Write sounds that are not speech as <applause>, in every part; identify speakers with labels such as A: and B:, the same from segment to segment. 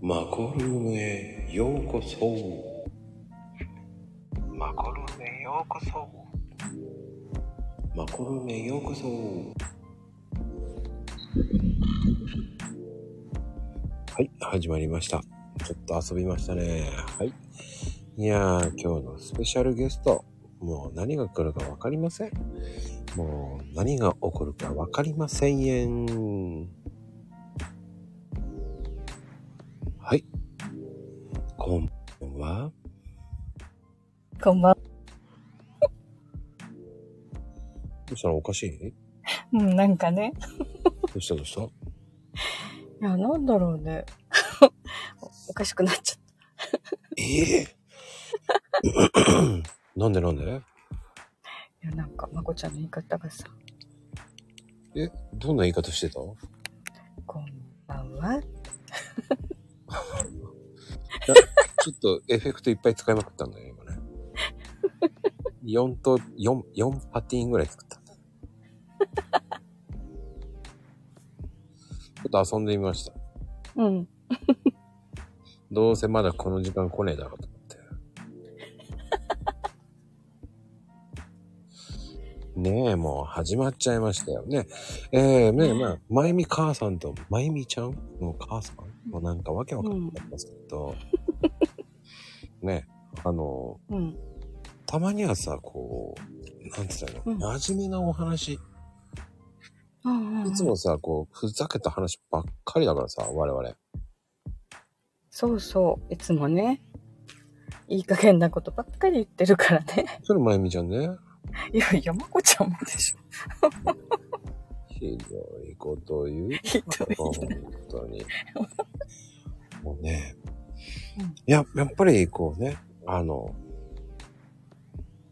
A: マコルームへようこそ。
B: マコルームへようこそ。
A: マコルームへようこそ。はい、始まりました。ちょっと遊びましたね。はい。いやー、今日のスペシャルゲスト。もう何が来るかわかりません。もう何が起こるかわかりませんえん。はい。こんばんは。
C: こんばんは。
A: どうしたのおかしい
C: うん、なんかね。
A: どうしたどうした
C: いや、なんだろうね。 <laughs> おおかしくなっちゃっ
A: ええなんでなんで
C: た。いや、なんか、まこちゃんの言い方がさ、
A: え、どんな言い方してた
C: こんばんは。
A: ちょっとエフェクトいっぱい使いまくったんだよ、今ね。4と、4、4パティーンぐらい作った。ちょっと遊んでみました。
C: うん。
A: どうせまだこの時間来ねえだろうと思 <laughs> って。ねえ、もう始まっちゃいましたよね。えー、ねえ、まあ、まゆみ母さんとまゆみちゃんの母さんもうなんかわけわかんないんですけ <laughs> ど、ねえ、あの、
C: うん。
A: たまにはさ、こう、なんつったの、
C: うん
A: 真面目なお話、
C: うんうん
A: いつもさ、こう、ふざけた話ばっかりだからさ、我々。
C: そうそう。いつもね。いい加減なことばっかり言ってるからね。
A: それまゆみちゃんね。
C: <laughs> いやいや、まこちゃんもでしょ。
A: ひどいこと言う
C: ひどい。
A: 本当に。もうね
C: うん。
A: いや、やっぱりこうね、あの、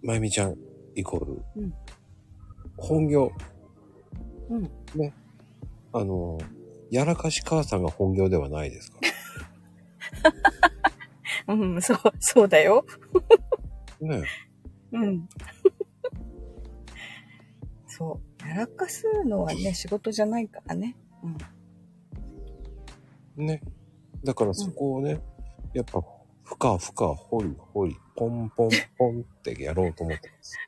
A: まゆみちゃんイコール、
C: うん
A: 本業、
C: うん。
A: あの、やらかし母さんが本業ではないですから。
C: うん、そう、そうだよ。
A: ね
C: うん。 <laughs> そう。やらかすのはね、仕事じゃないからね。
A: ね。だからそこをね、やっぱ、ふかふか、ほりほり、ポンポンポンってやろうと思ってます。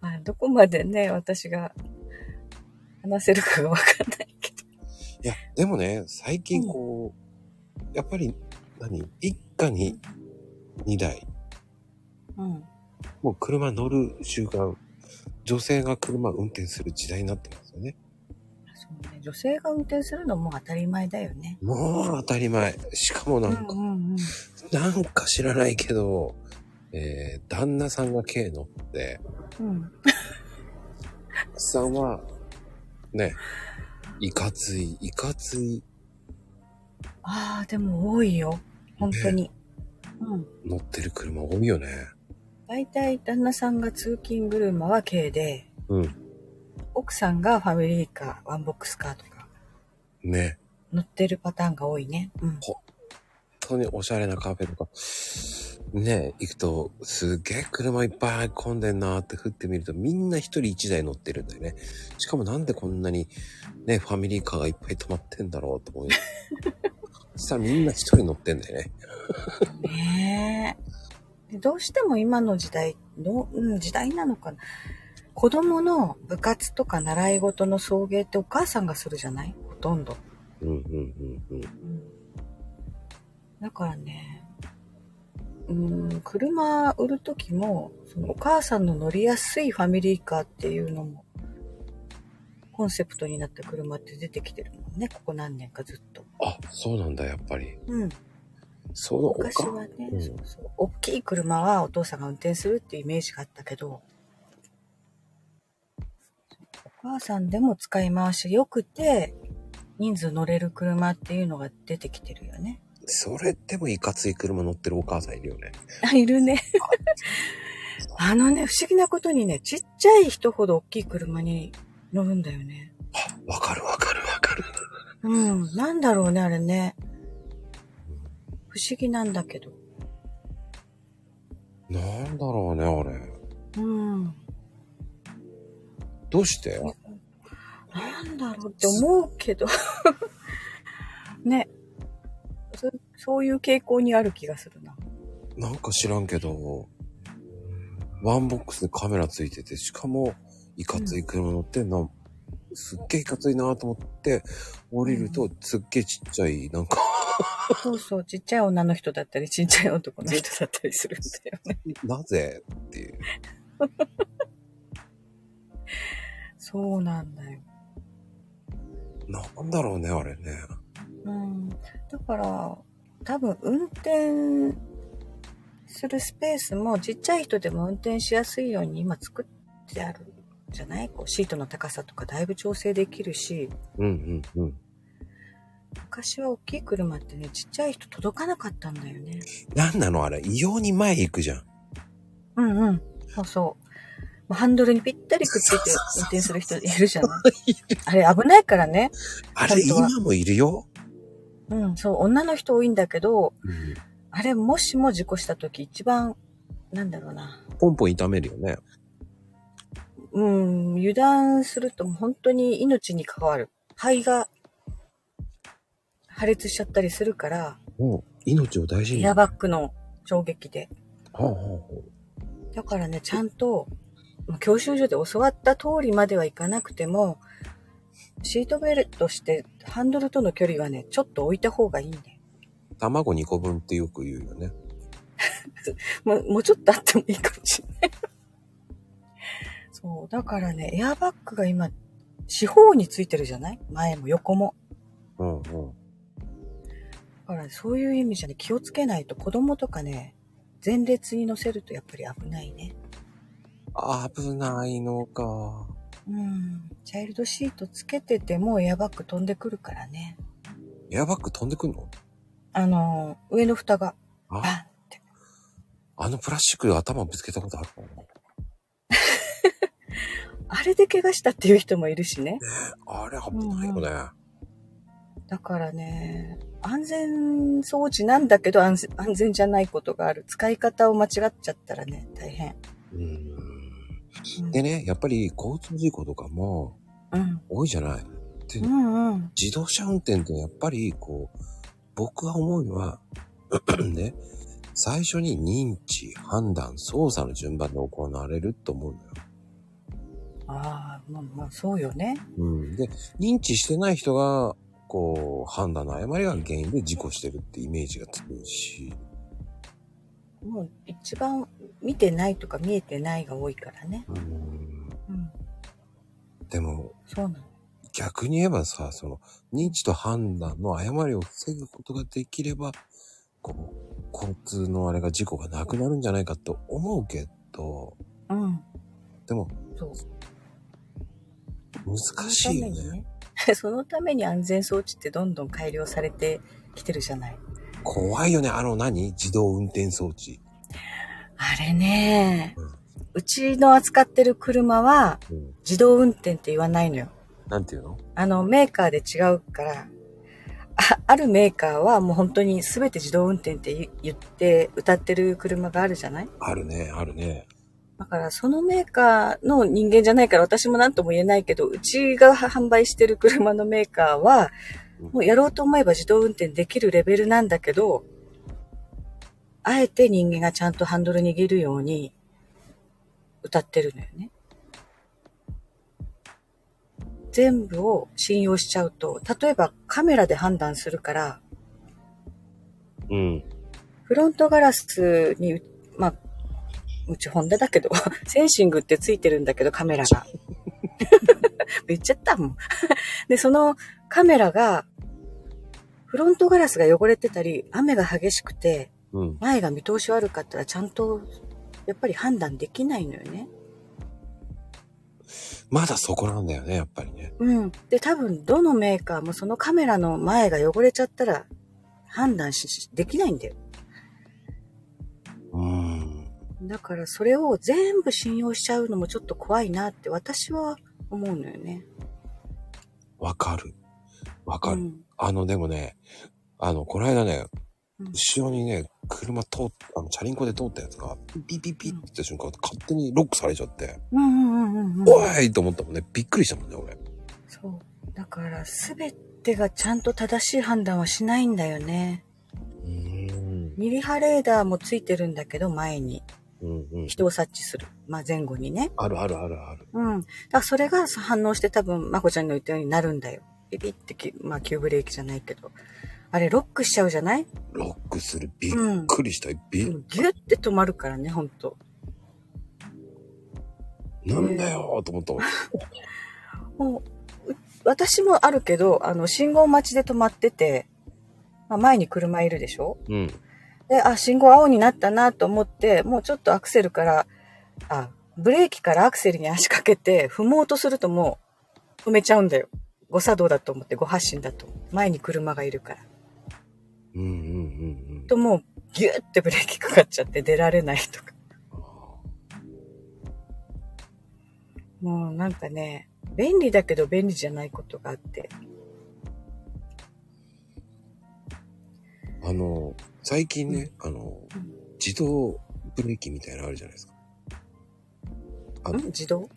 C: まあ、どこまでね、私が話せるかがわかんないけど。
A: いや、でもね、最近こう、やっぱり、何一家に二台、
C: うん。
A: もう車乗る習慣、女性が車運転する時代になってますよね。
C: そうね、女性が運転するのも当たり前だよね。
A: もう当たり前。しかも
C: う
A: なんんか、
C: うんうん。
A: なんか知らないけど、えー、旦那さんが軽乗って、
C: うん。
A: 奥さんは、ね、いかつい、いかつい
C: ああ、でも多いよ。本当に。うん。
A: 乗ってる車多いよね。
C: 大体旦那さんが通勤車は軽で、
A: うん。
C: 奥さんがファミリーカー、ワンボックスカーとか
A: ね。
C: 乗ってるパターンが多いね。うん。
A: 本当におしゃれなカフェとか、ね、行くと、すげえ車いっぱい混んでんなーって降ってみると、みんな一人一台乗ってるんだよね。しかもなんでこんなに、ね、ファミリーカーがいっぱい止まってんだろうと <laughs> 思い。さあみんな一人乗ってんだよね。 <laughs>
C: ねえ。でどうしても今の時代、どう、うん、時代なのかな。子供の部活とか習い事の送迎ってお母さんがするじゃないほとんど。
A: うんうんうんうん。
C: だからね、うん、車売るときも、そのお母さんの乗りやすいファミリーカーっていうのも、コンセプトになった車って出てきてるもんね、ここ何年かずっと。
A: あ、そうなんだ、やっぱり。
C: うん。
A: そのおか
C: 昔はね、
A: うん
C: そうそう。大きい車はお父さんが運転するっていうイメージがあったけど、お母さんでも使い回し良くて、人数乗れる車っていうのが出てきてるよね。
A: それでもいかつい車乗ってるお母さんいるよね。
C: あ、 <laughs> いるね。 <laughs> あのね、不思議なことにね、ちっちゃい人ほど大きい車に乗るんだよね。
A: あ、わかるわかるわかる。
C: うん、なんだろうね、あれね。不思議なんだけど。
A: なんだろうね、あれ。
C: うん。
A: どうして
C: <laughs> なんだろうって思うけど。ね。そういう傾向にある気がするな。
A: なんか知らんけど、ワンボックスにカメラついてて、しかも、いかつい車乗ってんな、すっげえいかついなと思って、降りると、すっげえちっちゃい、なんか、 <laughs>
C: そうそう、ちっちゃい女の人だったり、ちっちゃい男の人だったりするんだよね。
A: なぜっていう。
C: そうなんだよ。
A: なんだろうね、あれね。
C: うん。だから、多分運転するスペースもちっちゃい人でも運転しやすいように今作ってあるんじゃないこうシートの高さとかだいぶ調整できるし、
A: うんうんうん。
C: 昔は大きい車ってね、ちっちゃい人届かなかったんだよね。
A: なんなのあれ、異様に前行くじゃん。
C: うんうん。そうそう。もうハンドルにぴったりくっついて運転する人いるじゃないあれ危ないからね。
A: あれ、
C: 本当は
A: 今もいるよ。
C: うん、そう、女の人多いんだけど、
A: うん、
C: あれ、もしも事故した時一番、なんだろうな。
A: ポンポン痛めるよね。
C: うん、油断すると本当に命に関わる。肺が破裂しちゃったりするから、
A: もう、命を大事に。
C: エアバッグの衝撃で。
A: ほうほうほう
C: だからね、ちゃんと、まあ教習所で教わった通りまではいかなくても、シートベルトしてハンドルとの距離はね、ちょっと置いた方がいいね。 <laughs>
A: 卵2個分ってよく言うよね。
C: もう、もうちょっとあってもいいかもしれない。そう。だからね、エアバッグが今、四方についてるじゃない前も横も。
A: うんうん。
C: だから、そういう意味じゃね、気をつけないと子供とかね、前列に乗せるとやっぱり危ないね。
A: 危ないのか。
C: うん。チャイルドシートつけててもエアバッグ飛んでくるからね。
A: エアバッグ飛んでくんの
C: あの、上の蓋が、バン
A: あ、
C: って。
A: あのプラスチックで頭ぶつけたことあるからね
C: あれで怪我したっていう人もいるしね。
A: あれ危ないよね。
C: だからね、安全装置なんだけど安全安全じゃないことがある。使い方を間違っちゃったらね、大変。
A: うん。
C: うん
A: でね、やっぱり交通事故とかも
C: うん。
A: 多いじゃない。で、
C: うんうん。
A: 自動車運転ってやっぱりこう、僕が思うのは、 <clears throat> ね、最初に認知、判断、操作の順番で行われると思うんだよ。
C: ああ、まあまあ、そうよね。
A: うん。で、認知してない人が、こう、判断の誤りが原因で事故してるってイメージがつくし、
C: もう一番見てないとか見えてないが多いからね。
A: うん。
C: うん。
A: でも、
C: そうなの。
A: 逆に言えばさ、その、認知と判断の誤りを防ぐことができれば、こう、交通のあれが事故がなくなるんじゃないかと思うけど、
C: うん。
A: でも、
C: そう。
A: 難しいよ
C: そのために
A: ね。
C: ね。 <laughs> そのために安全装置ってどんどん改良されてきてるじゃない。
A: 怖いよね、あの何自動運転装置。
C: あれね
A: うん、
C: うちの扱ってる車は
A: うん。
C: 自動運転って言わないのよ。
A: なんていうの
C: あの、メーカーで違うから、ああるメーカーはもう本当に全て自動運転って言言って歌ってる車があるじゃない
A: あるね、あるね。
C: だからそのメーカーの人間じゃないから私も何とも言えないけど、うちが販売してる車のメーカーは、もうやろうと思えば自動運転できるレベルなんだけど、あえて人間がちゃんとハンドル握るように歌ってるのよね。全部を信用しちゃうと、例えばカメラで判断するから、
A: うん。
C: フロントガラスに、まあ、うちホンダだけど、 <laughs> センシングってついてるんだけど、カメラが。 <laughs> 言っちゃったもん。 <laughs> で、そのカメラが、フロントガラスが汚れてたり、雨が激しくて、
A: うん。
C: 前が見通し悪かったらちゃんと、やっぱり判断できないのよね。
A: まだそこなんだよね、やっぱりね。
C: うん。で、多分、どのメーカーもそのカメラの前が汚れちゃったら、判断しし、できないんだよ。
A: うん。
C: だからそれを全部信用しちゃうのもちょっと怖いなって私は思うのよね。
A: わかる。わか
C: う
A: る。
C: ん。
A: あの、でもね、あの、この間ね、
C: うん
A: 後ろにね、車通っ、あの、チャリンコで通ったやつが、ピピピって言った瞬間、勝手にロックされちゃって、
C: うんうんうんうんうん。
A: おいと思ったもんね。びっくりしたもんね、俺。
C: そう。だから全てがちゃんと正しい判断はしないんだよね。
A: うん。
C: ミリ波レーダーもついてるんだけど、前に。
A: うんうん。
C: 人を察知する。まあ、前後にね。
A: あるあるあるある。
C: うん。だからそれが反応して多分、まこちゃんの言ったようになるんだよ。ビビってき、まあ、急ブレーキじゃないけど。あれ、ロックしちゃうじゃない
A: ロックする。びっくりした。び
C: ギ
A: っ
C: ュッて止まるからね、ほんと。
A: なんだよーと思
C: <laughs>
A: ったもん。
C: もう、う私もあるけど、あの、信号待ちで止まってて、まあ、前に車いるでしょ
A: うん。
C: で、あ、信号青になったなと思って、もうちょっとアクセルから、あ、ブレーキからアクセルに足かけて、踏もうとするともう、踏めちゃうんだよ。誤作動だと思って、誤発進だと思って。前に車がいるから。
A: うんうんうん
C: ともう、ギューってブレーキかかっちゃって出られないとか。もうなんかね、便利だけど便利じゃないことがあって。
A: うん。あの、最近ね、あの
C: うん、
A: 自動ブレーキみたいなのあるじゃないですか。あ
C: ん自動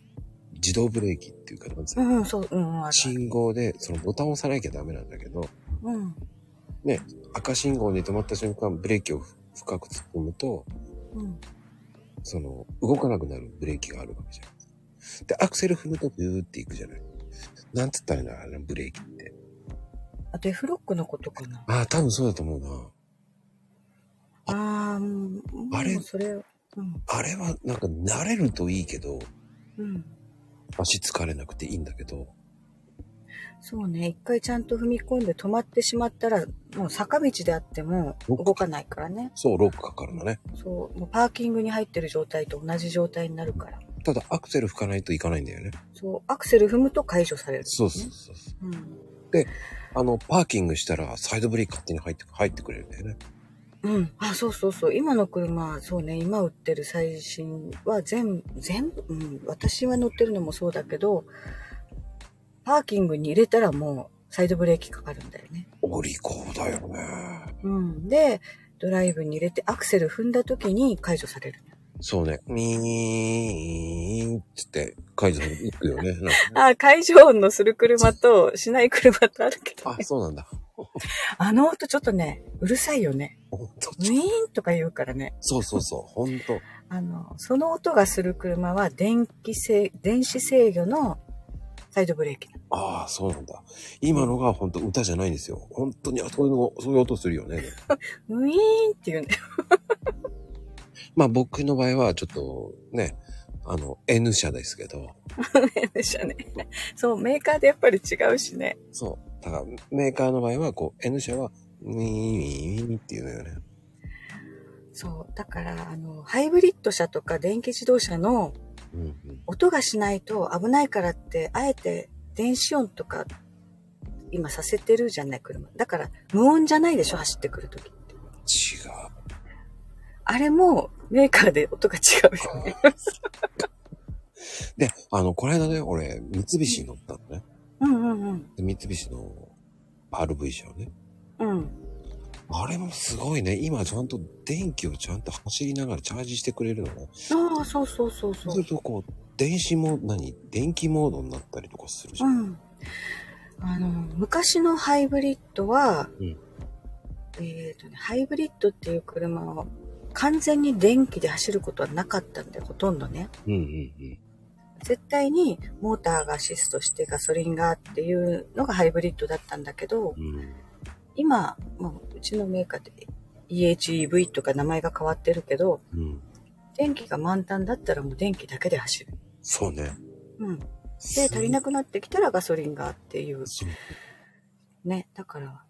A: 自動ブレーキっていうか、なんつう
C: う
A: の
C: んうん、そう、うん、うんある
A: 信号で、そのボタンを押さなきゃダメなんだけど、
C: うん。
A: 赤信号に止まった瞬間、ブレーキを深く突っ込むと、
C: うん。
A: その、動かなくなるブレーキがあるわけじゃないですか。で、アクセル踏むとビューっていくじゃない。なんつったらいいんだろうね、ブレーキって。
C: あ、デフロックのことかな。
A: ああ、多分そうだと思うな。
C: ああ、うん
A: あれ
C: もうそれ、うん。
A: あれは、なんか慣れるといいけど、
C: うん。
A: 足疲れなくていいんだけど、
C: そうね。一回ちゃんと踏み込んで止まってしまったら、もう坂道であっても動かないからね。
A: そう、ロックかかるのね。
C: そう。もうパーキングに入ってる状態と同じ状態になるから。
A: ただ、アクセル吹かないといかないんだよね。
C: そう。アクセル踏むと解除される。
A: そうそうそうそう。
C: うん。
A: あの、パーキングしたら、サイドブレーキ勝手に入って、入ってくれるんだよね。
C: うん。あ、そうそうそう。今の車、そうね。今売ってる最新は全部、全部、うん。私は乗ってるのもそうだけど、パーキングに入れたらもうサイドブレーキかかるんだよね。
A: お利口だよね。
C: うん。で、ドライブに入れてアクセル踏んだ時に解除される。
A: そうね。ミーンっつって、解除に行くよね。なんかね
C: あ、会場音のする車としない車とあるけど、
A: あ、 <laughs> そうなんだ。
C: あの音ちょっとね、うるさいよね。
A: ほんと
C: ウィーンとか言うからね。
A: そうそう <laughs> そう、ほんと。
C: あの、その音がする車は電気制、電子制御のサイドブレーキ。 <laughs>
A: ああ、そうなんだ。今のがほんと歌じゃないんですよ。本当に、あ、そういうの、そういう音するよね。
C: ウィーンっていうね。
A: <laughs>
C: <laughs>
A: まあ僕の場合は、ちょっと、ね、あの、N 社ですけど、
C: でしたね。そう、メーカーでやっぱり違うしね。
A: そう。だから、メーカーの場合は、こう、N 社は、ウィーン、ウィーンウィーンっていうのよね。
C: そう、だから、あの、ハイブリッド車とか電気自動車の
A: うんうん。
C: 音がしないと危ないからって、あえて電子音とか今させてるじゃない車。だから、無音じゃないでしょ、走ってくる時って。
A: 違う。
C: あれもメーカーで音が違うよね。 <laughs>
A: で、あの、この間ね、俺、三菱に乗ったのね。
C: うんうん
A: で三菱の RV 車をね。
C: うん。うん。
A: あれもすごいね。今、ちゃんと電気をちゃんと走りながらチャージしてくれるのね。
C: ああ、そうそうそう
A: そう
C: そ
A: す
C: う
A: る。と、こう、電子も、何電気モードになったりとかするじゃ。
C: うんん。あの、昔のハイブリッドは、
A: うん
C: えっ、とね、ハイブリッドっていう車は完全に電気で走ることはなかったんだよ、ほとんどね。
A: うんうんうん。
C: 絶対にモーターがアシストしてガソリンがっていうのがハイブリッドだったんだけど、
A: うん、
C: 今、まあ、うちのメーカーで EHEV とか名前が変わってるけど、
A: うん、
C: 電気が満タンだったらもう電気だけで走る。
A: そうね。
C: うん。で、
A: で
C: 足りなくなってきたらガソリンがっていう。
A: そう
C: ね。だから、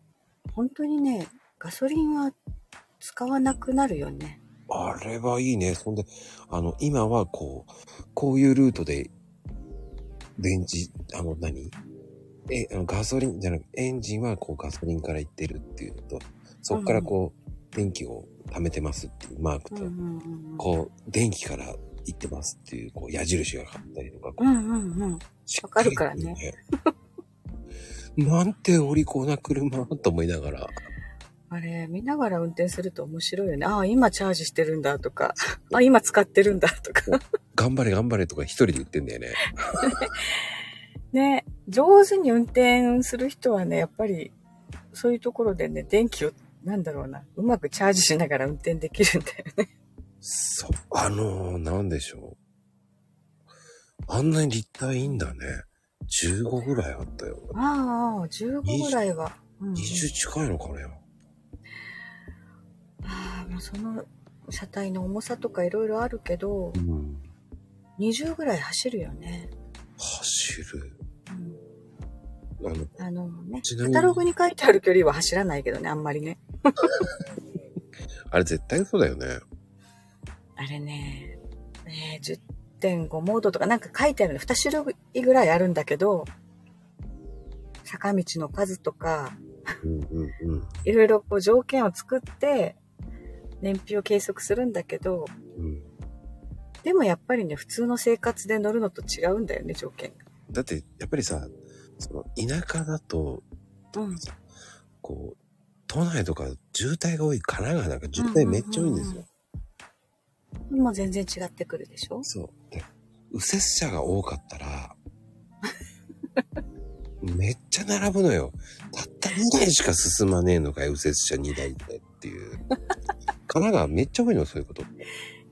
C: 本当にね、ガソリンは使わなくなるよね。
A: あれはいいね。そんで、あの、今はこう、こういうルートで、電池、あの何、え、あのガソリンじゃなく、エンジンはこうガソリンからいってるっていうのと、そこからこう、電気を貯めてますっていうマーク
C: うん
A: と、
C: うんうん。
A: こう、電気からいってますっていう、こう、矢印が買ったりとか、
C: うんうんうん。
A: しっ
C: わかるからね
A: りね。なんてお利口な車と思いながら。
C: あれ、見ながら運転すると面白いよね。ああ、今チャージしてるんだとか、あ、今使ってるんだとか。
A: 頑張れ頑張れとか一人で言ってんだよね。
C: ね、上手に運転する人はね、やっぱり、そういうところでね、電気をなんだろうな、うまくチャージしながら運転できるんだよね。
A: そう、あのー、なんでしょう。あんなに立体いいんだね。15ぐらいあったよ。
C: ああ、15ぐらいは。うんうん
A: 20近いのかね。
C: ああ、まあその車体の重さとかいろいろあるけど、
A: うん。
C: 20ぐらい走るよね。
A: 走る。
C: うん
A: あの、
C: あのね、
A: ちなみ
C: カ
A: に
C: タログに書いてある距離は走らないけどね、あんまりね。 <laughs>
A: あれ絶対そうだよね。
C: あれね、えー10.5モードとかなんか書いてあるの、2種類ぐらいあるんだけど、坂道の数とか、
A: うんうんうん。
C: いろいろこう条件を作って、燃費を計測するんだけど、
A: うん、
C: でもやっぱりね、普通の生活で乗るのと違うんだよね、条件
A: だって、やっぱりさ、その田舎だと、
C: が。うん。
A: こう、都内とか渋滞が多い、神奈川なんか渋滞めっちゃ多いんですよ。
C: うんうんうんうん。もう全然違ってくるでしょ
A: そう。で、右折車が多かったら、めっちゃ並ぶのよ。たった2台しか進まねえのかよ、右折車2台ってっていう。神奈川めっちゃ多いの、そういうこと。
C: い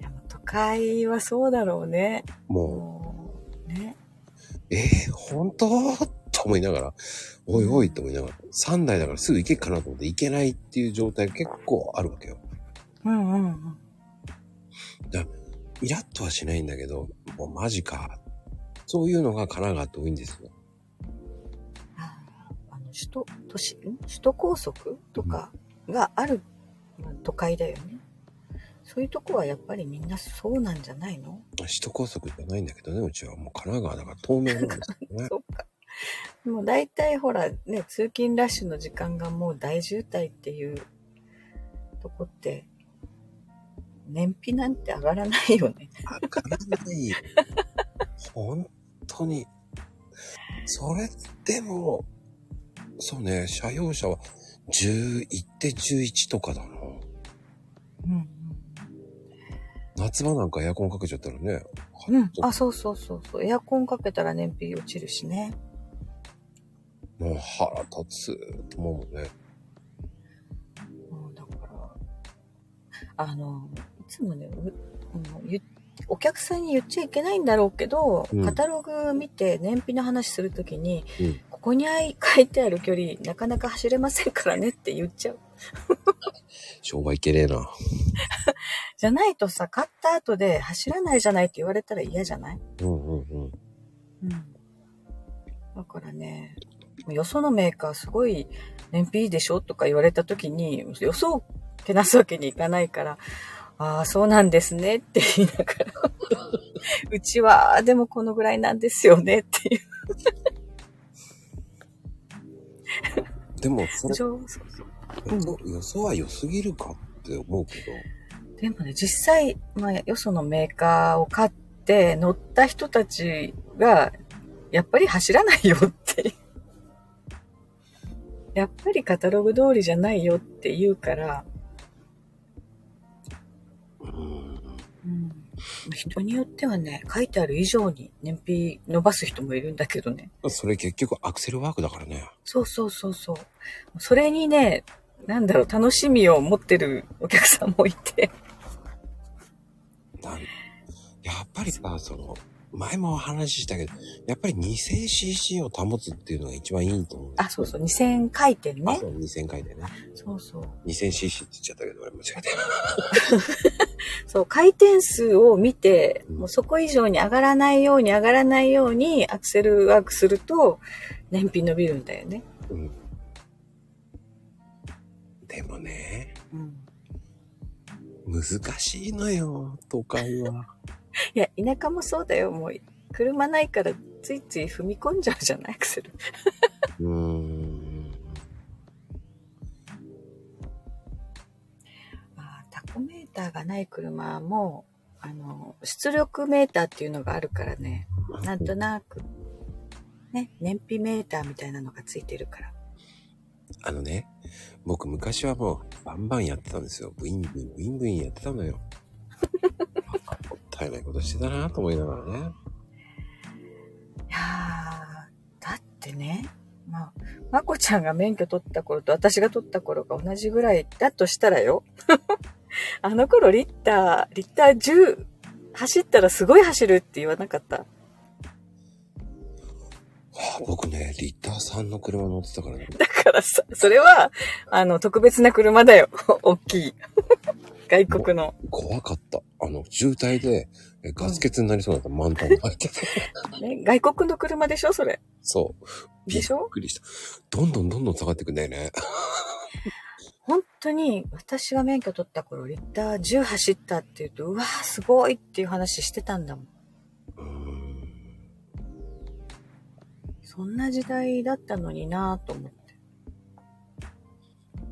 C: やもう都会はそうだろうね。
A: も
C: もう、ね。
A: う、えー、本当と思いながら、おいおいと思いながら、3台だからすぐ行けっかなと思って行けないっていう状態結構あるわけよ。
C: うんうんうん。
A: イラッとはしないんだけど、もうマジか。そういうのが神奈川って多いんですよ。
C: ああの首都、都市、ん首都高速とかがあるまあ都会だよね。そういうとこはやっぱりみんなそうなんじゃないの
A: 首都高速じゃないんだけどね、うちはもう神奈川だから透明なんですよね。
C: <laughs> そうか。もう大体ほらね、通勤ラッシュの時間がもう大渋滞っていうとこって、燃費なんて上がらないよね。
A: わからない。本当に。それでも、そうね、車用車は11って11とかだな。
C: うん、
A: 夏場なんかエアコンかけちゃったらね。
C: うん。あ、そうそうそうそう。エアコンかけたら燃費落ちるしね。
A: もう腹立つと思うもんね。
C: もうだから、あの、いつもね、ううん言っお客さんに言っちゃいけないんだろうけど、
A: うん
C: カタログ見て燃費の話するときに、
A: うん
C: ここに書い <laughs> てある距離、なかなか走れませんからねって言っちゃう。
A: 商売いけねえな。
C: じゃないとさ、買った後で走らないじゃないって言われたら嫌じゃない
A: うんうんうん。
C: うん。だからね、よそのメーカーすごい燃費いいでしょとか言われた時に、よそをけなすわけにいかないから、ああ、そうなんですねって言いながら、 <laughs> うちは、でもこのぐらいなんですよねっていう。
A: でも、それ、
C: そうそうそう
A: 予想予想は良すぎるかって思うけど。
C: でもね、実際、まあ、よそのメーカーを買って乗った人たちが、やっぱり走らないよっていう。 <laughs> やっぱりカタログ通りじゃないよって言うから、
A: うん。
C: うん、人によってはね、書いてある以上に燃費伸ばす人もいるんだけどね。
A: それ結局アクセルワークだからね。
C: そうそうそうそう。それにね、なんだろう、楽しみを持ってるお客さんもいて。
A: なんやっぱりさ、その、前もお話ししたけど、やっぱり 2000cc を保つっていうのが一番いいと思う。
C: あ、そうそう、2000回転
A: あ、
C: ね
A: そ。う、2000回でね。
C: そうそう。
A: 2000cc って言っちゃったけど、俺間違えた。
C: そう、回転数を見て、
A: うん
C: もうそこ以上に上がらないように上がらないようにアクセルワークすると燃費伸びるんだよね。
A: うん。
C: <laughs>
A: でもね、
C: うん。
A: 難しいのよ、都会は。
C: いや、田舎もそうだよ。もう、車ないからついつい踏み込んじゃうじゃない、アクセル。
A: うーん。
C: まあ、タコメーターがない車も、あの、出力メーターっていうのがあるからね、なんとなく、ね、燃費メーターみたいなのがついてるから。
A: あのね、僕昔はもうバンバンやってたんですよ。ブインブイン、ブインブインやってたの
C: <laughs>
A: よ。もったいないことしてたなと思いながらね。
C: いやーだってね、まあ、まこちゃんが免許取った頃と私が取った頃が同じぐらいだとしたらよ。 <laughs> あの頃リッター、リッター10走ったらすごい走るって言わなかった。
A: はあ僕ね、リッターさんの車乗ってたからね。
C: だからさ、それは、あの、特別な車だよ。 <laughs> 大きい。外国の。
A: 怖かった。あの、渋滞で、えガス欠になりそうだった。満タン
C: <laughs>
A: に入ってて。
C: ね、外国の車でしょそれ。
A: そう。
C: でし
A: び
C: ょ
A: っくりした。どんどんどんどん下がってくんだよね。
C: 本当に、私が免許取った頃、リッター10走ったって言うと、うわーすごいっていう話してたんだもん。
A: うーん。
C: そんな時代だったのになぁと思って。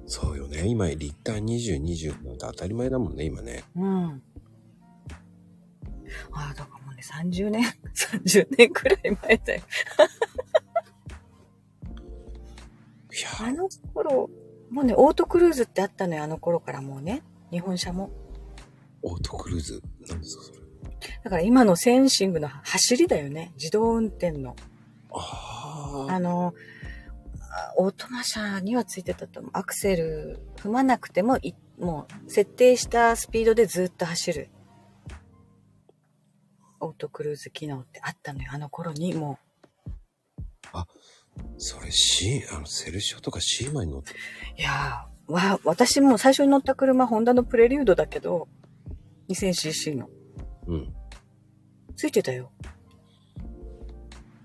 A: そうよね。今、リッター20、20なんて当たり前だもんね、今ね。
C: うん。ああ、だからもうね、30年、30年くらい前だよ。
A: いや
C: あ
A: ー、
C: の頃、もうね、オートクルーズってあったのよ、あの頃からもうね。日本車も。
A: オートクルーズ。なんですか、それ。
C: だから今のセンシングの走りだよね。自動運転の。
A: ああ。
C: あの、あオートマ車にはついてたと思う。アクセル踏まなくてもい、もう設定したスピードでずっと走る。オートクルーズ機能ってあったのよ。あの頃にも
A: それ、シー、あの、セルシオとかシーマに乗って
C: う。いやー、わ、私も最初に乗った車、ホンダのプレリュードだけど、2000cc の。
A: うん。
C: ついてたよ。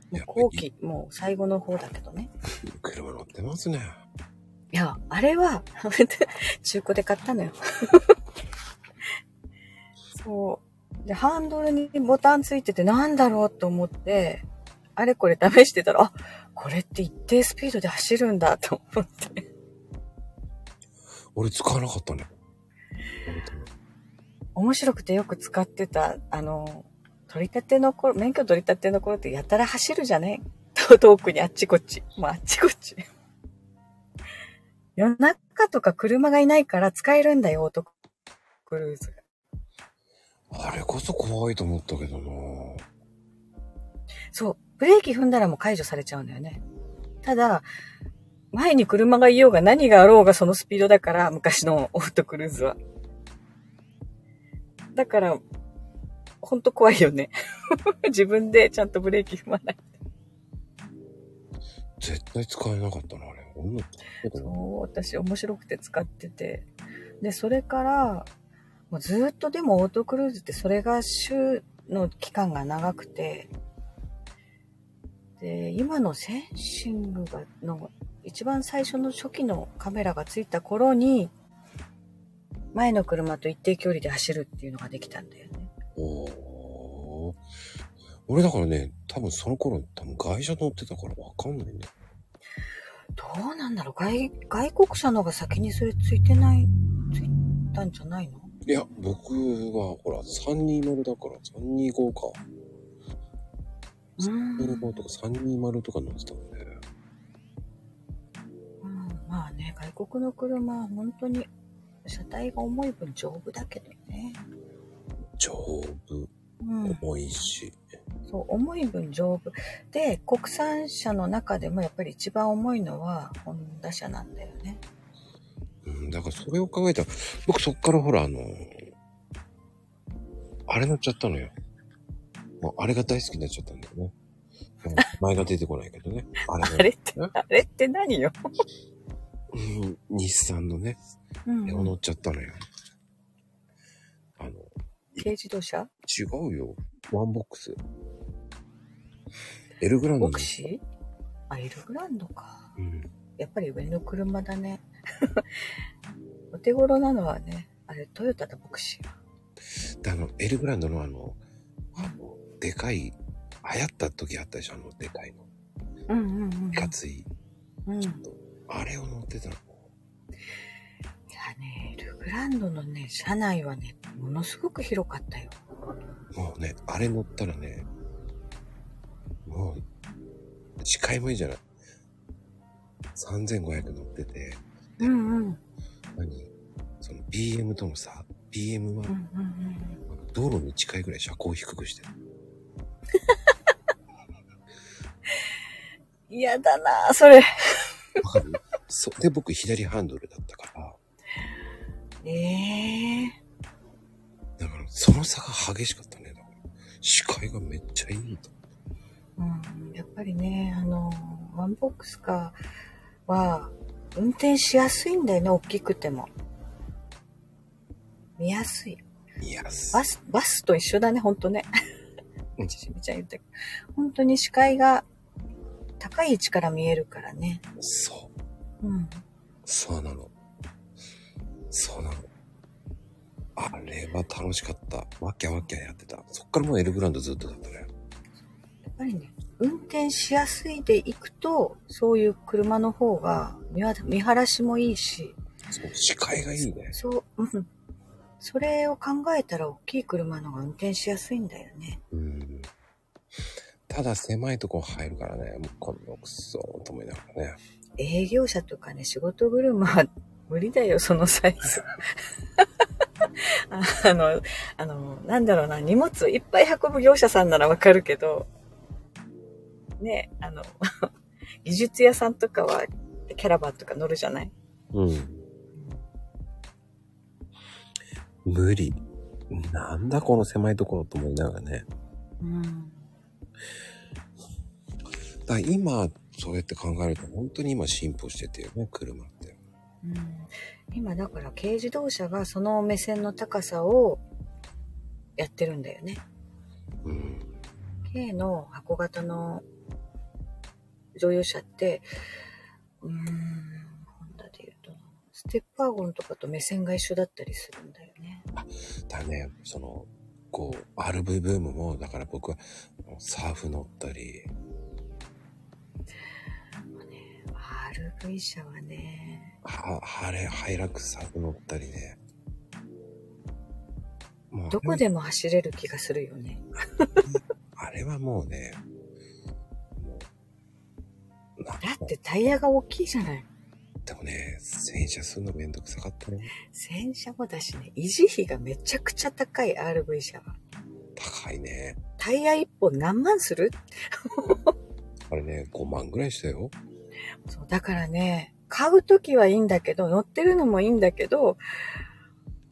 C: もう後期、もう最後の方だけどね。
A: 車乗ってますね。
C: いや、あれは、 <laughs> 中古で買った
A: <laughs>
C: のよ。そう。で、ハンドルにボタンついててなんだろうと思って、あれこれ試してたら、あ、これって一定スピードで走るんだと思って。
A: 俺使わなかったね。
C: 面白くてよく使ってた、あの、取り立ての頃、免許取り立ての頃ってやたら走るじゃね <laughs> と遠くにあっちこっち。もうあっちこっち。夜中とか車がいないから使えるんだよ、オートクルーズが。
A: あれこそ怖いと思ったけどな
C: そう。ブレーキ踏んだらもう解除されちゃうんだよね。ただ、前に車がいようが何があろうがそのスピードだから、昔のオートクルーズは。だから、ほんと怖いよね。 <laughs> 自分でちゃんとブレーキ踏まない。
A: 絶対使えなかったな、あれ。女ってことな
C: そう、私面白くて使ってて。で、それから、もうずっとでもオートクルーズってそれが週の期間が長くて、で、今のセンシングが、の、一番最初の初期のカメラがついた頃に、前の車と一定距離で走るっていうのができたんだよね。
A: おー俺だからね、多分その頃、多分外車乗ってたからわかんないね。
C: どうなんだろう外、外国車のが先にそれついてない、ついたんじゃないの
A: いや、僕はほら、320だから、325か。
C: うーん
A: 325とか320とか乗ってたもんね。
C: うんまあね、外国の車は本当に車体が重い分丈夫だけどね。
A: 丈夫、
C: うん、
A: 重いし。
C: そう、重い分丈夫。で、国産車の中でもやっぱり一番重いのはホンダ車なんだよね。
A: うん、だからそれを考えたら、僕そっからほら、あの、あれ乗っちゃったのよ。もうあれが大好きになっちゃったんだよね。うん前が出てこないけどね。あれ
C: あ
A: が
C: れって、
A: え
C: あれって何よ。
A: うん日産のね、
C: う
A: あ
C: ん
A: れを乗っちゃったのよ。あの、
C: 軽自動車
A: 違うよ。ワンボックス。エルグランド
C: ボ
A: の
C: ク。シーあ、エルグランドか。
A: うん。
C: やっぱり上の車だね。 <laughs> お手頃なのはね、あれトヨタだボクシーは。
A: であの、エルグランドのあの、あの、でかい、流行った時あったでしょ、あの、でかいの。
C: うんうんうんうん。
A: いかつい。
C: うん
A: あれを乗ってたの。
C: いやね、ルグランドのね、車内はね、ものすごく広かったよ。
A: もうね、あれ乗ったらね、もう、視界もいいじゃない。3500乗ってて、
C: うんうん。うん
A: 何その BM とのさ、BM は
C: うんうん。
A: 道路に近いぐらい車高を低くしてる。
C: 嫌だなあそれ。
A: わかるそう。で、僕左ハンドルだったから、
C: ええ
A: だからその差が激しかったね。だから視界がめっちゃいいと。
C: うん、やっぱりね、あの、ワンボックスカーは、運転しやすいんだよね、大きくても。見やすい。
A: いや、
C: バス、バスと一緒だね、ほんとね
A: うん。
C: ちしみちゃん言ったけど。本当に視界が高い位置から見えるからね。
A: そう。
C: うん。
A: そうなの。そうなの。あれは楽しかった。わっきゃわっきゃやってた。そっからもうエルグランドずっとだったね。
C: やっぱりね、運転しやすいで行くと、そういう車の方が見わ見晴らしもいいし、
A: そう視界がいいね。
C: そう、うん。それを考えたら大きい車の方が運転しやすいんだよね。
A: うん。ただ狭いとこ入るからね、もうこのくそーと思いながらね。
C: 営業者とかね、仕事車は無理だよ、そのサイズ。 <laughs> あの、あの、なんだろうな、荷物をいっぱい運ぶ業者さんならわかるけど、ね、あの、 <laughs> 技術屋さんとかはキャラバンとか乗るじゃない
A: うん。無理。なんだこの狭いところと思いながらね。
C: うん。
A: だから今、そうやって考えると、本当に今進歩しててね、車って。
C: うん今だから軽自動車がその目線の高さをやってるんだよね。
A: うん。
C: 軽の箱型の乗用車って、うーん、ホンダで言うと、ステップワゴンとかと目線が一緒だったりするんだよね。
A: だからね、その、こう、RV ブームも、だから僕は、サーフ乗ったり、
C: RV 車はね、
A: は、ハレ、ハイラックスサーフ乗ったりね。もう
C: どこでも走れる気がするよね。
A: あれはもうね、もう、な
C: だってタイヤが大きいじゃない。
A: でもね、洗車するのめんどくさかったね。
C: 洗車もだしね、維持費がめちゃくちゃ高い RV 車は。
A: 高いね。
C: タイヤ一本何万する
A: あれね、5万ぐらいしたよ。
C: そう、だからね、買うときはいいんだけど、乗ってるのもいいんだけど、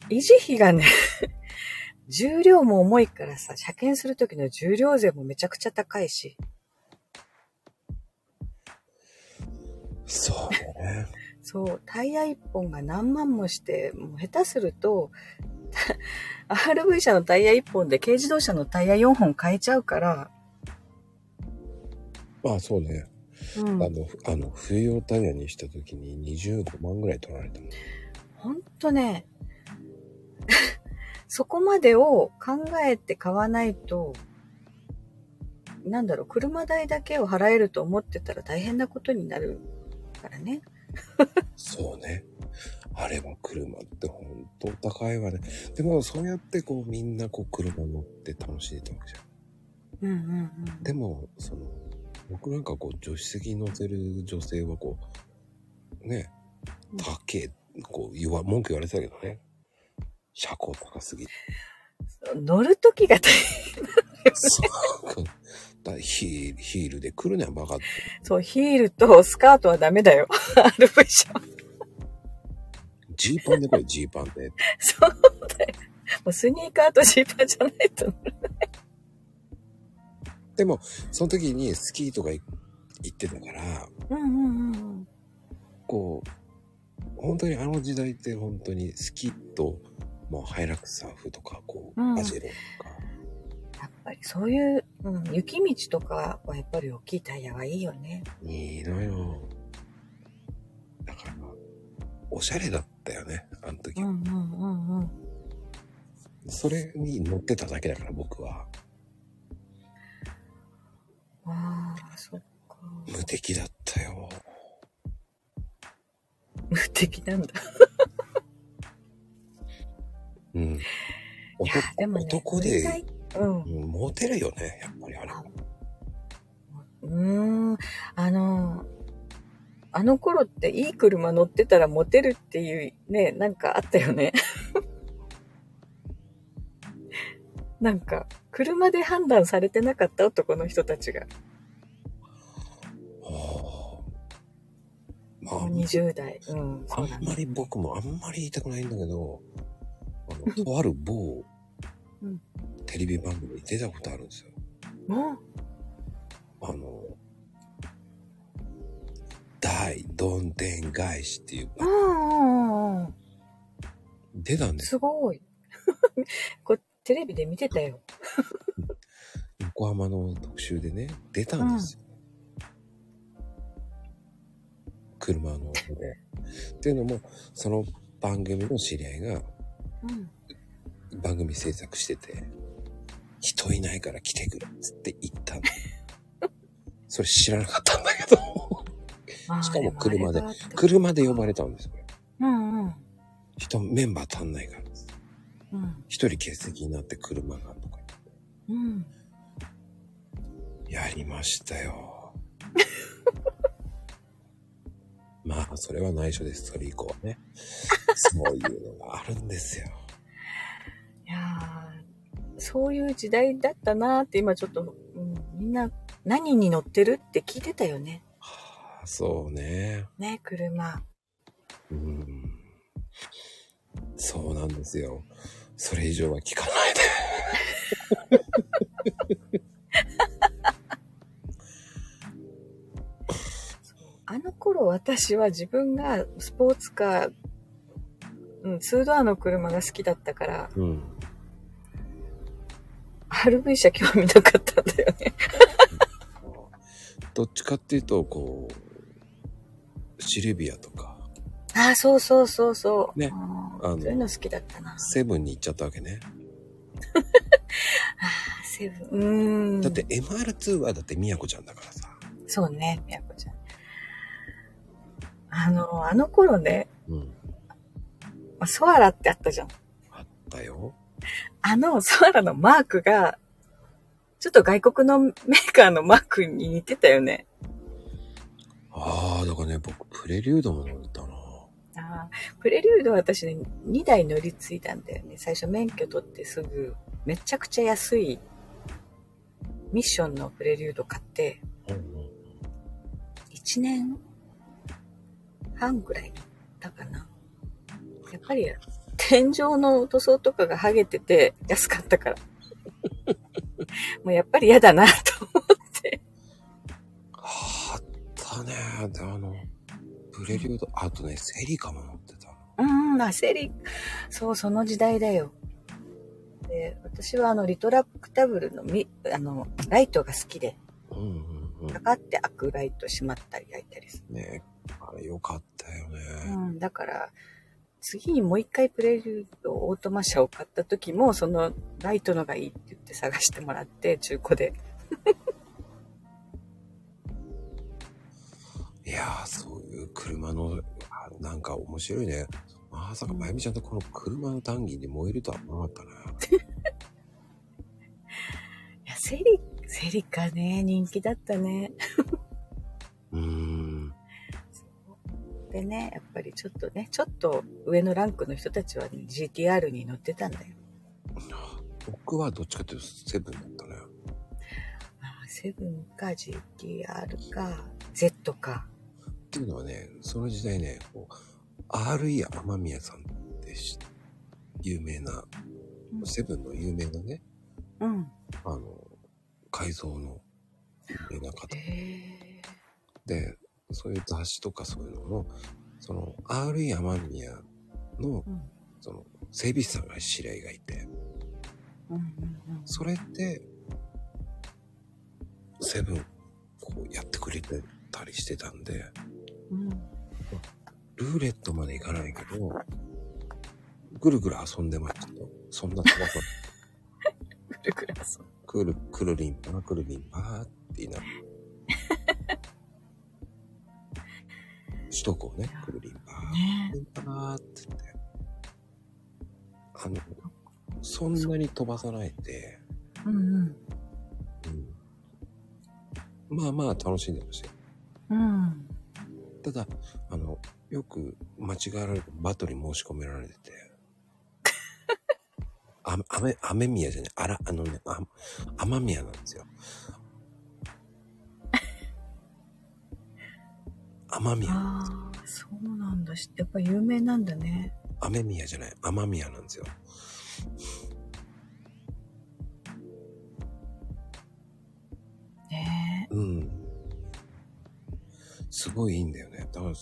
C: 維持費がね、 <laughs> 重量も重いからさ、車検するときの重量税もめちゃくちゃ高いし、
A: そうね。 <laughs>
C: そう、タイヤ1本が何万もして、もう下手すると、RV 車のタイヤ1本で軽自動車のタイヤ4本買えちゃうから、
A: まあそうね。
C: うん
A: あの、あの、冬用タイヤにした時に25万ぐらい取られたもん。
C: ほんとね、 <laughs> そこまでを考えて買わないと、なんだろう、車代だけを払えると思ってたら大変なことになるか
A: <laughs>
C: らね。
A: そうね。あれは車ってほんとお高いわね。でもそうやってこうみんなこう車乗って楽しんでたわけじゃん。
C: うんうんうん。
A: でも、その、僕なんかこう助手席に乗せる女性はこう、ね
C: う、ん
A: 高え、こう言わ、文句言われてたけどね。車高高すぎて。
C: 乗るときが大変。
A: そうだヒール、ヒールで来るねん、バカって。
C: そう、ヒールとスカートはダメだよ。RV 車は。
A: ジーパンで来
C: <laughs>
A: い、ジーパンで。
C: そうだよ。もうスニーカーとジーパンじゃないと。
A: でも、その時にスキーとかい行ってたから、
C: うんうんうん。
A: こう、本当にあの時代って本当にスキーと、もうハイラックスサーフとか、こう、
C: うん
A: バジェロとか、
C: やっぱりそういう、うん、雪道とかはやっぱり大きいタイヤがいいよね。
A: いいのよ。だから、おしゃれだったよね、あの時。
C: うんうんうん。
A: それに乗ってただけだから、僕は。
C: ああ、そっか。
A: 無敵だったよ。
C: 無敵なんだ。
A: うん。
C: いや、でもね、
A: 男
C: 意外
A: で、
C: うん。
A: うんモテるよね、やっぱりあれは。
C: <laughs> うーん。あの、あの頃っていい車乗ってたらモテるっていうね、なんかあったよね。 <laughs> なんか、車で判断されてなかった男の人たちが。
A: ああ
C: 20代。うん、
A: あ
C: そ
A: ん
C: うだ
A: ま
C: ね。
A: り僕もあんまり言いたくないんだけど、あの、とある某
C: うん、
A: テレビ番組に出たことあるんですよ。
C: も
A: あの、大どんでん返しっていう
C: う、う
A: 番組、
C: ん、うん、うん。
A: 出たんですよ。
C: <laughs> すごい。 <laughs> これ、テレビで見てたよ。
A: 横浜の特集でね、出た
C: <laughs>
A: んですよ。車の音で。っていうのも、その番組の知り合いが
C: うん。
A: 番組制作してて、人いないから来てくれっつって行った <laughs> の。それ知らなかったんだけど、
C: あー
A: しかも車で。
C: もあれがあって
A: 車で呼ばれたんですよ。
C: うんうん。
A: 人、メンバー足んないから。
C: うん。
A: 一人欠席になって車がとか。
C: うん。 <laughs>
A: やりましたよ。まあ、それは内緒です。それ以降は <laughs> ね。そういうのがあるんですよ。
C: いやーそういう時代だったなーって今ちょっと、うん、みんな何に乗ってるって聞いてたよね。
A: はあそうね。
C: ね、車。
A: うん。そうなんですよ。それ以上は聞かないで。
C: あの頃私は自分がスポーツカー、うん、ツードアの車が好きだったから、
A: うん。
C: RV 車興味なかったんだよね。
A: どっちかっていうと、こう、シルビアとか、
C: ああ、そうそうそうそう。
A: ね
C: うん
A: あの
C: そういうの好きだったな。
A: セブンに行っちゃったわけね。
C: ああ、セブン。うーん。
A: だって。MR2 はだってみやこちゃんだからさ。
C: そうね、みやこちゃん。あの、あの頃ね、
A: うん。
C: まあソアラってあったじゃん。
A: あったよ。
C: あのソアラのマークが、ちょっと外国のメーカーのマークに似てたよね。
A: ああ、だからね、僕、プレリュードも乗ったな。
C: あープレリュードは私ね、2台乗り継いだんだよね。最初免許取ってすぐ、めちゃくちゃ安いミッションのプレリュード買って、
A: うんうん。
C: 1年半ぐらい乗ったかな。やっぱり、天井の塗装とかが剥げてて安かったから。もうやっぱり嫌だなと思って。
A: あったね。で、あの、プレリュード、あとね、セリカも乗ってたの。
C: うん、焦り。そう、その時代だよ。で、私はあの、リトラクタブルのみ、あの、ライトが好きで、
A: うんうん
C: パカって開くライト閉まったり開いたりす
A: うん。ねあれ、よかったよね。
C: る。うん、だから、次にもう一回プレリュードオートマ車を買った時も、そのライトのがいいって言って探してもらって、中古で。
A: いやー、そういう車の、あなんか面白いね。まさか、まゆみちゃんとこの車の談義に燃えるとは思わなかったね。
C: いや、セリ、セリカね、人気だったね。
A: うーん。
C: でね、やっぱりちょっとね、ちょっと上のランクの人たちは、ね、GTR に乗ってたんだよ。
A: 僕はどっちかっていうと、セブンだったね。
C: あセブンか GTR か Z か。
A: っていうのはね、その時代ね、こう RE 天宮さんってし有名な、
C: うん
A: セブンの有名なね、
C: うん。
A: あの、改造の有名な方
C: え
A: で、そういう雑誌とかそういうのの、その RE 天宮の、
C: うん
A: その、整備士さんが知り合いがいて、
C: うんうんうん。
A: それって、セブン、こうやってくれてたりしてたんで、
C: うん。
A: ルーレットまで行かないけど、ぐるぐる遊んでましたよ。そんな怖さ。
C: ぐるぐる遊
A: くる、くるりんぱな、くるりんぱなって言いながら。首都高ね、くるりんぱ
C: ぶ
A: な、
C: ね
A: く。るりんぱなって言って。あの、そんなに飛ばさないで、
C: うん
A: うん、まあまあ楽しんでましたよ。
C: うん。うん。
A: ただ、あの、よく間違えられるバトルに申し込められてて。あ、あめ、あめみやじゃない、あら、あのね、あ、あまみやなんですよ。あまみや。
C: ああ、そうなんだ。しやっぱ有名なんだね。
A: 雨宮じゃない、雨宮なんですよ。
C: ね
A: うん。すごいいいんだよね。だから、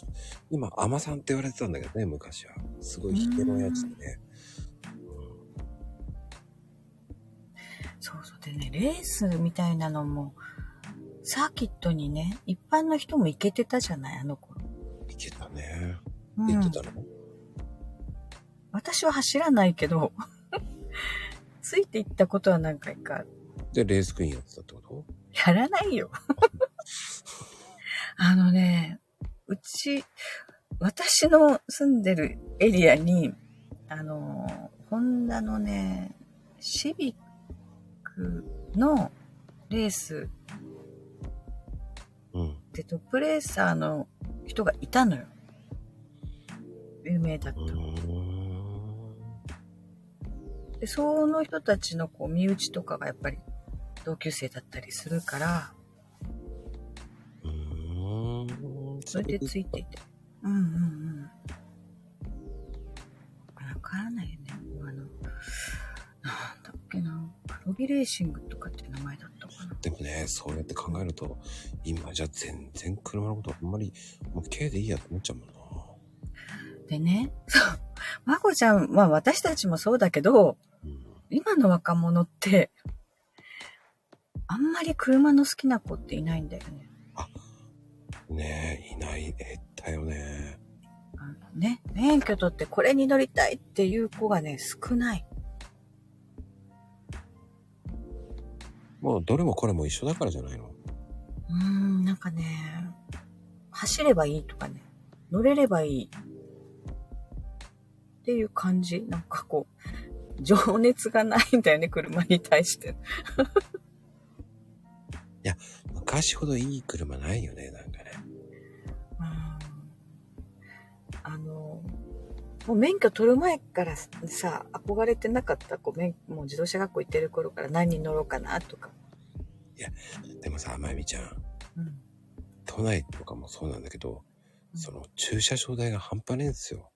A: 今、甘さんって言われてたんだけどね、昔は。すごいひげのやつでね。
C: え。そうそう。でね、レースみたいなのも、サーキットにね、一般の人も行けてたじゃない、あの頃。
A: いけたね。
C: う
A: いけ
C: ん。
A: たの、
C: 私は走らないけど、 <laughs> ついて行ったことは何回か。
A: で、レースクイーンやってたってこと
C: やらないよ。 <laughs> あのね、うち、私の住んでるエリアに、あの、ホンダのね、シビックのレース
A: うん。
C: でトップレーサーの人がいたのよ。有名だっ
A: う
C: た。
A: ーん。
C: で、その人たちのこう身内とかがやっぱり同級生だったりするから、
A: うーん。
C: それでついていて。うんうんうん。わからないよね。あの、なんだっけな。黒木レーシングとかって名前だったかな。
A: でもね、そうやって考えると、今じゃ全然車のことあんまり、もう軽でいいやと思っちゃうもんな。
C: でね、そう。まこちゃん、まあ私たちもそうだけど、
A: うん
C: 今の若者って、あんまり車の好きな子っていないんだよね。
A: ねえ、いない、減ったよね。
C: あのね、免許取ってこれに乗りたいっていう子がね、少ない。
A: もうどれもこれも一緒だからじゃないの
C: うーん、なんかね、走ればいいとかね、乗れればいいっていう感じ。なんかこう、情熱がないんだよね、車に対して。 <laughs>
A: 昔ほどいい車ないよね、なんかね。
C: うーんあの、もう免許取る前からさ、憧れてなかった子、免もう自動車学校行ってる頃から何に乗ろうかなとか。
A: でもさ、まゆみちゃん、
C: うん、
A: 都内とかもそうなんだけど、その駐車場代が半端ねえんですよ。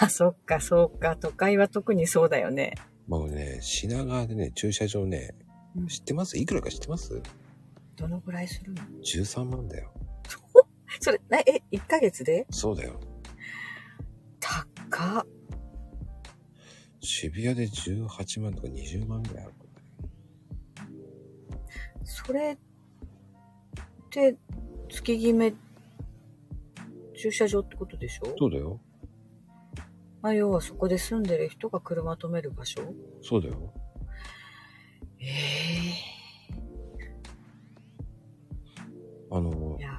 C: ああ、そっか、そっか、都会は特にそうだよね。
A: もうね、品川でね、駐車場ね、
C: うん
A: 知ってますいくらか知ってます
C: どのぐらいするの
A: ?13 万だよ。
C: それ、なえ、1ヶ月で
A: そうだよ。
C: 高っ。
A: 渋谷で18万とか20万ぐらいあるからね
C: それって月決め駐車場ってことでしょ
A: そうだよ。
C: まあ要はそこで住んでる人が車止める場所
A: そうだよ。
C: え
A: あの
C: い、や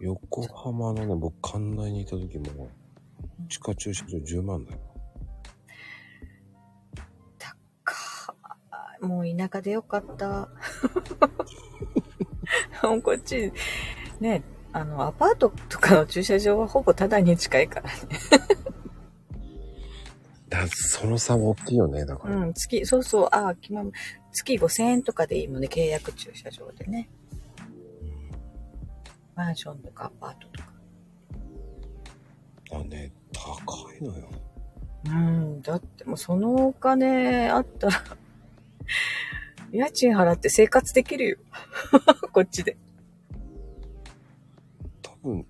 A: 横浜のね、僕、関内にいた時も、地下駐車場10万だよ。
C: かもう田舎でよかった <laughs> もうこっちねあのアパートとかの駐車場はほぼタダに近いからね
A: だその差は大きいよね、だから。
C: うん月そうそうああ決まん月5000円とかでいいもんね契約駐車場でねマンションとかアパートとか
A: だね、高いのよ。
C: うん、だってもうそのお金あったら、 <laughs> 家賃払って生活できるよ。 <laughs> こっちで。 <laughs>
A: 多分、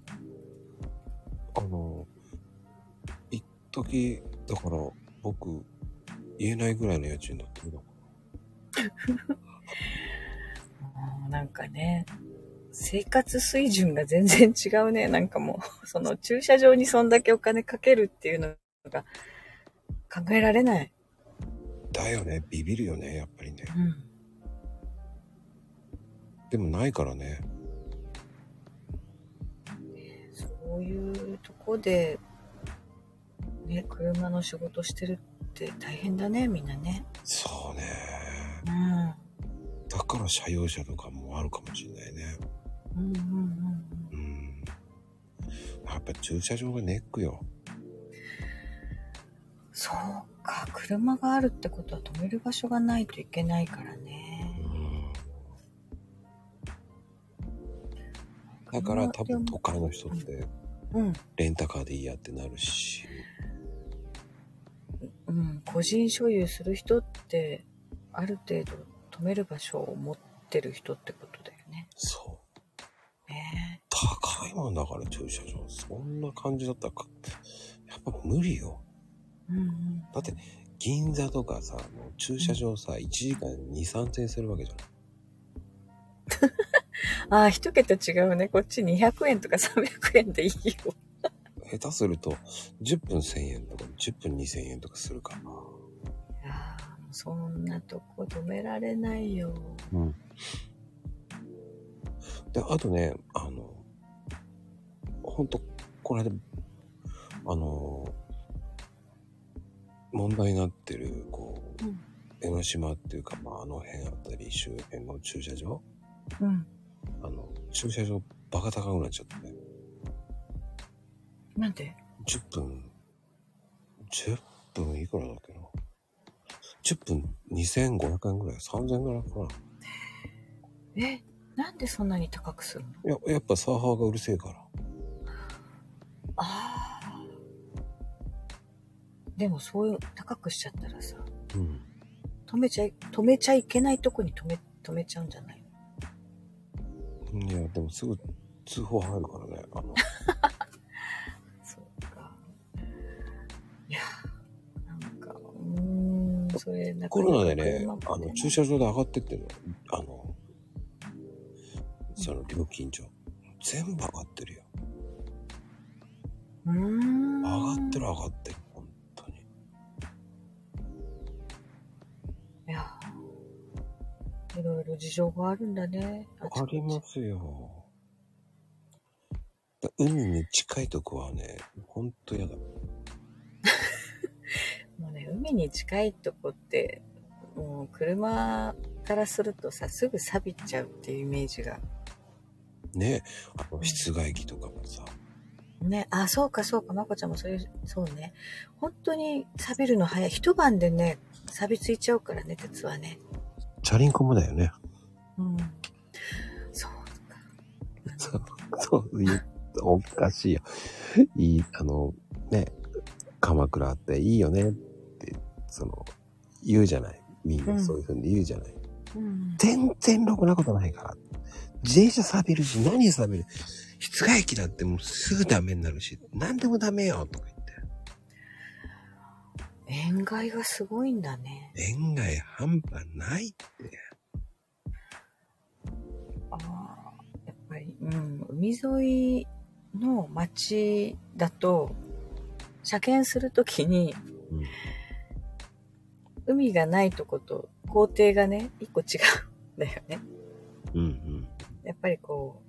A: あの、一時だから、僕、言えないぐらいの家賃だったけど、
C: うんなんかね、生活水準が全然違うね。なんかもう、 <laughs> その駐車場にそんだけお金かけるっていうのが考えられない。
A: だよね、ビビるよね、やっぱりね。
C: うん。
A: でもないからね。
C: そういうとこで、ね、車の仕事してるって大変だね、みんなね。
A: そうね。
C: うん。
A: だから、車用車とかもあるかもしれないね。
C: うんうんうんうん。
A: うん。やっぱ駐車場がネックよ。
C: そうか、車があるってことは止める場所がないといけないからね。
A: うん。
C: わ
A: だから多分都会の人って
C: うん、
A: レンタカーでいいやってなるし、
C: うん、個人所有する人ってある程度止める場所を持ってる人ってことだよね。
A: そう。
C: ね
A: 高いもんだから駐車場。そんな感じだったらか、やっぱ無理よ。
C: えうんうん、
A: だって、銀座とかさ、もう駐車場さ、1時間2、3千円するわけじゃない。
C: ああ一桁違うねこっち200円とか300円でいいよ。
A: 下手すると、10分1000円とか、10分2000円とかするからな。
C: ああそんなとこ止められないよ。
A: うん。で、あとね、あの、ほんと、この間、あの、問題になってる、こう、
C: うん
A: 江ノ島っていうか、まあ、あの辺あたり周辺の駐車場
C: うん、
A: あの、駐車場バカ高くなっちゃってね。
C: なんで
A: 10分、10分いくらだっけな。10分2500円ぐらい、3000円ぐらいかな。
C: えなんでそんなに高くするの
A: いや、やっぱサーファーがうるせえから。
C: ああでもそういう高くしちゃったらさ
A: うん。
C: 止めちゃい止めちゃいけないとこに止め止めちゃうんじゃない
A: いや、でもすぐ通報入るからね。あの、
C: <laughs> そうか。いや、なんか、うーん、それ、なか
A: コ
C: なか
A: ロナでね
C: 車も、
A: あの、駐車場で上がってってるの。あの、その料金所。全部上がってるよ。
C: うーん。
A: 上がってる上がってる。本当に。
C: いや、いろいろ事情があるんだね。あち
A: あ
C: こち
A: りますよ。だ海に近いとこはね、ほんとやだ。
C: もうね、海に近いとこって、もう車からするとさ、すぐ錆びちゃうっていうイメージが。
A: ねあの、室外機とかもさ。
C: ね、あ、そうかそうか、まこちゃんもそういう、そうね。本当に錆びるの早い。一晩でね、錆びついちゃうからね、鉄はね。
A: チャリンコもだよね。
C: うんそうか。
A: そう、そう、いおかしいよ。いい、あの、ね、鎌倉っていいよねって、その、言うじゃない。みん
C: う
A: なんそういうふうに言うじゃない。
C: <laughs> うん。
A: 全然ろくなことないから。自転車錆びるし、何錆びる室外機だってもうすぐダメになるし、何でもダメよとか言って。
C: 塩害がすごいんだね。
A: 恋愛半端ないって。
C: ああ、やっぱり、うん。海沿いの町だと、車検するときに、
A: うん
C: 海がないとこと工程がね、一個違うんだよね。
A: うん
C: やっぱりこ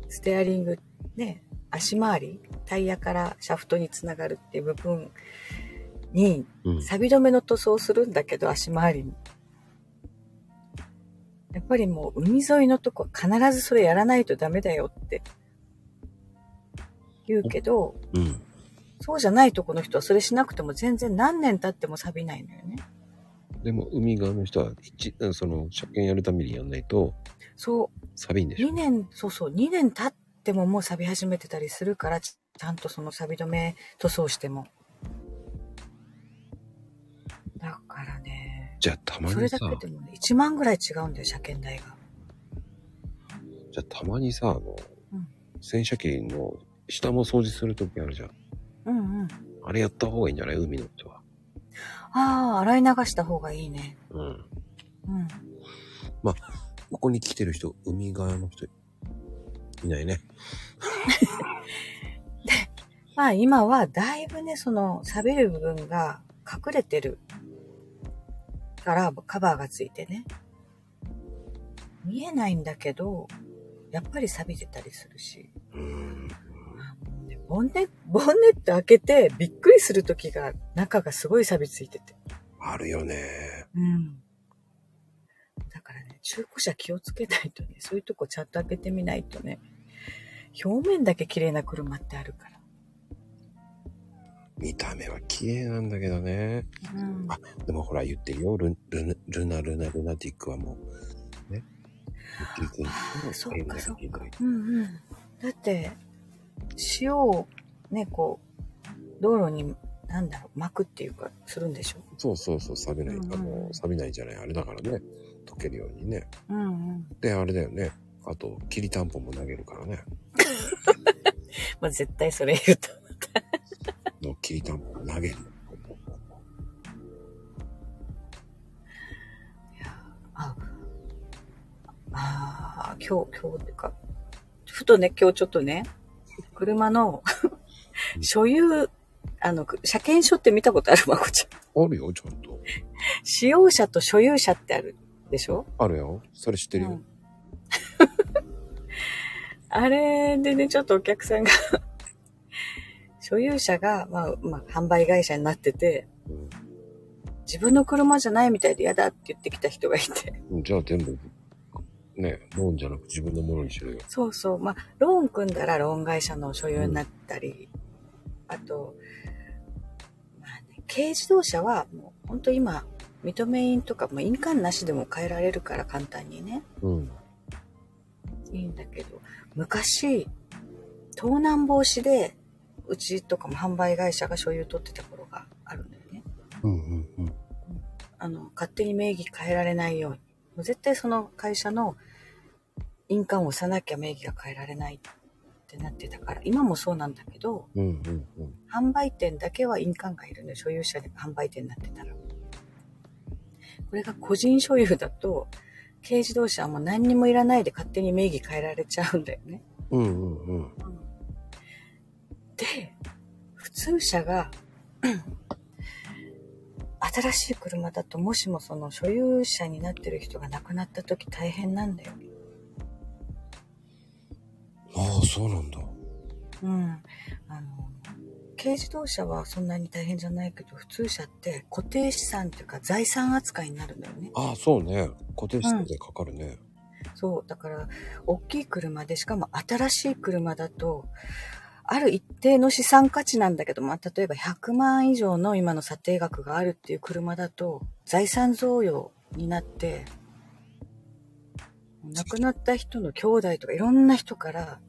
C: う、ステアリング、ね、足回り、タイヤからシャフトにつながるっていう部分に、
A: うん。うん。
C: 錆止めの塗装をするんだけど、足回りに。やっぱりもう海沿いのとこは必ずそれやらないとダメだよって言うけど、
A: うん。
C: そうじゃないとこの人はそれしなくても全然何年経っても錆びないのよね。
A: でも、海側の人は、一、うんその、車検やるためにやんないと、
C: そ
A: 錆びんで
C: う、
A: しょ
C: 2。年、そうそう、2年経ってももう錆び始めてたりするから、ちちゃんとその錆び止め塗装しても。だからね、
A: じゃあ、たま
C: それ
A: に
C: だ
A: さ、
C: けでもね、1万ぐらい違うんだよ、車検代が。
A: じゃあたまにさ、あの、
C: うん
A: 洗車機の下も掃除するときあるじゃん。
C: うんうん。
A: あれやった方がいいんじゃない海の人は。
C: ああ、洗い流した方がいいね。
A: うん。
C: うん。
A: ここに来てる人、海側の人、いないね。
C: <laughs> まあ今はだいぶね、その錆びる部分が隠れてるからカバーがついてね。見えないんだけど、やっぱり錆びてたりするし。
A: うん。
C: でボンネボンネット開けてびっくりするときが中がすごい錆びついてて。
A: あるよね。
C: うん。だからね、中古車気をつけないとね、そういうとこちゃんと開けてみないとね、表面だけ綺麗な車ってあるから。
A: 見た目は綺麗なんだけどね。
C: うん
A: あでもほら言ってるよ。ルルルナルナルナティックはもう。結局
C: あーそっかそっ
A: できない
C: うんうん。だって、塩をね、こう、道路に、なんだろう、巻くっていうか、するんでしょ
A: そうそうそう、錆びない、
C: うんうん
A: あの、錆びないじゃない、あれだからね。溶けるようにね。
C: うんうん。
A: で、あれだよね。あと、きりたんぽも投げるからね。
C: <laughs> まあ、絶対それ言うと。
A: のきりたんぽも投げる。
C: ああ、今日、今日っていうか、ふとね、今日ちょっとね、車の所有、あの、く車検書って見たことあるまこちゃん。
A: あるよ、ちゃんと。
C: 使用者と所有者ってあるでしょ
A: あるよ。それ知ってるよ。
C: うん、あれでね、ちょっとお客さんが、 <laughs> 所有者が、まあ、まあ、販売会社になってて、
A: うん
C: 自分の車じゃないみたいで嫌だって言ってきた人がいて。
A: うんじゃあ全部、ね、ローンじゃなく自分のものにしろよ。
C: そうそう。まあ、ローン組んだらローン会社の所有になったり、あと、まあね、軽自動車はもう本当今、認め印とか、まあ、印鑑なしでも変えられるから簡単にね。
A: うん。
C: いいんだけど昔盗難防止でうちとかも販売会社が所有取ってた頃があるんだよね
A: うんうんうん。
C: あの勝手に名義変えられないようにもう絶対その会社の印鑑を押さなきゃ名義が変えられないってなってたから今もそうなんだけど
A: うんうんうん。
C: 販売店だけは印鑑がいるのよ所有者で販売店になってたらこれが個人所有だと軽自動車はもう何にもいらないで勝手に名義変えられちゃうんだよね
A: うんうんうん。
C: で普通車が <clears throat> 新しい車だともしもその所有者になってる人が亡くなった時大変なんだよ、
A: ああ、そうなんだ。
C: うん、あの軽自動車はそんなに大変じゃないけど普通車って固定資産っていうか財産扱いになるんだよね
A: ああ、そうね。固定資産でかかるね。
C: そうだから大きい車でしかも新しい車だとある一定の資産価値なんだけど、まあ、例えば100万以上の今の査定額があるっていう車だと財産贈与になって亡くなった人の兄弟とかいろんな人から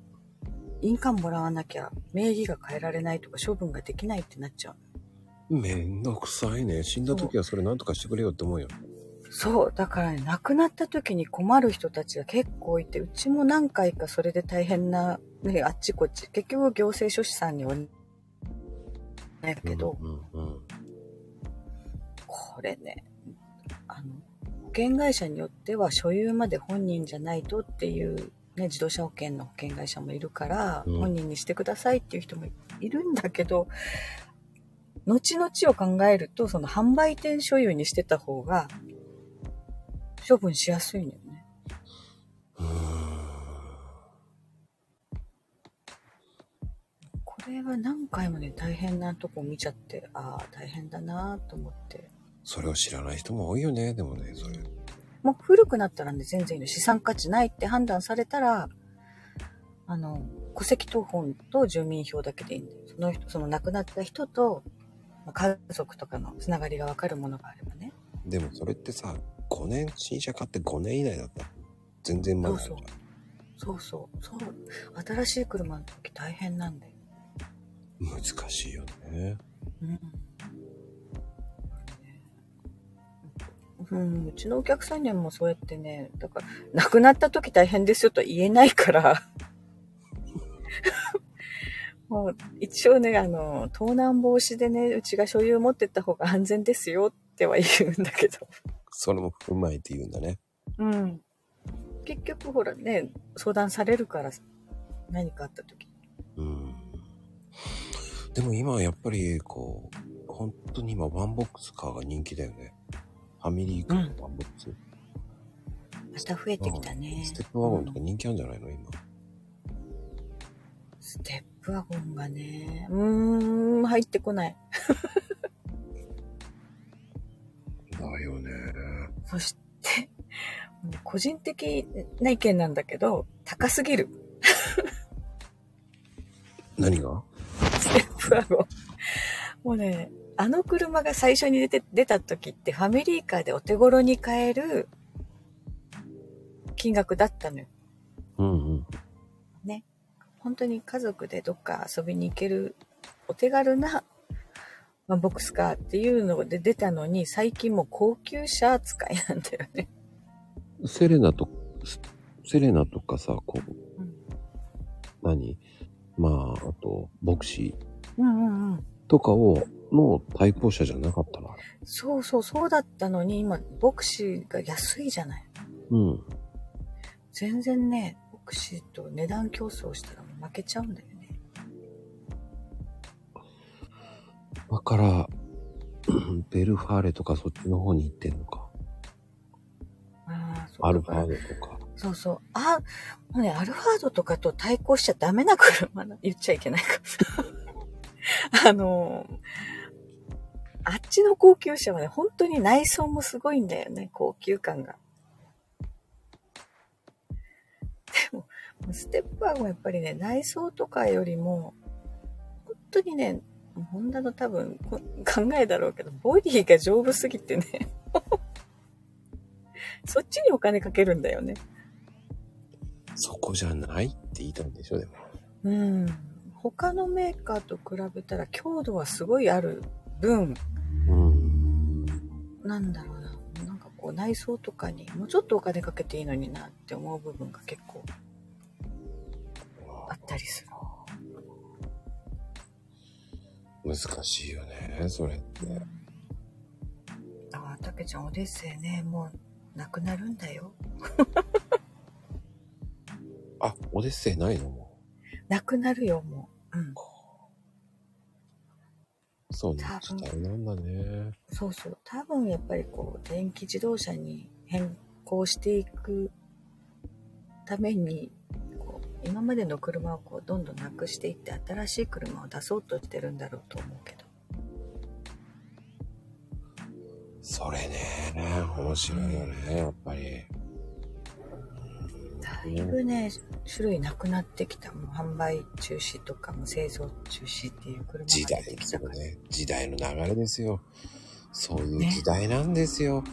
C: 印鑑もらわなきゃ名義が変えられないとか処分ができないってなっちゃう
A: めんどくさいね。死んだ時はそれなんとかしてくれよって思うよ。
C: そう、だからね、亡くなった時に困る人たちが結構いて、うちも何回かそれで大変な、ね、あっちこっち、結局行政書士さんにお願いだけど、
A: うんうんうん。
C: これね、あの、保険会社によっては所有まで本人じゃないとっていう、ね、自動車保険の保険会社もいるから、
A: うん
C: 本人にしてくださいっていう人もいるんだけど、後々を考えると、その販売店所有にしてた方が、処分しやすいのよね。
A: うーん
C: これは何回もね大変なとこ見ちゃってああ大変だなと思って
A: それを知らない人も多いよね。でもね、それ。
C: もう古くなったらね全然いいの資産価値ないって判断されたらあの戸籍謄本と住民票だけでいいんだよその人その亡くなった人とまあ家族とかのつながりが分かるものがあればね
A: でもそれってさ、5年、新車買って5年以内だったら全然まだあるじゃん
C: そうそうそうそう新しい車の時大変なんだよ、
A: 難しいよね。
C: うんうん、うちのお客さんにもそうやってね、だから、亡くなった時大変ですよとは言えないから、 <laughs> もう一応ね、あの、盗難防止でね、うちが所有持ってった方が安全ですよっては言うんだけど。
A: それも踏まえて言うんだね。
C: うん。結局ほらね、相談されるから、何かあった時。
A: うんでも今はやっぱりこう本当に今ワンボックスカーが人気だよねファミリーカーのワンボックス、
C: また増えてきたね。
A: ステップワゴンとか人気あるんじゃないの今
C: ステップワゴンがね、うーん、入ってこない。 <laughs>
A: だよね
C: そして、個人的な意見なんだけど、高すぎる。
A: 何が
C: ステップワゴン。もうね、あの車が最初に出て、出た時ってファミリーカーでお手頃に買える金額だったのよ。
A: うんうん。
C: ね。本当に家族でどっか遊びに行けるお手軽な、まあ、ボックスカーっていうので出たのに、最近もう高級車扱いなんだよね。
A: セレナと、スセレナとかさ、こう、
C: うん
A: 何まあ、あと、ボクシー
C: うんうんうん。
A: とかを、の対抗者じゃなかったな。
C: そうそう、そうだったのに、今、ボクシーが安いじゃない。
A: うん。
C: 全然ね、ボクシーと値段競争したら負けちゃうんだよね。
A: だから、うんベルファーレとかそっちの方に行ってんのか。
C: ああ、そう
A: アルフ
C: だから
A: ァーレとか。
C: そうそう。あ、もうね、アルファードとかと対抗しちゃダメな車な、言っちゃいけないか。あのー、あっちの高級車はね、本当に内装もすごいんだよね、高級感が。でも、ステップワゴンやっぱりね、内装とかよりも、本当にね、ホンダの多分こ考えだろうけど、ボディが丈夫すぎてね、 <laughs> そっちにお金かけるんだよね。
A: そこじゃないって言いたいんでしょ、でも。
C: うん、他のメーカーと比べたら強度はすごいある分
A: うん。
C: なんだろうななんかこう内装とかにもうちょっとお金かけていいのになって思う部分が結構あったりする
A: 難しいよね、それって。
C: ああたけちゃんオデッセイねもうなくなるんだよ <laughs>
A: あ、オデッセイないのも
C: なくなるよもう、うん、
A: う。そうな、時代なんだね。
C: そうそう多分やっぱりこう電気自動車に変更していくためにこう今までの車をこうどんどんなくしていって新しい車を出そうとしてるんだろうと思うけど
A: それね、面白いよね、やっぱり。
C: だいぶね種類なくなってきたもう販売中止とかも製造中止っていう車が
A: 時代
C: 出てき
A: そ
C: た
A: う
C: から、
A: ね。時代の流れですよ。そういう時代なんですよ。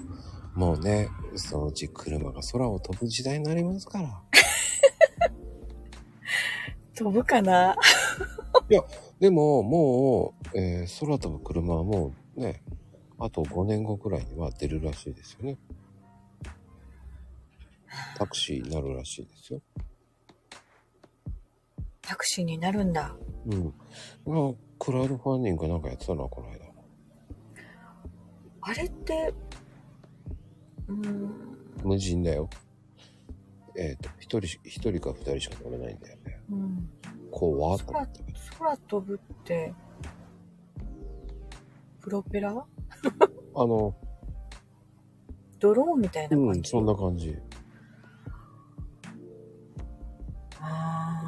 A: もうね、そのうち車が空を飛ぶ時代になりますから。
C: 飛ぶかな
A: でも、もう、えー空飛ぶ車はもうね、あと5年後くらいには出るらしいですよね。タクシーになるらしいですよ。
C: <laughs> タクシーになるんだ
A: うん。まあ、クラウドファンディングなんかやってたな、この間。
C: あれってうーん
A: 無人だよ。えっ、と、一人し、一人か二人しか乗れないんだよね。
C: うん
A: 怖っと思ったけど。
C: 空飛ぶってプロペラ
A: あの、
C: ドローンみたいな
A: う
C: 感
A: ん、
C: じ、
A: そんな感じ。
C: あ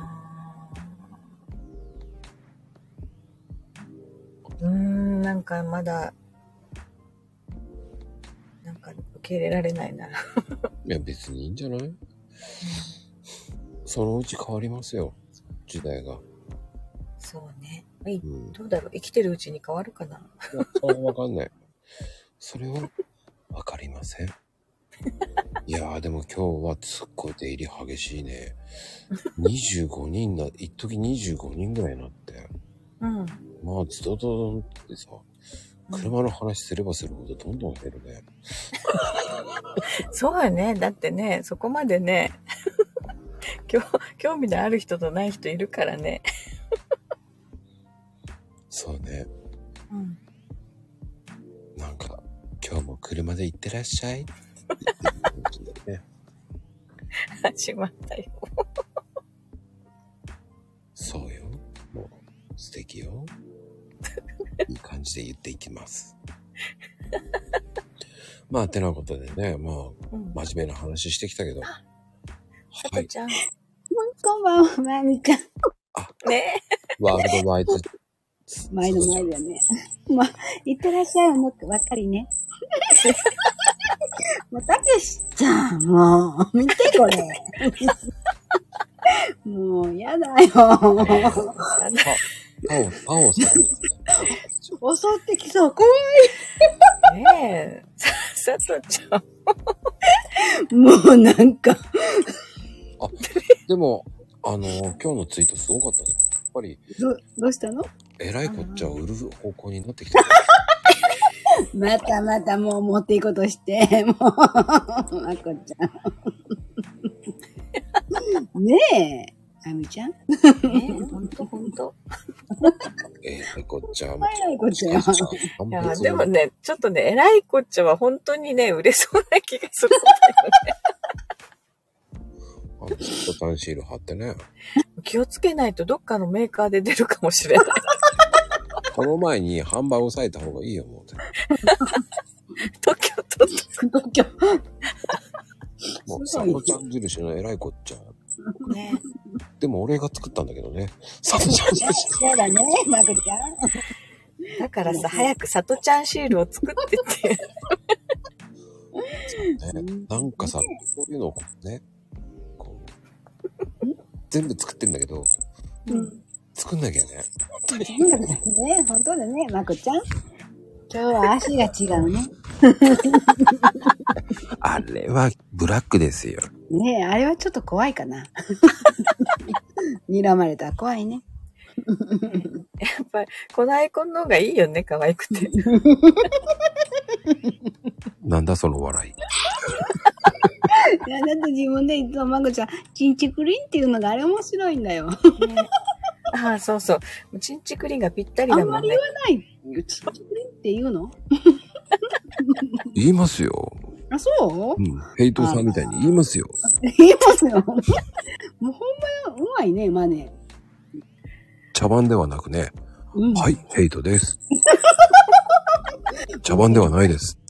C: ーうーんなんかまだなんか受け入れられないな
A: いや、別にいいんじゃないそのうち変わりますよ。時代が。
C: <laughs> そうねはい
A: うん。
C: どうだろう生きてるうちに変わるか <laughs> な
A: それはわかんない。それは、わかりません。いやー、でも今日はすっごい出入り激しいね。25人な、一時25人ぐらいになって。
C: うん
A: まあ、ズドドドンってさ、車の話すればするほどどんどん減るね。
C: そうよねだってねそこまでね興興味のある人とない人いるからね、
A: そうね。
C: うん、
A: なんか、今日も車で行ってらっしゃいって言ってるね。
C: 始まったよ
A: そうよ。もう、素敵よ。いい感じで言っていきます。 <laughs> まあ、てなことでね、ま
C: うん
A: あ、真面目な話してきたけど。は。
C: はいちゃん
D: こんばんは、まゆみちゃん。
C: ね
A: ワールドワイド。
D: 毎度毎度だね。まあ、いってらっしゃいもばっかりね。もう、たけしちゃん、もう、見て
C: <laughs>
D: これ。もう、やだよ。
A: パオ、パオさん。しま
D: 襲ってきそう。怖
C: ねえ。さ、 <laughs> さとちゃん。
D: い。もうなんか、
A: す。でも、あの、今日のツイートすごかったね。やっぱり、
D: ど、どうしたの
A: えらいこっちゃ売る方向になってきた。
D: またまたもう持っていこうとして、 <laughs> もう、まこちゃ
C: <laughs>
D: ん。ねえ、あみちゃん。
C: ねえ、ほんとほんと。
A: <laughs> えらいこっちゃ。
D: えらいこっちゃ
C: いや、でもね、ちょっとね、偉いこっちゃは本当にね、売れそうな気がするんだよね。
A: あのボタンシール貼ってね。
C: <laughs> 気をつけないとどっかのメーカーで出るかもしれない。
A: この前に販売押さえた方がいいよ、もう。
C: 東京都。
D: 東京。
A: もう、
D: す
A: サ
D: ご
A: ト
D: い
A: ちゃん印のえらいこっちゃ。
C: ね
A: でも俺が作ったんだけどね。サトちゃん印。
D: そうだね、まこちゃん。
C: だからさ、早くさとちゃんシールを作ってって。
A: ね、なんかさ、そういうのをこうね、こう、全部作ってんだけど、
D: うん。
A: 作んなきゃね。
D: なんかね、本当だね、まこちゃん。今日は足が違うね。
A: あれはブラックですよ。
D: ねえ、あれはちょっと怖いかな。睨まれたら怖いね。
C: やっぱり、このアイコンの方がいいよね、可愛くて。
A: なんだその笑い。
D: いや、だって自分でいつもまこちゃん、チンチクリンっていうのがあれ面白いんだよ。
C: ああ、そうそう。チンチクリンがぴったり
D: あ
C: だ
D: ん
C: も
D: ま
C: ん
D: り
C: ね
D: 言。わない。チンチクリンって言うの
A: 言いますよ。
D: あ、そ
A: う
D: う
A: ん。ヘイトさんみたいに言いますよ。
D: 言いますよ。もうほんまうまいね、マネ。
A: 茶番ではなくね、
D: うん。
A: はい、ヘイトです。茶番ではないですっ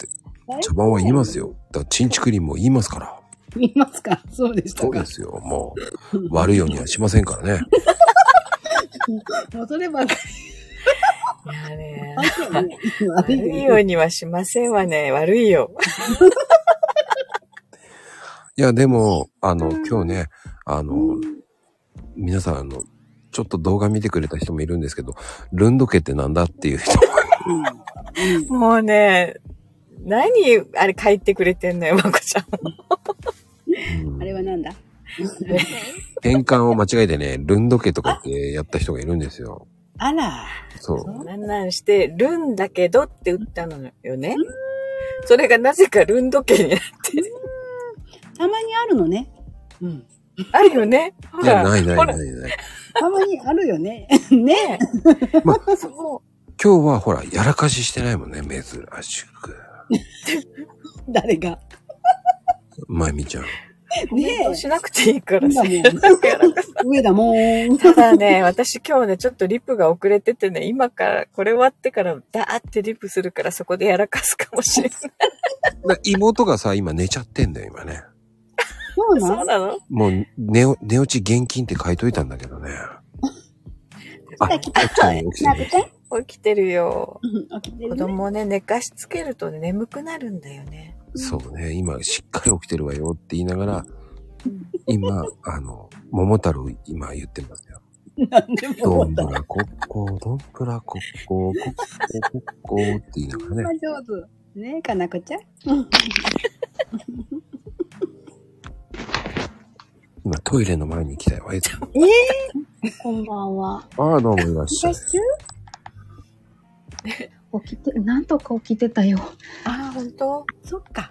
A: て。茶番は言いますよ。だからチンチクリンも言いますから。
D: 言いますかそうでした
A: そう
D: か
A: で。すよ。もう、悪いようにはしませんからね。
D: もうそればっか
C: いやね
D: りだね。悪
C: 悪
D: いよ
C: いようにはしませんわね。悪いよ。
A: いや、でも、あの、今日ね、あの、皆さん、あの、ちょっと動画見てくれた人もいるんですけど、ルンドケってなんだっていう人も
D: うん
C: もうね、何、あれ書いてくれてんのよ、まこちゃん。
A: うん
D: あれはなんだ
A: 変換を間違えてね、ルンドケとかってやった人がいるんですよ。
D: あら。
A: そう。
C: なんなんして、るんだけどって打ったのよね。それがなぜかルン時計になって。
D: たまにあるのね。うん。
C: あるよね。ほ
A: いや、
C: ら。
A: ないない
C: ほ
A: な
C: ら。
A: いない。
D: たまにある
A: <laughs>
D: よね。ね
C: ねそ
A: 今日はほら、やらかししてないもんね、珍しく。
D: 誰が。
A: まゆみちゃん。
C: う。ね
D: ね
C: しなくていいからさ。
D: ね上だもーん。
C: ただね、私今日ね、ちょっとリプが遅れててね、今から、これ終わってから、ダーってリプするから、そこでやらかすかもしれな
A: な
C: い。
A: 妹がさ、今寝ちゃってんだよ、今ね。
D: そう
C: そう
D: なの
C: なの
A: もう、寝お、寝落ち現金って書いといたんだけど
C: <laughs>
A: ね。あ、起きてない、起きて
D: な
A: な
D: く
A: い。
D: ちゃん
C: 起きてるよ。
D: うん起きてる
C: 子
D: ね
C: 供をね、寝かしつけるとね、眠くなるんだよね。
A: そうね、今しっかり起きてるわよって言いながら、今、あの、桃太郎今言ってますよ。
D: なんでも
A: ど
D: 思
A: ん
D: った。
A: ぶらこっこ、どんぶらこっこ、こっこ、こっこって言いながらね。
D: 上手。ねえ、かなこちゃん。
A: 今トイレの前に来たよ。あいつ
D: ええこんばんは。
A: ああ、どうもいらっ
C: <laughs>
A: しゃい。
E: 起きて、なんとか起きてたよ。
C: ああ、本当
D: そっか。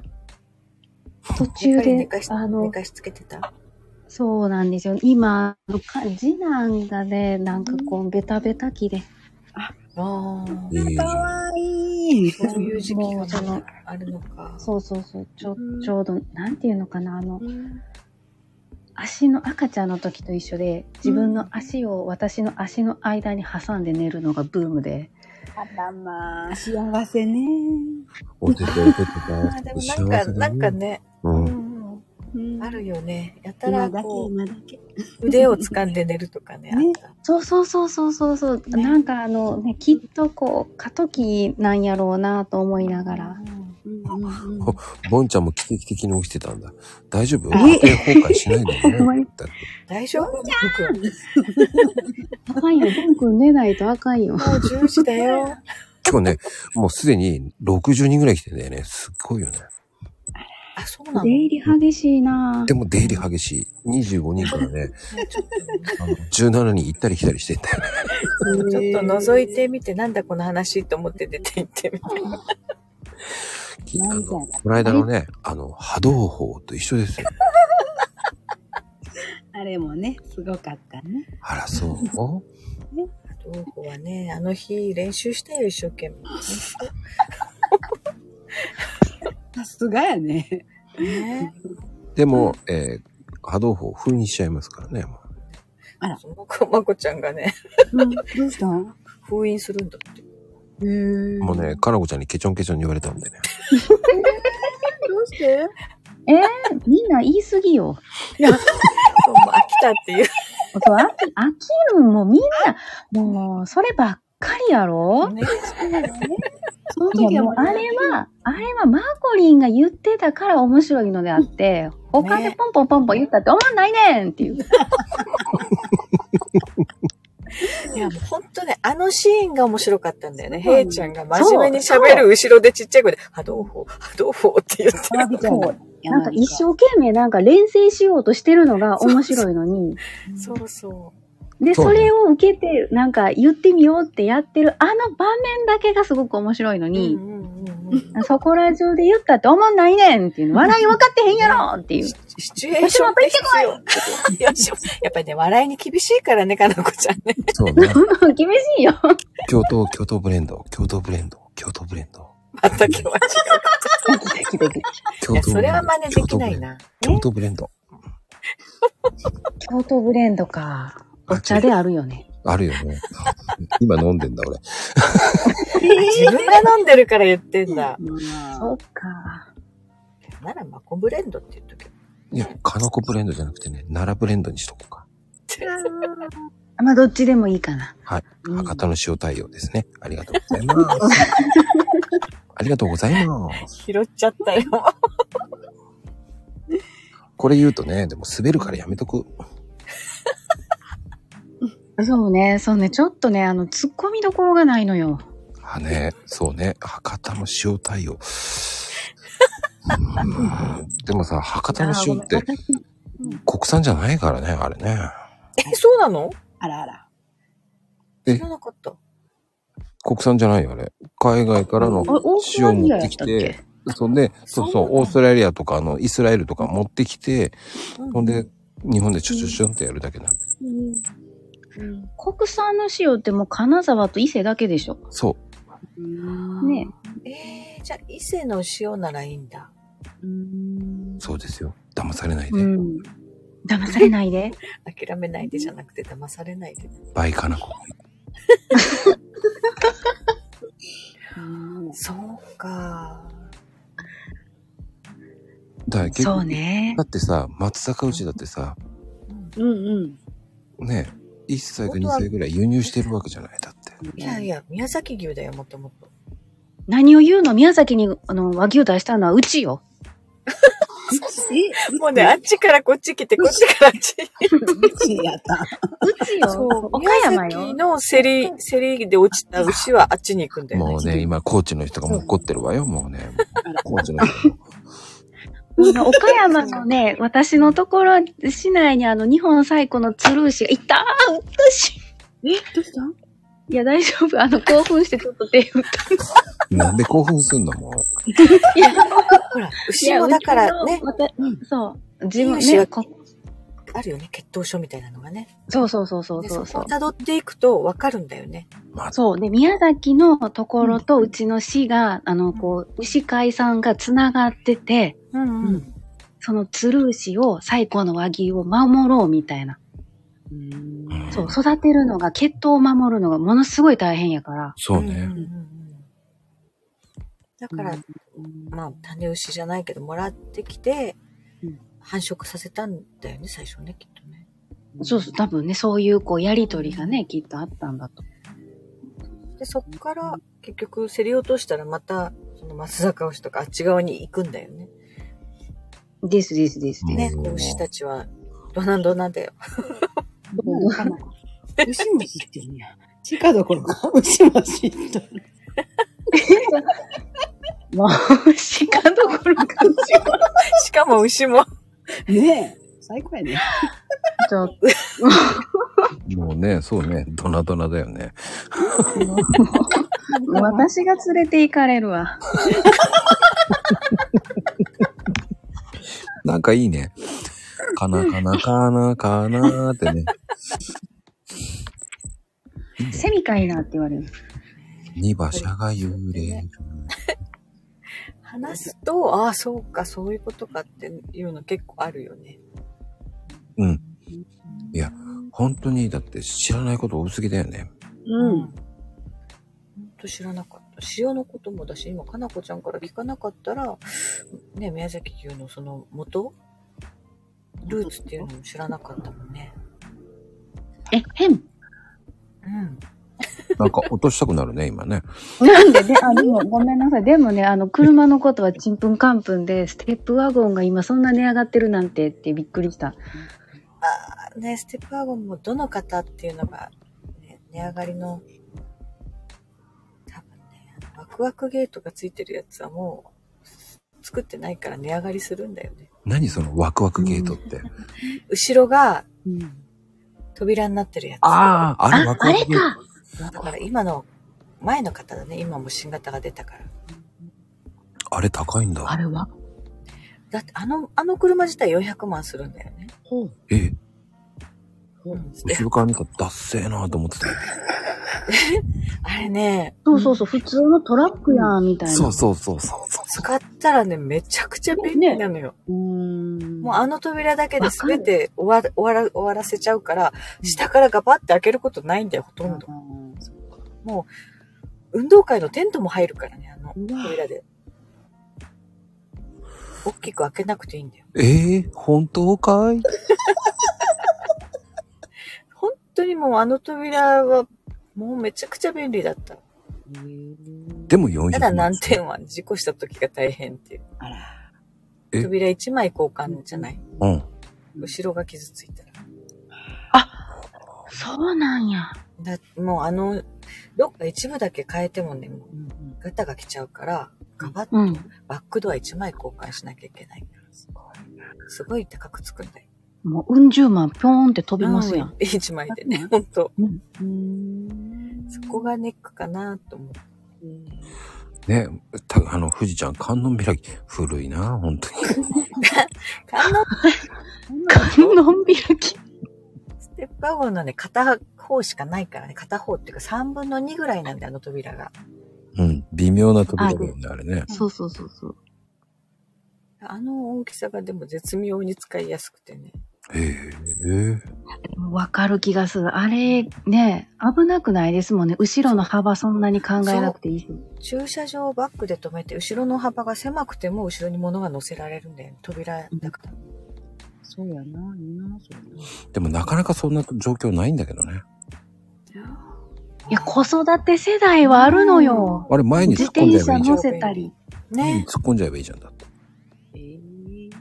E: 途
C: や
E: 中
C: っぱり寝
E: で
C: かし、
E: あ
C: 寝
E: の、
C: かしつけてた。
E: そうなんですよ。今、あのか次男がね、なんかこう、ベタベタ期で、
C: ああ。
A: いいじ
D: か
A: ゃん
D: わいい。
C: そういう時期が
E: もうその
C: あるのか。
E: そうそうそう、ちょ
D: うん、
E: ちょうど、なんていうのかな、あの、足の赤ちゃんの時と一緒で、自分の足を私の足の間に挟んで寝るのがブームで、
D: あらまあ、幸せね。
A: お手伝いして
C: あーで
A: た。
C: も
A: 幸
C: なん
A: せだ
C: か、なんか
A: ね。
C: ね、
A: うん。
D: うん
C: あるよね。やた
D: 今
C: ら
D: だけ、
C: こ
D: 今だけ。
C: う、腕を掴んで寝ると
D: <laughs>
C: かね。
D: ね
C: あっ
E: そうそうそうそうそうそう、
C: ね
E: なんかあの、ね、きっとこう、過渡期なんやろうなと思いな
C: た
E: がら、
D: うんうんうん
A: ほボンちゃんも奇跡的に起きてたんだ。大丈夫
E: え
A: 家庭崩壊しない
C: <laughs>
A: で
E: ごめ
A: ね
E: ん。
A: だって
C: 大
E: <laughs>
C: 丈夫僕 <laughs>
E: あかんよ、ボン君寝ないとあかんよ。
C: もう10時だよ。
A: 今日ね、もうすでに60人ぐらい来てんだよね。すっごいよね。
C: あ、そうな
E: 出
C: の
E: 入り激しいなぁ
A: でも出入り激しい。25人からね、あの17人行ったり来たりしてんだよね。
C: ちょっと覗いてみて、なんだこの話と思って出て行ってみたいな。
A: きあ
D: <laughs> なん
A: の
D: じゃない
A: この間のね、あの、波動砲と一緒ですよ。
D: あれもね、すごかったね。
A: あら、そう
C: どうこはね、あの日練習したよ、一生懸命
D: さすがやね。
C: ね。ね
A: でも、えー波動砲封印しちゃいますからね。もう
C: その子、まこちゃんがね、
D: うんどうしたん
C: 封印するんだって。
D: へー
A: もうね、かなこちゃんにケチョンケチョンに言われたんでね。
D: どうして
E: えー、みんな言い過ぎよ。
C: もう飽きたっ
E: <laughs>
C: ていう。
E: あと、飽き、飽きるんもみんな、もう、そればっかりやろ
C: ね、そうだね。
D: その
E: いや、
D: 時は
E: もう
D: もう、
E: あれは、あれはマーコリンが言ってたから面白いのであって、他でポンポンポンポン言ったって、おもんないねんっていう。
C: いや、もうほんとね、あのシーンが面白かったんだよね。
D: そう
C: ヘイちゃんが真面目に喋る後ろでちっちゃい声で、波動砲、波動砲って言ってる。
E: そうなんか一生懸命なんか連戦しようとしてるのが面白いのに、
C: そうそ
E: で、
A: そう
E: そ
A: ね
E: れを受けて、なんか言ってみようってやってる、あの場面だけがすごく面白いの
C: う。
E: に、
C: うんうんうんうん。
E: そこら中で言ったっておもんないねんっていう、笑い分かってへんやろっていう。
C: シチュエーションって必要。よしやっぱりね、笑いに厳しいからね、かなこちゃんね。
A: そうね。
E: <laughs> 厳しいよ。
A: 京都、京都ブレンド、京都ブレンド、京都ブレンド。
C: また今日は違
A: 京
C: う。い
A: 都
C: や、
A: ブ
C: そ
A: レ
C: れ
A: ンド
C: は真似できない。な。
A: 京都ブレンド。
E: 京都ブレンドか。お茶であるよね。
A: あるよね。 <laughs> 今飲んでんだ、俺。
C: 自分が飲んでるから言ってんだ。
E: そっか。
C: なら、マコブレンドって言っとけば。
A: <laughs> いや、かのこブレンドじゃなくてね、奈良ブレンドにしとこうか。
E: まあ、どっちでもいいかな。
A: はい。
E: うん
A: 博多の塩対応ですね。ありがとうございます。ありがとうございます。
C: 拾っち
E: <laughs>
C: ゃったよ。
A: これ言うとね、でも滑るからやめとく。
E: そうね、そうね、ちょっとね、あの、突っ込みどころがないのよ。
A: あ、ね、そうね。博多の塩対応。うーんでもさ、博多の塩って国産じゃないからね、あれね。
C: え、そうなの
D: あらあら。
A: え
C: 知らなかった。
A: 国産じゃないよ、あれ。海外からの
E: あオースト
A: 塩
E: ラリ
A: 持
E: ア
A: っ
E: や
A: て
E: っ
A: き
E: たってけ、
A: そんで、そうそう、オーストラリアとか、あの、イスラエルとか持ってきて、ほんで、日本でチュチュチュンってやるだけなんだよ。
E: 国産の塩ってもう金沢と伊勢だけでしょ。
A: そう。
E: ね。
C: えー、じゃあ、伊勢の塩ならいいんだ。
A: そうですよ。騙されないで。
E: うん。騙されないで。
C: <laughs> 諦めないでじゃなくて、騙されないで。
A: 倍かなこ。
C: そうか。
A: だから結
E: そ
A: 構
E: うね
A: だ。ってさ、松坂内だってさ、
D: うんうん。
A: ね、1歳か2歳ぐらい輸入してるわけじゃない。だって。
C: いやいや、宮崎牛だよ、もともと。
E: 何を言うの宮崎にあの和牛出したのはうち <laughs> よ。
D: え、
C: もうね、あっちからこっち来て、こっちからあっち。
D: うちやった。
E: うちよ。
C: そう、
E: 岡山
C: 宮崎
E: よ。
C: の競り、競りで落ちた牛はあっちに行くんだよね。
A: もうね、今、コーチの人がもう怒ってるわよ、もうね。コーチの人も。
E: 岡山のね、私のところ、市内にあの日本最古の鶴牛がいたーうっとし
D: え、どうしたん
E: いや、大丈夫。あの、興奮してちょっと手打った。
A: なんで興奮すんのもう。
C: ほら、牛もだから
E: いやう
C: ね、
E: ちのまたそう。自分
C: 牛
E: ね、
C: は
E: こ
C: あるよね、血統書みたいなのがね。
E: そうそうそうそう
C: で
E: そう
C: そ
E: そ
C: こ
E: う
C: を。辿っていくとわかるんだよね。
E: そう。で、宮崎のところとうちの市が、あの、こう、牛飼いさんが繋がってて、
C: うん
D: うん
C: ん。
E: その鶴牛を、最古の和牛を守ろうみたいな。
A: うん
E: そう、育てるのが、血統を守るのがものすごい大変やから。
A: そう
C: うん
A: ね。
C: うんうんだから、まあ、種牛じゃないけど、もらってきて
E: うん、
C: 繁殖させたんだよね、最初ね、きっとね。
E: そうそう、多分ね、そういうこう、やりとりがね、きっとあったんだと。
C: で、そっから、結局、競り落としたらまた、その松坂牛とかあっち側に行くんだよね。
E: ですですですです。
C: ね、
A: うん
C: こう牛たちは、どなんどなんだよ。
D: どうかな。牛も知ってるやん。地下どころか、牛も知ってる。
E: もう、鹿どころか、
C: <laughs> しかも牛も。
D: ねえ。最高やね。
E: ちょっ
A: もうね、そうね、ドナドナだよね。
E: と、私が連れて行かれるわ。
A: なんかいいね。かなかなかなかなーって
E: <laughs>
A: ね。
E: セミかいなって言われる。
A: 二馬車が揺れる。
C: <laughs> 話すと、ああ、そうか、そういうことかっていうの結構あるよね。
A: うん。いや、本当に、だって知らないこと多すぎだよね。
D: う
C: ほ
D: ん。
C: んと知らなかった。塩のこともだし、今、かなこちゃんから聞かなかったら、ね、宮崎牛のその元ルーツっていうのも知らなかったもんね。
E: え、変
C: うん。
A: なんか落としたくなるね、今ね。
E: なんでね、あ、でもごめんなさい。でもね、あの、車のことはちんぷんかんぷんで、ステップワゴンが今そんな値上がってるなんてってびっくりした。
C: ね、ステップワゴンもどの方っていうのが、ね、値上がりの、多分ね、ワクワクゲートがついてるやつはもう、作ってないから値上がりするんだよね。
A: 何そのワクワクゲートって。
C: 後ろが
E: うん、
C: 扉になってるやつ。
A: ああ、あれ
E: あ
A: ワ、ク
E: あ
A: ワ
E: れ
A: クゲー
E: か
A: ト。
C: だから今の、前の方だね、今も新型が出たから。
A: あれ高いんだ。
E: あれは
C: だってあの、あの車自体400万するんだよね。
A: え、
C: うん
A: 後ろから見たらダッセーなーと思ってたよ。
C: あれね、
E: そうそうそう、普通のトラックやん、みたいな。
A: そうそうそうそうそう。
C: 使ったらね、めちゃくちゃ便利なのよ。
E: うーん。
C: もうあの扉だけで
E: わかる
C: 全て終わ終わら終わらせちゃうから、下からガバって開けることないんだよ、ほとんど。
E: うん
C: 運動会のテントも入るからね、あの
E: うわ
C: 扉で。大きく開けなくていいんだよ。
A: えー、本当かい
C: 本当にもうあの扉は、もうめちゃくちゃ便利だった。
A: でも400万。
C: ただ難点は、事故した時が大変っていう。
A: え
C: 扉1枚交換じゃない
A: うん。
C: 後ろが傷ついたら。
E: そうなんや。
C: だもうあの、どっか一部だけ変えてもね、もうガタが来ちゃうから、ガバッ
E: うん。
C: バックドア1枚交換しなきゃいけないから、すごい。すごい高くつくんだよ。
E: <laughs> もう、うん十万、ぴょーんって飛びますや
C: <laughs>
E: ん。
C: 1枚でね、ほんと。
E: うん
C: そこがネックかなと思う。
A: ね、たあの、富士ちゃん、観音開き、古いな、本当に。
C: 観音
E: 観音開き。
C: ステップワゴンのね、片方しかないからね、片方っていうか3分の2ぐらいなんだよ、あの扉が。
A: うん、微妙な扉だよね、あれね。
E: そうそうそうそう。
C: あの大きさがでも絶妙に使いやすくてね。
A: へえ。
E: わかる気がする。あれ、ね、危なくないですもんね。後ろの幅そんなに考えなくていいし。
C: 駐車場をバックで止めて、後ろの幅が狭くても後ろに物が乗せられるんだよね、扉だから。
D: そうやな、いいな、そ
A: でもなかなかそんな状況ないんだけどね。
E: いや、子育て世代はあるのよ。
A: あれ、前に
E: 自
A: 突っ込んじ
E: 転
A: ゃえばい
E: 車
A: いじゃ
E: 乗
A: ん。
E: せたり。
A: 前に
C: ね。
A: 突っ込んじゃえばいいじゃんだって。
D: えー、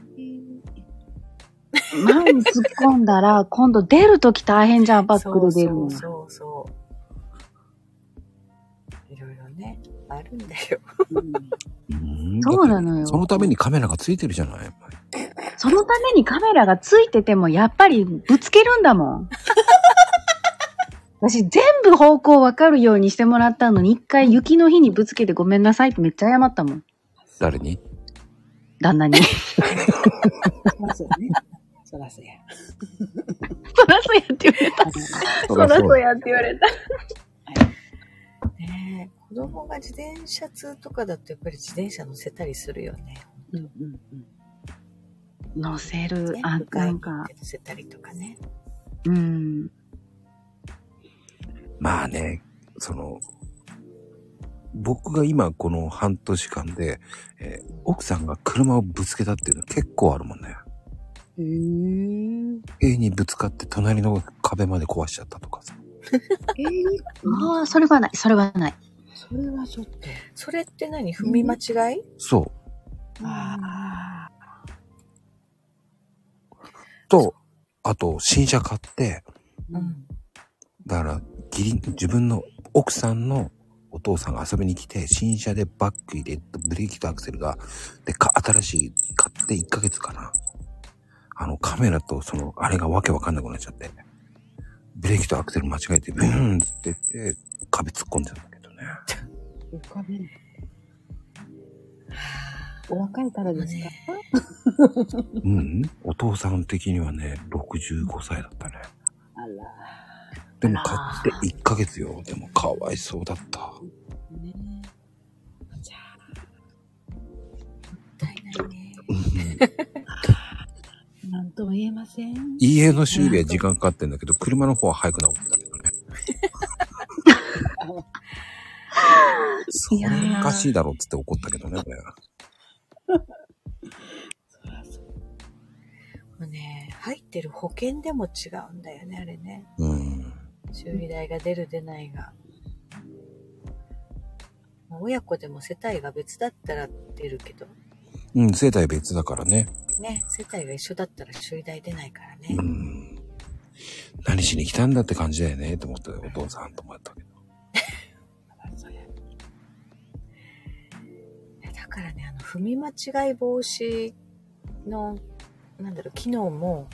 E: 前に突っ込んだら、今度出るとき大変じゃん、バッ
C: そ
E: ク
C: う
E: で出る
C: そ
E: の
C: う
E: が。
C: そうそう。いろいろね、あるんだよ。
A: うん
E: そうなのよ。
A: そのためにカメラがついてるじゃない。
E: そのためにカメラがついてても、やっぱりぶつけるんだもん。私、全部方向わかるようにしてもらったのに、一回雪の日にぶつけてごめんなさいってめっちゃ謝ったもん。
A: 誰に
E: 旦那に。
D: そらそうやね。そらそうや。
E: そらそうやって言われた。
A: そらそう
E: やって言われ
F: <laughs>
E: た。
C: ねえ子供が自転車通とかだとやっぱり自転車乗せたりするよね。
D: うんうんうん。
E: 乗せる
C: ね、
E: あ、
C: 迎
E: な
C: え
E: ん
C: に行っ
E: か
C: て、乗せたりとかね。
E: うん。
A: まあね、その、僕が今この半年間で、えー奥さんが車をぶつけたっていうの結構あるもんね。
D: へー。
A: 塀にぶつかって隣の壁まで壊しちゃったとかさ。
D: えー、
E: ああ、それはない、それはない。
D: それはちょっと。
C: それって何踏み間違い、
A: そう。
D: ああ。
A: と、あと、新車買って、
C: <laughs> うん、
A: だから、義理、自分の奥さんのおお父さんが遊びに来て、新車でバック入れ、ブレーキとアクセルが、で、か、新しい、買って1ヶ月かな。あの、カメラとその、あれがわけわかんなくなっちゃって、ブレーキとアクセル間違えて、ブーンって言って、壁突っ込んじゃったけどね。
G: 浮かべない。お若いからですか
A: うん、お父さん的にはね、65歳だったね。
G: あら。
A: でも買って1ヶ月よ。でもかわいそうだった。
G: ねじゃ
C: たいないね。
A: うん
D: <laughs> なんとも言えま
E: <laughs>
D: せん。
A: 家の修理は時間かかってんだけど、車の方は早く直ったけどね。そ
C: い
A: れ
C: やー
A: おかしいだろっつって怒ったけどね、これ。
C: もうね、入ってる保険でも違うんだよね、あれね。
A: うん。
C: 修理代が出る出ないが。まあ親子でも世帯が別だったら出るけど、
A: うん、世代別だからね。
C: ね、世帯が一緒だったら修理代出ないからね
A: う。ん。何しに来たんだって感じだよね、と思って、お父さんと思ったけど。
C: だからね、あの、踏み間違い防止の、なんだろう、機能も、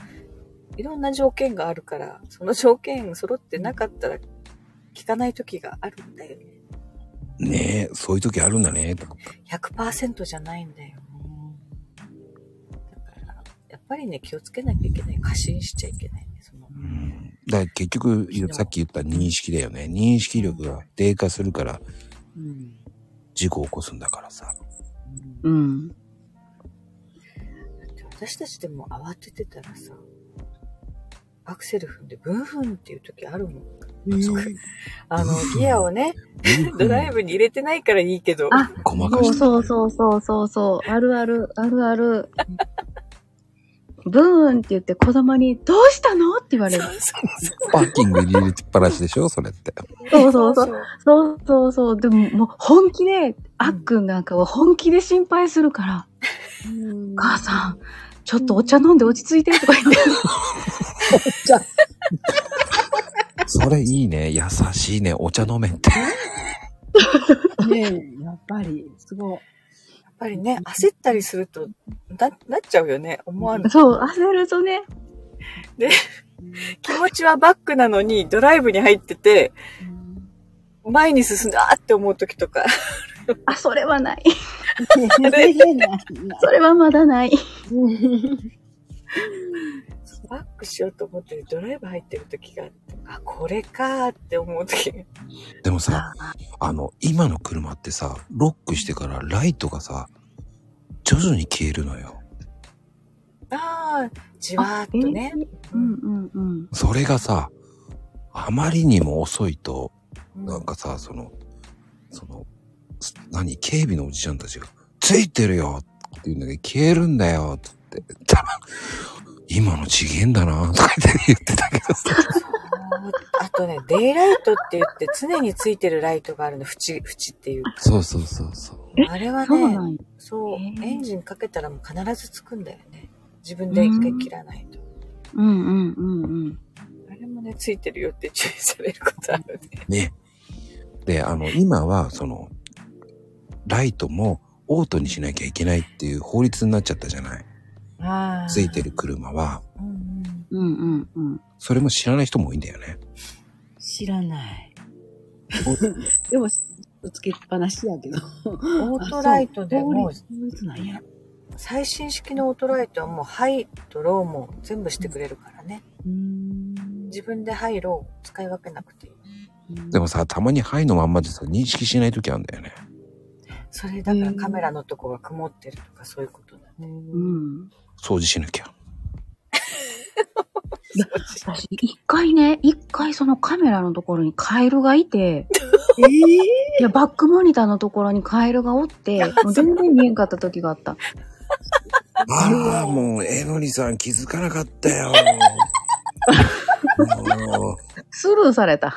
C: いろんな条件があるから、その条件揃ってなかったら、効かない時があるんだよね。
A: ねえ、そういう時あるんだね、と思った。
C: 100%じゃないんだよ。だから、やっぱりね、気をつけなきゃいけない。過信しちゃいけないね、その。
A: うん。だから結局、さっき言った認識だよね。認識力が低下するから、
G: うん。
A: 事故を起こすんだからさ。
E: うん。
C: だって私たちでも慌ててたらさ、アクセル踏んでブンフンっていう時あるもん。あの、ギアをね、ドライブに入れてないからいいけど。
E: あ
A: ごまかして
E: そうそうそうそうそうそう。あるある、あるある。ブーンって言って子供に、どうしたのって言われる。
A: パッキング入れるっぱなしでしょそれって。
E: そうそうそう。そうそうそう。でももう本気で、あっくんなんかは本気で心配するから、
D: うん
E: 母さん、ちょっとお茶飲んで落ち着いてとか言って。
A: それいいね。優しいね。お茶飲めって。
C: <laughs>
G: ねえ、やっぱり、すごい。
C: やっぱりね、焦ったりすると、な、なっちゃうよね。思わぬ。
E: そう、焦るとね。
C: 気持ちはバックなのに、ドライブに入ってて、前に進んだーって思う時とか。
E: <laughs> あ、それはない。 <laughs>
G: 大変な。
E: それはまだない。
C: バックしようと思ってるドライブ入ってる時があって、あ、これかーって思う時が。
A: でもさ、あの、今の車ってさ、ロックしてからライトがさ、徐々に消えるのよ。
C: あー、じわーっとね。
E: うんうんうん。
A: それがさ、あまりにも遅いと、
C: うん
A: なんかさ、その、その、す何、警備のおじちゃんたちが、ついてるよって言うんだけど、消えるんだよって言って、今のちげえんだなとか言って言ってたけどさ。
C: あとね、デイライトって言って常についてるライトがあるの、縁、縁っていう。
A: そうそうそうそう。
C: あれは
E: そう
C: ね、
E: なんや
C: そう、
E: へー
C: エンジンかけたらもう必ずつくんだよね。自分で一回切らないと。
E: うんうんうんうん。
C: あれもね、ついてるよって注意されることある
E: <laughs>
C: ね。
A: ね。で、あの、今は、その、ライトもオートにしなきゃいけないっていう法律になっちゃったじゃない。
C: あ
A: ついてる車は。
C: うんうん。
E: うんうんうん。
A: それも知らない人も多いんだよ
E: <laughs>
A: ね。
G: 知らない。でも、つけっぱなしやけど。
C: オートライトでもう、
G: そういうなんや。
C: 最新式のオートライトはもうハイとローも全部してくれるからね。
G: うん。
C: 自分でハイ、ロー使い分けなくていい。
A: でもさ、たまにハイのまんまでさ、認識しない時あるんだよね。
C: それだからカメラのとこが曇ってるとかそういうことだ
E: う
C: ね。
E: ん。
A: 掃除しなきゃ。
E: 私、一回ね、一回そのカメラのところにカエルがいて、
G: <laughs> ええ
E: いや、バックモニターのところにカエルがおって、もう全然見えんかった時が
G: <laughs>
E: あった。
A: あら、もう、えのりさん気づかなかったよ。
E: <laughs>
A: もう
E: スルーされた。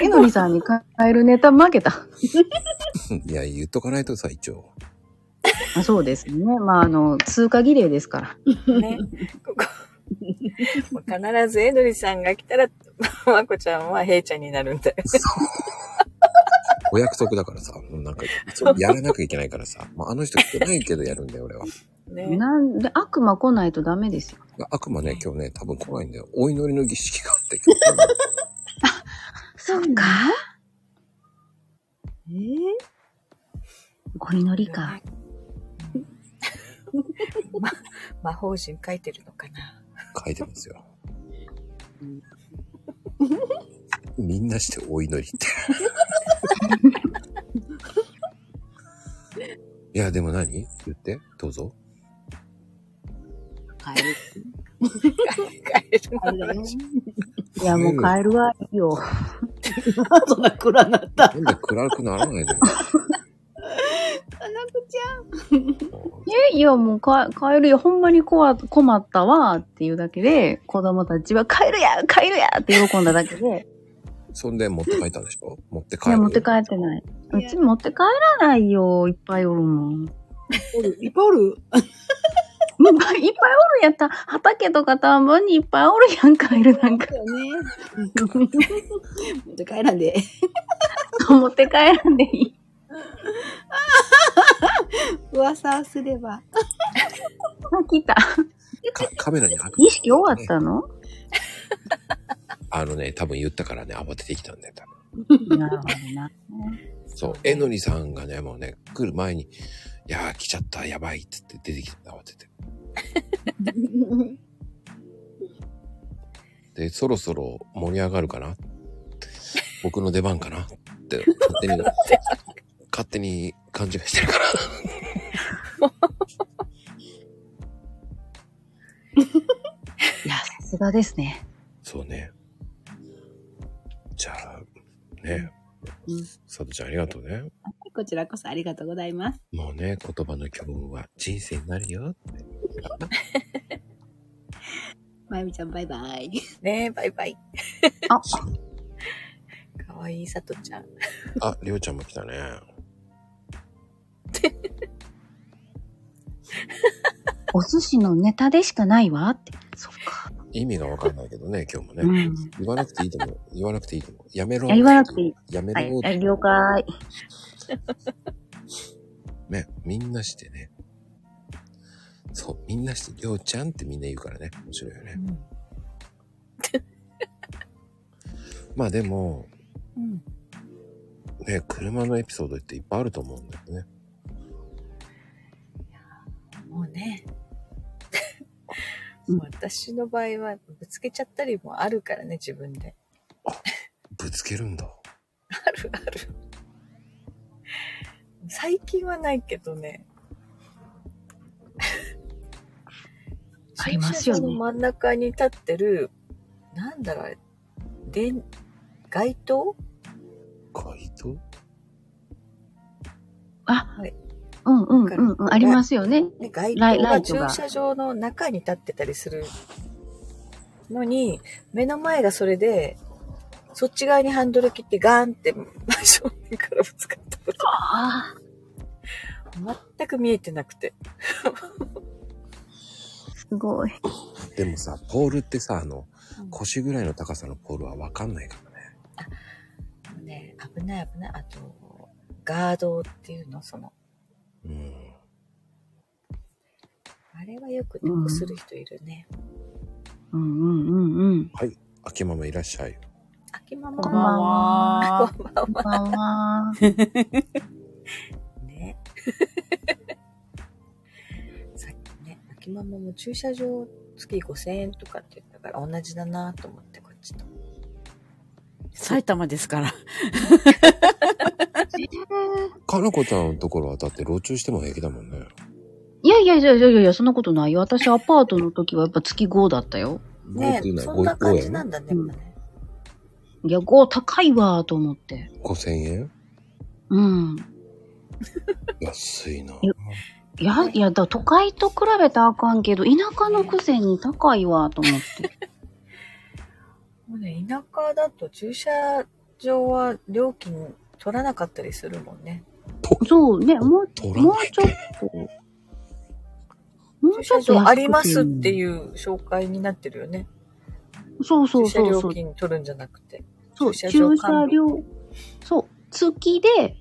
E: えのりさんにカエルネタ負け
G: <laughs>
E: た。
A: <laughs> いや、言っとかないとさ、一応。
E: あそうですね。まあ、あの、通過儀礼ですから。
C: ね。ここ。もう <laughs> 必ずえのりさんが来たら、まこちゃんはへいちゃんになるんだよ。
A: お約束だからさ、もうなんか、そうやらなきゃいけないからさ、まあ、あの人来てないけどやるんだよ、俺は。
C: ね。
E: なんで、悪魔来ないとダメですよ。
A: 悪魔ね、今日ね、多分来ないんだよ。お祈りの儀式があって、今日多分
E: そっか。
G: えー、
E: お祈り
C: <laughs>
E: か。
C: 魔法陣書いてるのかな。
A: 書いてますよ。みんなしてお祈りって。いや、でも何言って、どうぞ。
G: カエル。
C: 帰る
G: カエルだよ。
E: いや、もうカエルはいいよ。
G: そんな暗なった。
A: なんで暗くならないのよ。
E: え、いや、もうカカエルや、ほんまにこわ困ったわっていうだけで、子供たちはカエルやカエルやって喜んだだけで、
A: そんで持って帰ったんでしょ持って
E: い
A: 帰
E: や、
A: る。
E: 持って帰ってない。うち持って帰らないよ。いっぱいおるもん。
G: イコール、
E: いっぱいおるやった。畑とか田んぼにいっぱいおるやん、カエルなんか。
G: だよね。 <laughs> 持って帰らんで。
E: 持って帰らんでいい。
D: 噂をすれば。
E: あ、来た。
A: かカメラに悪
E: 儀式終わったの
A: あのね、多分言ったからね、慌ててきたんだよ。多分
E: なるほどな。
A: そう。えのりさんがね、もうね、来る前に、いやー来ちゃった、やばいっつって出てきた、慌てて。で、そろそろ盛り上がるかな僕の出番かなって、勝手に、勝手に勘違いしてるから。
E: いや、さすがですね。
A: そうね。じゃあ、ね
G: うん。
A: さとちゃんありがとうね。
D: こちらこそありがとうございます。
A: もうね、言葉の巨文は人生になるよって。
D: まゆみちゃんバイバイ。
C: ねバイバイ。
E: あ
C: かわいいさとちゃん。
A: あ、りょうちゃんも来たね。
E: お寿司のネタでしかないわって。そっか。
A: 意味がわかんないけどね、今日もね。
E: うん。
A: 言わなくていいと思う。言わなくていいと思う。やめろ。
E: いや言わなくていい。
A: やめ
E: は
A: ろ。
E: い、はい了解。
A: ね、みんなしてね。そう、みんなして、りょうちゃんってみんな言うからね。面白いよね。 <laughs> まあでも、
C: うん。
A: ね、車のエピソードっていっぱいあると思うんだよね。
C: も
E: <laughs>
C: うね。私の場合は、ぶつけちゃったりもあるからね、自分で。
A: ぶつけるんだ。
C: あるある。最近はないけどね。
E: <laughs> ありますよね
C: 駐車場の真ん中に立ってる、なんだろうあれ、で街灯
A: 街灯
E: あ、
C: はい
E: うんうんうんうん。ありますよね。
C: ね、街
E: ライ
C: 灯
E: ラ
C: が
E: イトが
C: 駐車場の中に立ってたりするのに、目の前がそれで、そっち側にハンドル切ってガーンって真正面からぶつかったこと
E: ああ。
C: 全く見えてなくて。
E: すごい。
A: でもさ、ポールってさ、あの
C: う、ん
A: 腰ぐらいの高さのポールはわかんないからね。
C: ね、危ない危ない。あと、ガードっていうの、その、
A: うん。
C: あれはよくね、こする人いるね。
E: うんうんうんうん。
A: 秋ママいらっしゃい。
C: 秋マ
E: こんば
C: マ
E: んは。
C: こんばん
E: こんばんは。
C: はね。 <laughs> さっきね、秋ママも駐車場月5000円とかって言ったから同じだなと思って、こっちと。
G: 埼玉です
C: <laughs>
G: から。
A: かなこちゃんのところはだって路中しても平気だもんね。
E: いやいやいやいやいやいや、そんなことないよ。私アパートの時はやっぱ月5だったよ。
C: ね
A: っていうの
C: そ
A: は
C: んな
A: 5
C: 感
A: 円
C: じなんだね、
E: うん
C: やっぱね
E: いや、5高いわーと思って。
A: ?5000 円
C: <laughs>
E: うん。
A: 安いな。
E: いや、いや、だ都会と比べたらあかんけど、田舎のくせに高いわと思って。
C: もうね、田舎だと駐車場は料金取らなかったりするもんね。
E: そうね、もう、
A: 取ら
E: もう
A: ない
E: ちょっと。もう
C: 駐
E: ちょ
C: 車
E: っと安くていい
C: 場ありますっていう紹介になってるよね。
E: そうそう
C: 駐車
E: そうそ
C: 料
E: う。
C: 金取るんじゃなくて。
E: そう
C: 駐車
E: 駐
C: 場
E: 車
C: 管理
E: 料、そう、月で、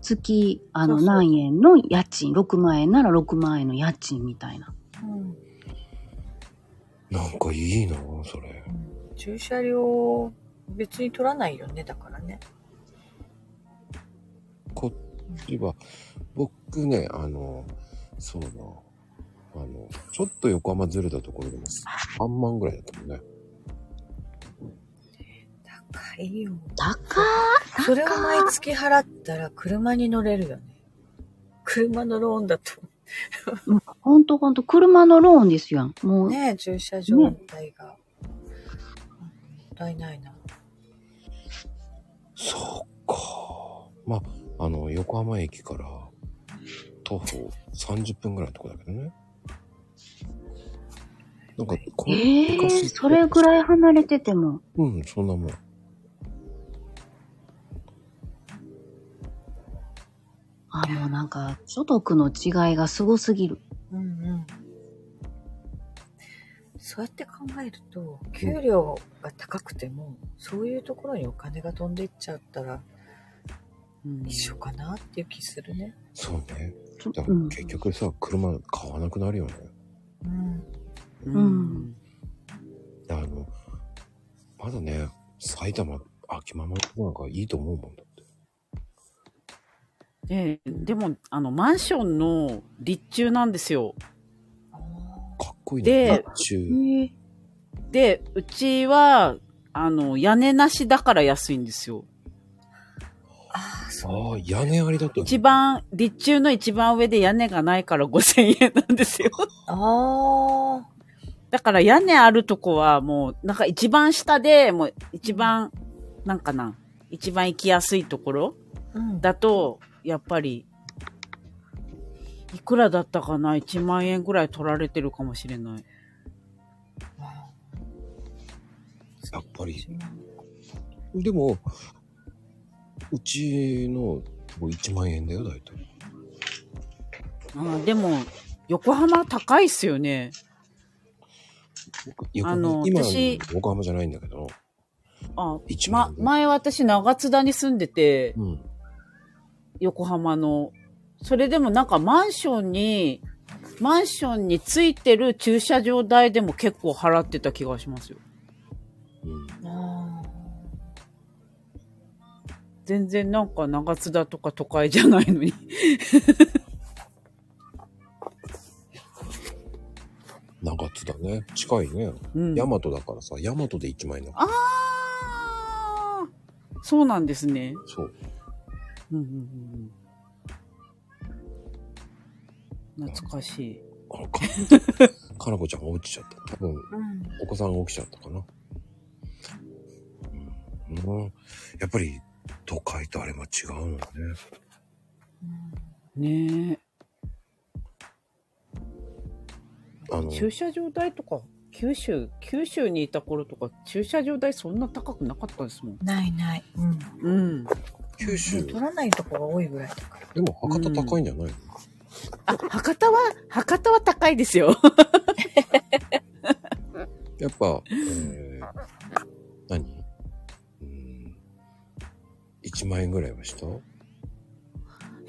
E: 月、あの、何円の家賃、6万円なら6万円の家賃みたいな。
C: うん
A: なんかいいなそれ。
C: 駐車料別に取らないよねだからね
A: こっちは、僕ね、あの、そうだ。あの、ちょっと横浜ずれたところでも3万ぐらいだったもんね。
C: 高いよ
E: 高ー
C: それを毎月払ったら車に乗れるよね車のローンだと
E: ほんとほんと、車のローンですやん。もう、
C: ね駐車場代が、もったいないな
A: そうか。まあ、あの、横浜駅から徒歩30分ぐらいのとこだけどね。なんか、この
E: ええ
A: 昔って
E: それぐらい離れてても。
A: うん、そんなもん。
E: あ、もうなんか、所得の違いがすごすぎる。
C: うんうんそうやって考えると給料が高くても、そういうところにお金が飛んでいっちゃったら
E: うん
C: 一緒かなっていう気するね
A: そうね。
E: そ
A: だか
E: う
A: ら
E: ん
A: 結局さ、車買わなくなるよね。
C: うん
E: うん。
A: あの、まだね、埼玉、秋間のとこなんかいいと思うもんだって。
H: で、でも、あの、マンションの立中なんですよ。
C: あ
A: かっこいい
H: で
A: 中。
H: で、うちは、あの、屋根なしだから安いんですよ。
C: あ
A: ああ、屋根ありだと。
H: 一番、立中の一番上で屋根がないから5000円なんですよ。
C: あ
H: だから屋根あるとこはもう、なんか一番下で、もう一番、なんかな、一番行きやすいところ
C: ーうん
H: だと、やっぱり、いくらだったかな ?1 万円ぐらい取られてるかもしれない。
A: やっぱり。でも、うちの1万円だよ、大体。
H: あでも、横浜高いっすよね。
A: 僕横
H: あの
A: 今
H: 私
A: 横浜じゃないんだけど。
H: あ、
A: 一
H: ま
A: 万、円
H: 前私長津田に住んでて、
A: うん。
H: 横浜の。それでもなんかマンションに、マンションについてる駐車場代でも結構払ってた気がしますよ。
A: うん。
C: あ
H: 全然なんか長津田とか都会じゃない
A: <laughs>
H: のに。
A: 長津だね。近いね。
H: うん。
A: 大和だからさ、大和で1万円だから。
H: ああそうなんですね。
A: そう。
H: うんうんうんうん。懐かしい。
A: あら、か、かなこちゃんが落ちちゃった。多分、
C: ーうん
A: お子さんが起きちゃったかな。うん。うんやっぱり、都会とあれも違う
H: <laughs>
A: のね。
H: ね
A: あの
H: え。、駐車場代とか、九州、九州にいた頃とか、駐車場代そんな高くなかったですもん。
C: <laughs> ないない、うん、
H: うん。
A: 九州、
C: 取らないとこが多いぐらいだから
A: でも博多高いんじゃないの、
H: あ、博多は、博多は高いですよ。
A: やっぱ、えー、何うん。1万円ぐらいはした
H: い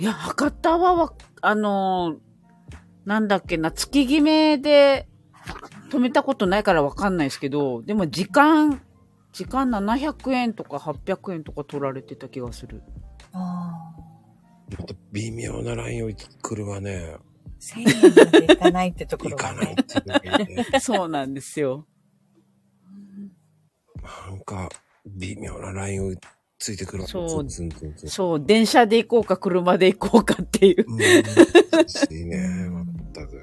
H: や、博多はわ、あのーなんだっけな、月決めで止めたことないからわかんないですけど、でも時間、時間700円とか800円とか取られてた気がする。
C: あ
A: また微妙なラインをくるわね。
C: あ1000円までいかないってとこ
A: 行
C: ろ
A: か
C: が
A: ない
C: ね
A: っていうのがね
H: そうなんですよ。
A: なんか、微妙なラインをついてくるわけ
H: そう
A: ツンツンツンツン
H: そう、電車で行こうか車で行こうかっていう。
A: うん難しいね、まったく。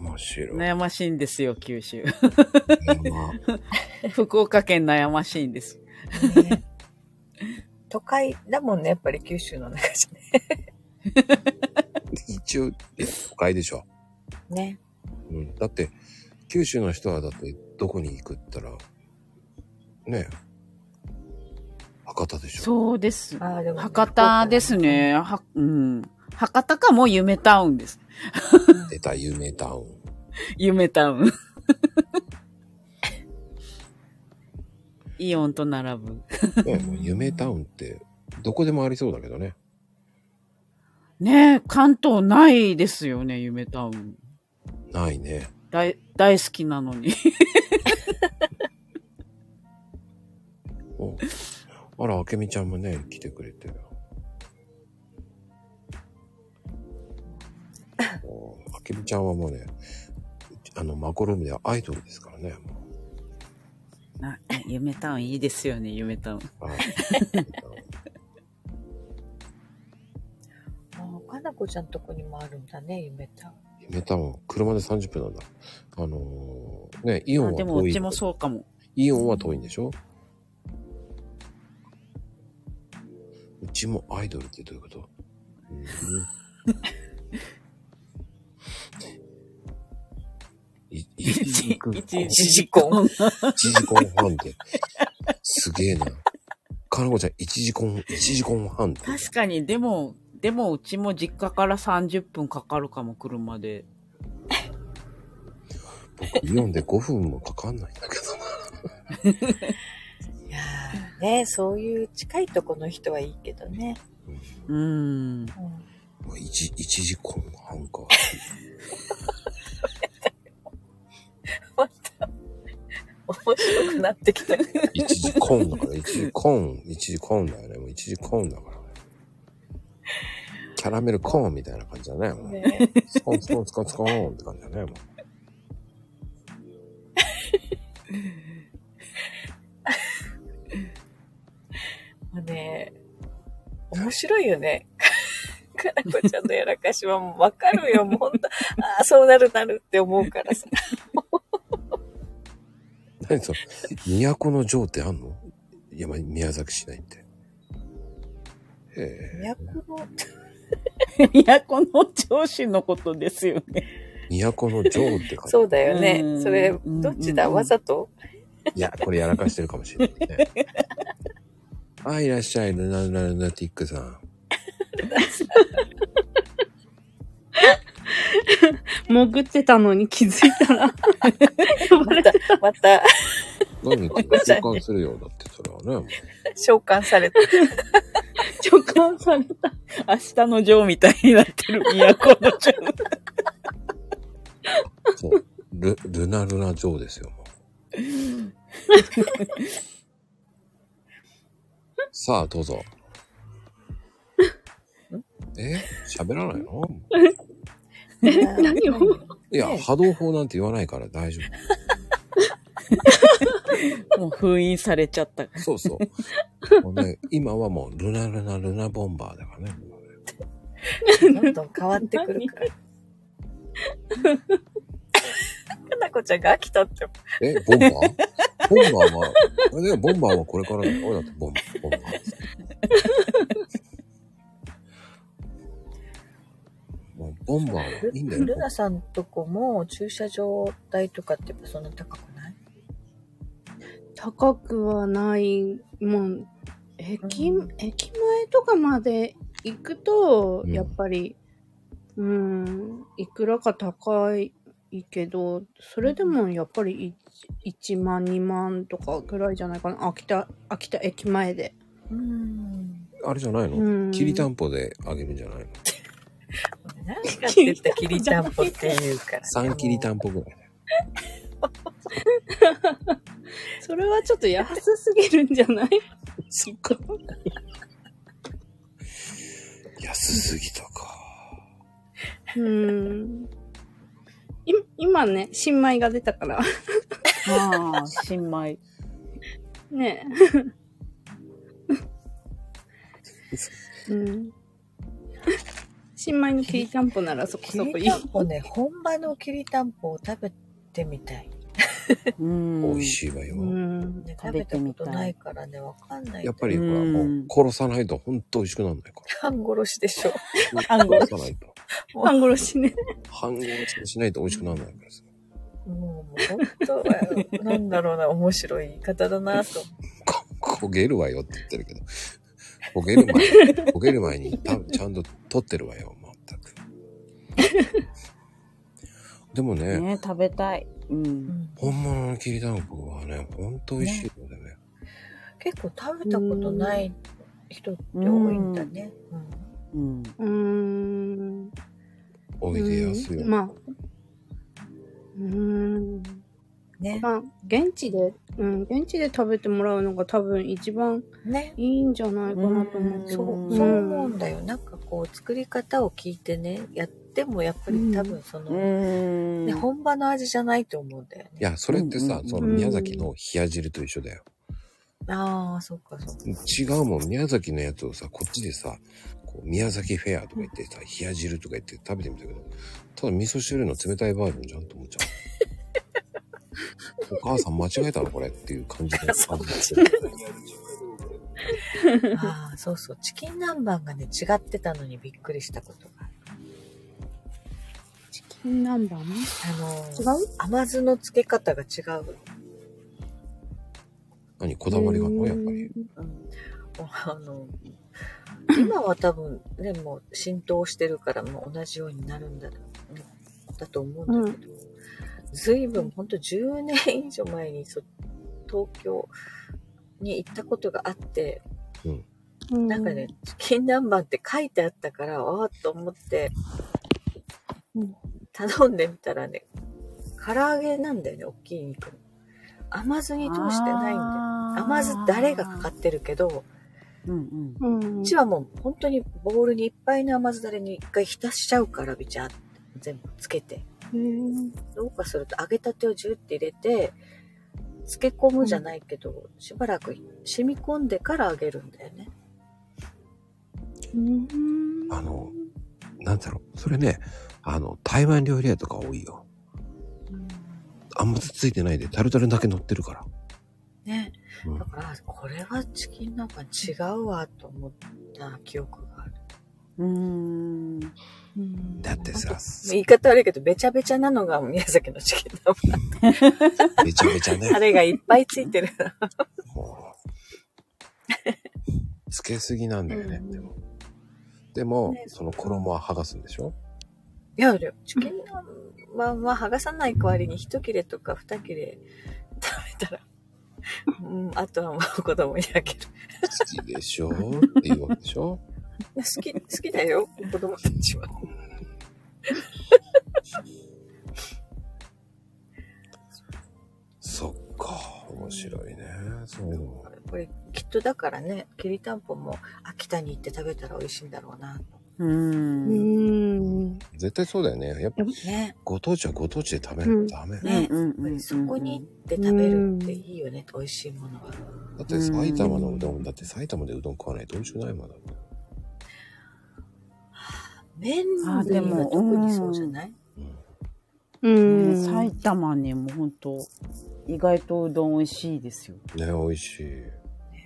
A: 面白い。
H: 悩ましいんですよ、九州。
A: まあ
H: <laughs> 福岡県悩ましいんです。
C: ね都会だもんねやっぱり九州の中じゃね
A: 一応、え都会でしょ。
C: ね
A: うん、だって、九州の人はだって、どこに行くったら、ねえ、博多でしょ。
H: そうです。
C: ああでも
H: 博多ですね。は、うん。博多かもう夢タウンです。
A: <laughs> 出た、有名タウ
H: <laughs>
A: ン。
H: 夢タウン。イオンと並ぶ。
A: ねもう夢タウンって、どこでもありそうだけどね。
H: ねえ、関東ないですよね、夢タウン。
A: ないね。
H: 大、大好きなのに。 <laughs>
A: おあら、あけみちゃんもね、来てくれてる。おあけみちゃんはもうね、あの、マコルームではアイドルですからね。も
H: な夢タウンいいですよね、夢タウン。
A: うはい
C: あかなこちゃんとこにもあるんだね、夢タウン。
A: 夢タウン、車で30分なんだ。あのーね、イオン
H: あ
A: は
H: でも、
A: 遠
H: う
A: い
H: ち。もそうかも。
A: イオンは遠いんでしょうちもアイドルってどういうこと、うんい一時間
H: 一
A: 一時
H: 時間。
A: 間半で。すげえな。かなこちゃん、一時間、一時間半って。
H: 確かに、でも、でもうちも実家から30分かかるかも、車で。
A: 僕、イオンで5分もかかんないんだけどな。
C: <laughs> いやーね、そういう近いとこの人はいいけどね。
H: うーん。
C: うん
A: まあ、一一時間半か。 <laughs>
C: 面白くなってきた。
A: 一時
F: <laughs>
A: 間だから、一時間、一時間だよね。もう一時間だから。キャラメルコーンみたいな感じだね。もう
C: ね
A: スコンスコンスコンスコンって感じだね。もう
C: もうね、面白いよね。 <laughs> かなこちゃんのやらかしはもうわかる
A: <laughs>
C: よ、もうほんと。ああ、そうなるなるって思うからさ。
A: 何その、都の城ってあんの山、宮崎市内って。へえ。
C: 都の、
H: <laughs> 都の上司のことですよね。
A: 都の城って感じ。
C: そうだよね
H: う。ん
C: それ、どっちだ
H: うん
C: わざと
A: いや、これやらかしてるかもしれないね。あ、いらっしゃい、ルナルナルナティックさん。
D: 潜ってたのに気づい
C: <laughs>
D: たら呼ばれて
C: また、
A: 何言ってんの召喚するよ。だって、それはね。もう
C: 召喚され <laughs> た。
D: 直感された
H: 明日のジョーみたいになってる、都のジョー。
A: そうル、ルナルナ城ですよ、もう。さあ、どうぞ。
H: <laughs>
A: え喋らないの
D: え <laughs> 何を
A: いや、波動法なんて言わないから大丈
H: <laughs> もう封印されちゃった。
A: 夫。そう
H: <laughs>
A: そう。もうね、今はもう、ルナルナルナボンバーだからね。
C: どんどん変わってくる
A: <laughs>
C: から。 <laughs> かなこちゃんが飽きたって。
A: え、ボンバーボンバーは、あれだよボンバーはこれからだよ。だってボンボンバー。もうボンバーはいいんだよ。
C: ルナさんとこも駐車場代とかってやっぱそんな高くない
D: 高くはないもん駅,、
C: うん
D: 駅前とかまで行くと
A: うん
D: やっぱりうんいくらか高いけどそれでもやっぱり 1, 1万2万とかぐらいじゃないかな秋田秋田駅前で
C: うん。
A: あれじゃないの、
D: うん
A: きりたんぽであげるんじゃないの
C: 何かって言ったらきりたんぽっていうから、
A: 三きりたんぽぐらいだよ。
D: <laughs> それはちょっと安すぎるんじゃない
A: <laughs> そっか。安すぎたか。
D: うんい今ね新米が出たから
H: ああ、新米。
D: ねえ、うん、新米のきりたんぽならそこ
C: き
D: そこ
C: り
D: いい
C: たんぽね、本場のきりたんぽを食べてみたい。
H: う
A: 美
H: ん
A: 味しいわよ。
D: うん
C: ね、
H: 食
C: 食
H: べ
C: べ
H: て
C: た
H: み
C: こ
H: たい
C: とないからね、わかんない。
A: やっぱりほら、
H: うん
A: もう殺さないと本当美味しくならないか
C: 半殺しでしょ。
A: ら。
H: 半殺し
A: 殺さないと。
D: 半殺しね。
A: 半殺しにしないと美味しくならないからさ。
C: もう、もう本当、なんだろうな、面白い言い方だなと思って。
A: こ焦げるわよって言ってるけど。焦げる
H: <laughs>
A: 前に、焦げる前に多分ちゃんと取ってるわよ、まったく。でもね、
H: <laughs> ね、食べたい。う。
C: うんん
A: 本物のきりたんぽはね、本当美味しいのでね。
C: 結構食べたことない人って多いんだね。
H: うん。
D: うーん。
A: おいでやすよ。
D: うんまあ。うーん。
C: ね。
D: まあ、現地で、うん、現地で食べてもらうのが多分一番
C: ね。
D: いいんじゃないかなと思うけ
C: そ
D: ど。
C: う、そう思うんだよ。なんかこう、作り方を聞いてね、やってもやっぱり多分その、
H: ん
C: ね、本場の味じゃないと思うんだよ
A: い
C: ね。
A: や、それってさ
H: う、ん
A: その宮崎の冷や汁と一緒だよ。
C: ああ、そっかそっか。
A: 違うもん、宮崎のやつをさ、こっちでさ、こう宮崎フェアとか言ってさ、冷や汁とか言って食べてみたけど、ただ味噌汁の冷たいバージョンじゃんと思っ
C: <laughs>
A: ちゃう。お母さん間違えたのこれっていう感じで味がする。
D: <laughs>
C: ああ、そうそう。チキン南蛮がね、違ってたのにびっくりしたことがある。
D: チキン南蛮
C: あのー、
D: 違う
C: 甘酢の漬け方が違う。
A: 何こだわりがあるのやっぱり。
C: うん、あの今は多分ねもう浸透してるからもう同じようになるんだ,、ね、だと思うんだけど、随分ほんと10年以上前にそ東京に行ったことがあって、
D: うん
C: なんかね、チキン南蛮って書いてあったからああと思って、
D: うん
C: 頼んでみたらね唐揚げなんだよね大きい肉の甘酢に通してないんだよ甘酢だれがかかってるけど、
H: うんうん。
D: うん。
C: うちはもう本当にボウルにいっぱいの甘酢だれに一回浸しちゃうからビチャって全部つけて
D: うん
C: どうかすると揚げたてをジューって入れて漬け込むじゃないけど、しばらく染み込んでから揚げるんだよね
D: うん
A: あの、なんだろう。それね、あの、台湾料理屋とか多いよ。あんまつついてないで、タルタルだけ乗ってるから。
C: ね
A: うん
C: だからあこれはチキンなんか違うわと思った記憶がある
H: うん。
A: だってさ、
C: 言い方悪いけどべちゃべちゃなのが宮崎のチキンだも
A: めちゃめちゃね
C: ん。あ。れがいっぱいついてる
A: もう、つけすぎなんだよね、
C: うん
A: でも。でも
C: ね、
A: その衣は剥がすんでしょ
C: いやでもチキン南蛮は剥がさない代わりに一切れとか二切れ食べたら、うん、あとはもう子供にあげる。
A: 好きでしょっていうわけでしょ
C: 好き、好 <laughs> きだよ、子供たちは。
A: そっか、面白いね。そういうのも。
C: これきっとだからね、きりたんぽも秋田に行って食べたら美味しいんだろうな。
H: う。
D: うんん。
A: 絶対そうだよね。やっぱ
C: ね。
A: ご当地はご当地で食べないとダメ。
C: ね
H: うんうん。
C: そこに行って食べるっていいよね、美味しいものは。
A: だって埼玉のうどん、だって埼玉でうどん食わないと美味しくないもんだって。
C: 麺
H: あ
C: 類
H: で
C: は
H: も
C: 特にそうじゃない
D: う
H: ね
D: ん。
H: 埼玉ね、もうほんと、意外とうどん美味しいですよ。
A: ね、美味しい。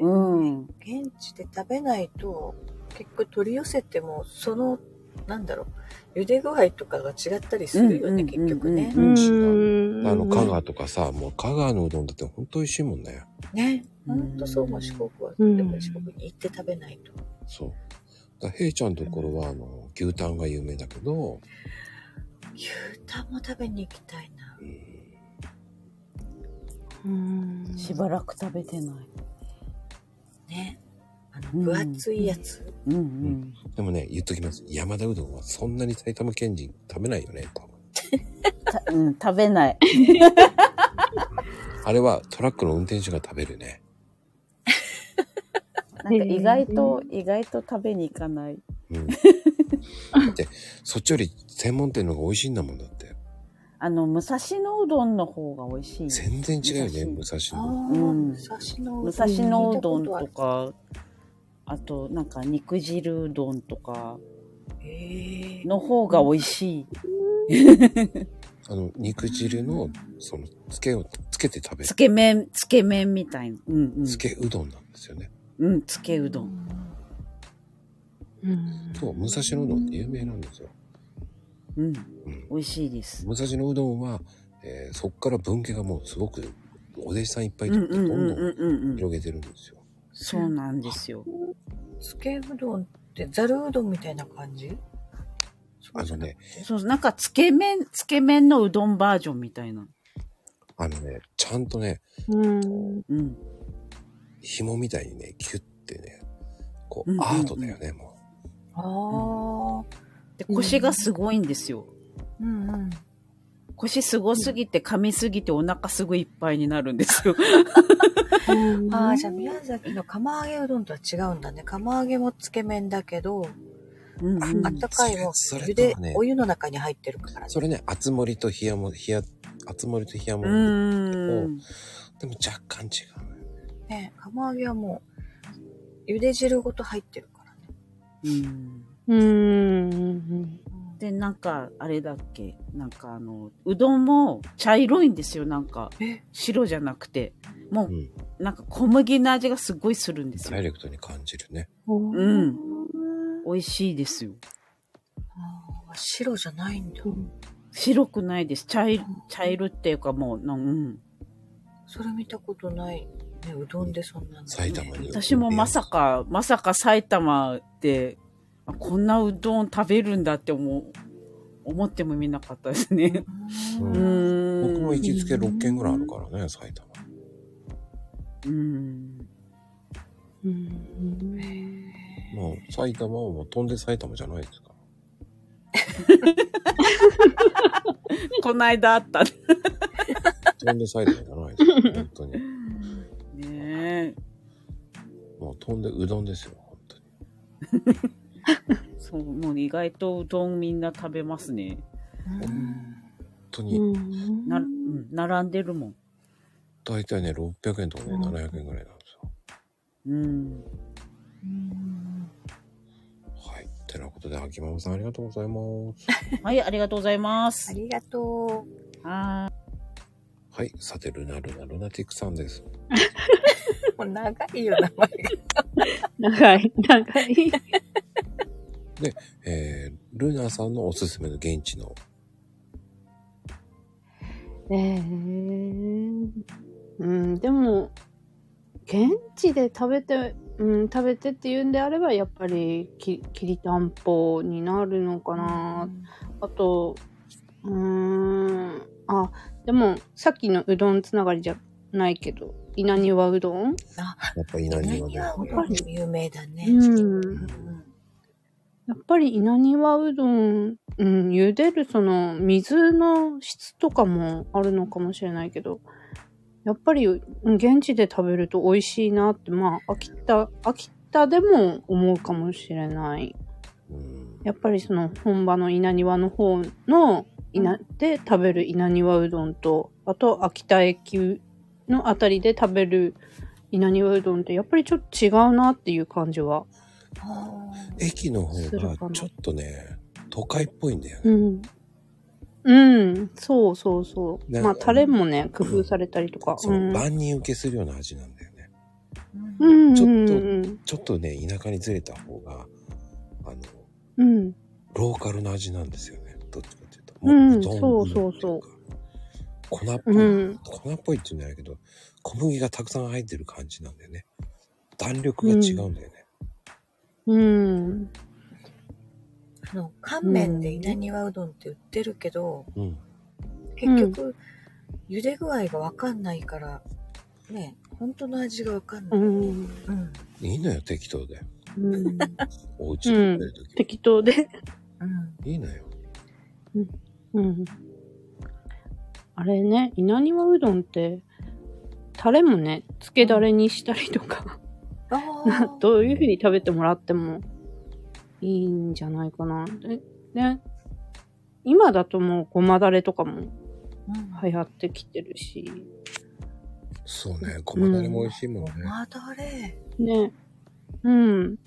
H: うん。
C: 現地で食べないと結構取り寄せてもそのなんだろう茹で具合とかが違ったりするよね、
H: うんうんうんうん
C: 結局ね、
D: うん。
A: あの、香川とかさ、もう香川のうどんだってほんと美味しいもんね。
C: ね
H: う
C: ほ
H: ん
C: んとそうも四国は、
D: うん
C: でも四国に行って食べないと
A: そう。だから、平ちゃんのところは、あの、牛タンが有名だけど、
C: 牛タンも食べに行きたいな
A: うん
D: うん。
H: しばらく食べてない。
C: ねあ
H: う
C: の
H: ん
C: 分厚いやつ、
H: うんうん。
A: でもね、言っときます。山田うどんはそんなに埼玉県人食べないよね、多分。
H: たうん、食べない。
A: あれはトラックの運転手が食べるね。
H: なんか意外と、意外と食べに行かない。
A: うん。だって、そっちより専門店の方が美味しいんだもんだって。
H: あの、武蔵野うどんの方が美味しい。
A: 全然違うよね、武
H: 武
A: 蔵
C: あ
A: 野。
C: あ、
H: うん
C: 武蔵野
H: 武蔵野うどん
C: 聞
H: と
C: いたこ
H: か、あと、なんか肉汁うどんとか、
C: とあるへえ
H: の方が美味しい。
A: あの、肉汁の、その、つけを、つけて食べる
H: つ。け麺、つけ麺みたいな。うんうん。
A: つけうどんなんですよね。
H: うん、つけうどん。
D: うん。
A: そう、武蔵野うどんって有名なんですよ。
H: うん。
A: うん。
H: 美味しいです。
A: 武蔵野うどんは、えーそっから分家がもうすごく、お弟子さんいっぱい取って、どんどん
H: うんうん。
A: 広げてるんですよ。
H: そうなんですよ。
C: つけうどんってざるうどんみたいな感じ
A: あのね、
H: そう、なんか、つけ麺、つけ麺のうどんバージョンみたいな。
A: あのね、ちゃんとね、
D: うん。
H: うん。
A: 紐みたいにね、キュッてね、こう、アートだよね、も
C: ああ。
H: で、腰がすごいんですよ。
C: うんうん。
H: 腰すごすぎて、噛みすぎて、お腹すぐいっぱいになるんですよ。
C: ああ、じゃあ宮崎の釜揚げうどんとは違うんだね。釜揚げもつけ麺だけど、
H: うんうん
C: あったかいも
A: それ
C: ゆ
A: そ
C: で
A: れとはね、
C: お湯の中に入ってるからね
A: う。。それね、厚盛りと冷やも、冷や、厚盛りと冷やも、
H: う
A: で
H: ーん。
A: も若干違うのよ。
C: ね、釜揚げはもう、ゆで汁ごと入ってるからね。
H: うん
D: うん。
H: で、なんか、あれだっけなんかあの、うどんも茶色いんですよ、なんか。
C: え
H: 白じゃなくて。も
A: うん。
H: う、なんか小麦の味がすごいするんです
A: ダイ
H: よ。
A: レクトに感じるね。
H: うん。美味しいですよ。
C: あー白じゃないんだ。
H: 白くないです。茶色、茶色っていうかもう、なんうん。
C: それ見たことない。ね、うどんでそんなの、ね。
A: 埼玉に。
H: 私もまさか、まさか埼玉で、あこんなうどん食べるんだって思う、思ってもみなかったですね。
A: う
H: うんーん。
A: 僕も行きつけ6軒ぐらいあるからね、埼玉。
H: うん。
D: うん。
A: もう埼玉はもう飛んで埼玉じゃないですか。
H: こないだあったね。
A: 飛んで埼玉じゃないですよ、
H: <laughs>
A: 本当に。
H: ねえ。
A: もう飛んでうどんですよ、本当に。
H: そう、もう意外とうどんみんな食べますね。
A: 本当に、
H: な、うん、並んでるもん。
A: 大体ね、600円とかね、700円ぐらいなんですよ。
H: うん。
A: はい。てなことで、秋ママさんありがとうございます。
H: はい、ありがとうございま
C: あ
H: す。
C: りがとう。
H: は
A: はい。さて、ルナルナ、ルナティックさんです。
C: <laughs> もう長 <laughs> いよ、名前が。
D: 長い、長
C: <laughs>
D: い。
A: えー、ルナさんのおすすめの現地の、
D: ねえ。うん、でも、現地で食べて、うん、食べてっていうんであれば、やっぱりき、きりたんぽになるのかな。あと、うーん、あ、でも、さっきのうどんつながりじゃないけど、稲庭うどん
A: <laughs> やっぱり
C: うな
A: 何
C: ぎ
A: が
C: は
A: ね、
C: うどんに有名だね。
D: うん。
C: うん
D: やっぱり稲庭うどん、うん、茹でるその水の質とかもあるのかもしれないけど、やっぱりうん現地で食べると美味しいなって、まあ、秋田、秋田でも思うかもしれない。
A: うん。
D: やっぱりその本場の稲庭の方の稲で食べる稲庭うどんと、あと秋田駅のあたりで食べる稲庭うどんって、やっぱりちょっと違うなっていう感じは。
C: あ
A: 駅の方
D: するか
A: が
D: な
A: ちょっとね、都会っぽいんだよね。
D: うん。うん、そうそうそう。
A: ね
D: まあ、タレもね、工夫されたりとか。
A: その万人受けするような味なんだよね。
D: うん、うん、
A: ちょっと
D: うん
A: ちょっとね、田舎にずれた方が、あの、
D: うん。
A: ローカルな味なんですよね。どっちかっていうと。
D: うん
A: ど
D: そうそう
A: <laughs>
F: <laughs>
D: そう
A: 粉っぽ
D: う
A: い、
D: ん。
A: 粉っぽいって言うんじゃないけど、小麦がたくさん入ってる感じなんだよね。弾力が違うんだよね。
D: うん。
C: ーあの、乾麺で稲庭うどんって売ってるけど、
A: うん。
C: 結局、茹で具合がわかんないから、ね、本当の味がわかんな
D: う
C: い。
D: ん。
C: うん。
A: いいのよ、適当で。
D: うん、
A: お家で食べるとき、
D: 適当で。 <laughs>
C: うん。
A: いいのよ。
D: うん。あれね、稲庭うどんって、タレもね、つけだれにしたりとか、。
C: ああ
D: <laughs> どういうふうに食べてもらってもいいんじゃないかな。でね、今だともうごまだれとか
C: う
D: も
C: ん
D: 流行ってきてるし、
A: そうね、ごまだれも美味しいもんね。
C: まだれ。
D: ね。うん。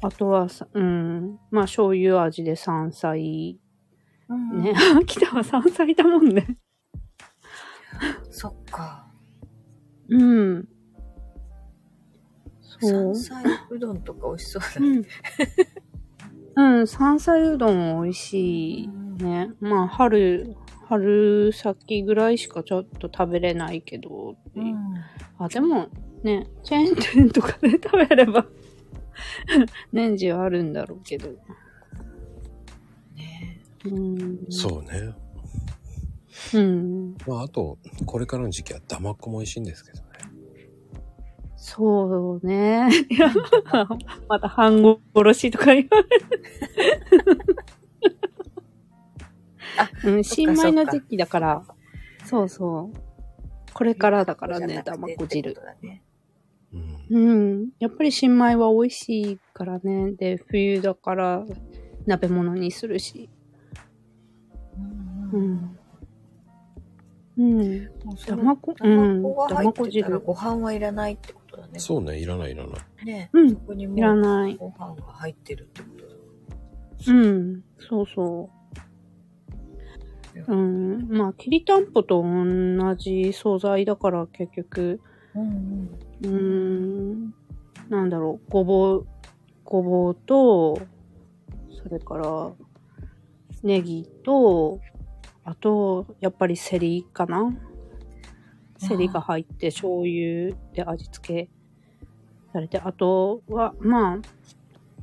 D: あとはさ、うん。まあ、醤油味で山菜。
C: う
I: <laughs>
C: ん
D: ね。。 <laughs> 秋田は山菜だもんね。
C: そっか。
D: うん。そ
C: 山。
D: う
C: 菜うどんとか美味しそうだ
D: う
C: ね。
D: ん。うん、山菜うどん美味しいね。まあ、春、春先ぐらいしかちょっと食べれないけどっていう。あ、でも、ね、チェーン店とかで食べれば、 <laughs> 年中あるんだろうけど。
C: ね
D: うん。
A: そうね。
D: うん。
A: まあ、あと、これからの時期はダマっこも美味しいんですけどね。
D: そうね。いやまた半殺しとか言われる。う
C: そっか
D: ん、新米の時期だから。そうそう。これからだから
C: じゃ
D: ね
C: な、くて
D: だまこ汁
C: ってこ。とだね
D: うん。やっぱり新米は美味しいからね。で、冬だから鍋物にするし。
C: う
D: うんん。うん。
C: もう <laughs> そ
D: だ
C: の
D: まこ、う
C: 卵
D: ん。
C: が
D: だ
C: 入
D: ま
C: って
D: こ
C: たら
D: 汁。
C: ご飯はいらないってことだね。
A: そうね、いらないいらない。
C: ね、
D: うん
C: そこにも
D: いらない。
C: ご飯が入ってるってことだ。
D: うん。そうそう。うん。まあ、きりたんぽと同じ素材だから結局、
C: うんうん。
D: うーん、なんだろう、ごぼう、ごぼうと、それから、ネギと、あと、やっぱりセリかなセリが入って、醤油で味付けされて、あとは、まあ、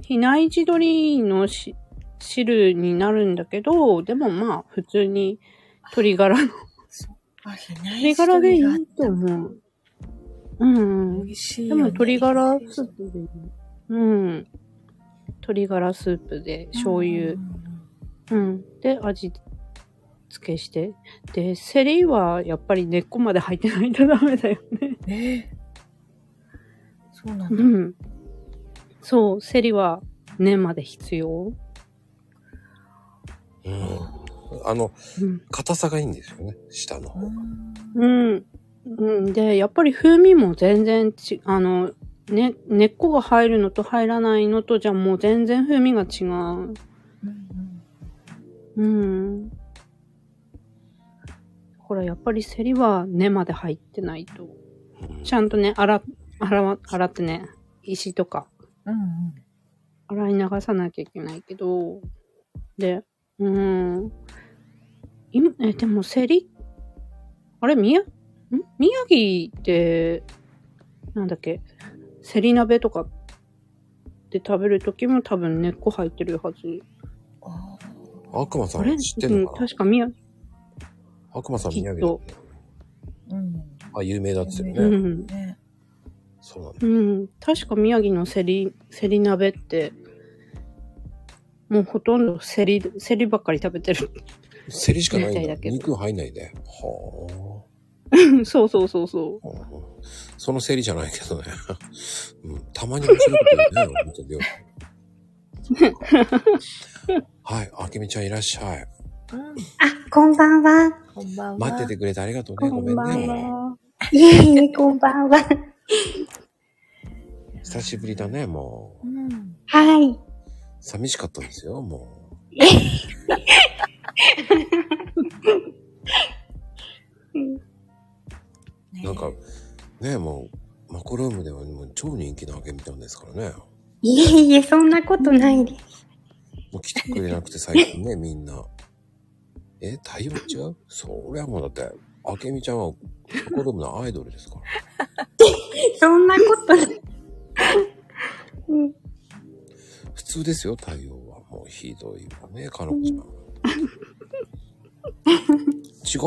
D: 比内地鶏のし汁になるんだけど、でもまあ、普通に鶏ガラの、
C: あ、ひな
D: 鶏
C: い
D: ガラで
C: <laughs>
D: いいと
C: う。
D: 思う。うんうん
C: 美。味しい
D: で
C: よ、
D: も
C: ね。
D: 鶏ガラスープでいい。うん。鶏ガラスープで醤油
C: う、ん
D: うん。で、味付けして。で、セリはやっぱり根っこまで入ってないとダメだよね。
C: うん。えーそうなん
D: う
C: だ。
D: ん。そう、セリは根まで必要。
A: うん。あの、
D: うん。
A: 硬さがいいんですよね、下の方。
D: うん。うん、で、やっぱり風味も全然ち、あの、ね、根っこが入るのと入らないのとじゃもう全然風味が違う。
C: うん
D: うん。ほら、やっぱりセリは根まで入ってないと。
A: うん
D: ちゃんとね、洗、洗わ、洗ってね、石とか
C: うんうん
D: 洗い流さなきゃいけないけど、で、うん。今、え、でもセリ、あれ、宮、ん宮城って、なんだっけ、セリ鍋とかで食べるときも多分根っこ入ってるはず。
C: あ
A: 悪魔さ
D: あれ
A: ん知ってんの
D: うん
A: かな
D: 確か宮、
A: 悪魔さん宮
D: きっと
A: 城だよね。
C: ーうん
A: あ、有名だっつって
D: う
A: よね。
D: ん。
C: ね
A: そうなんだ。
D: うん、確か宮城のセリ、セリ鍋って、もうほとんどセリ、セリばっかり食べてる。 <laughs>
A: セリしかないん
D: みた
A: だ
D: いだ。けど
A: 肉入んないで。は
D: そうそうそうそ
A: あ。うんそのセリじゃないけどね。 <laughs> うん、たまに面白いこと言うね、本当によ。はい、あけみちゃんいらっしゃい。
C: うん
I: あ、こんばんは。
C: こんばんは。
A: 待っててくれてありがとう
D: う。
A: ね。ごめんね。。
I: いえいえ、こんばんは。
A: 久しぶりだね、もう
C: う。ん。
I: はい。
A: 寂しかったですよ、も
C: ね
A: う。なんか、ね、もう、マコルームではもう超人気なあけみちゃんですからね。
I: いえいえ、そんなことないです。 <laughs>
A: もう来てくれな
C: <laughs>
A: くて最近ね、みんな。え、対応違うそりゃもうだって、あけみちゃんは、マコルームのアイドルですから。
I: そんなことない。
A: 普通ですよ、対応は。もうひどいわね、かのこちゃん。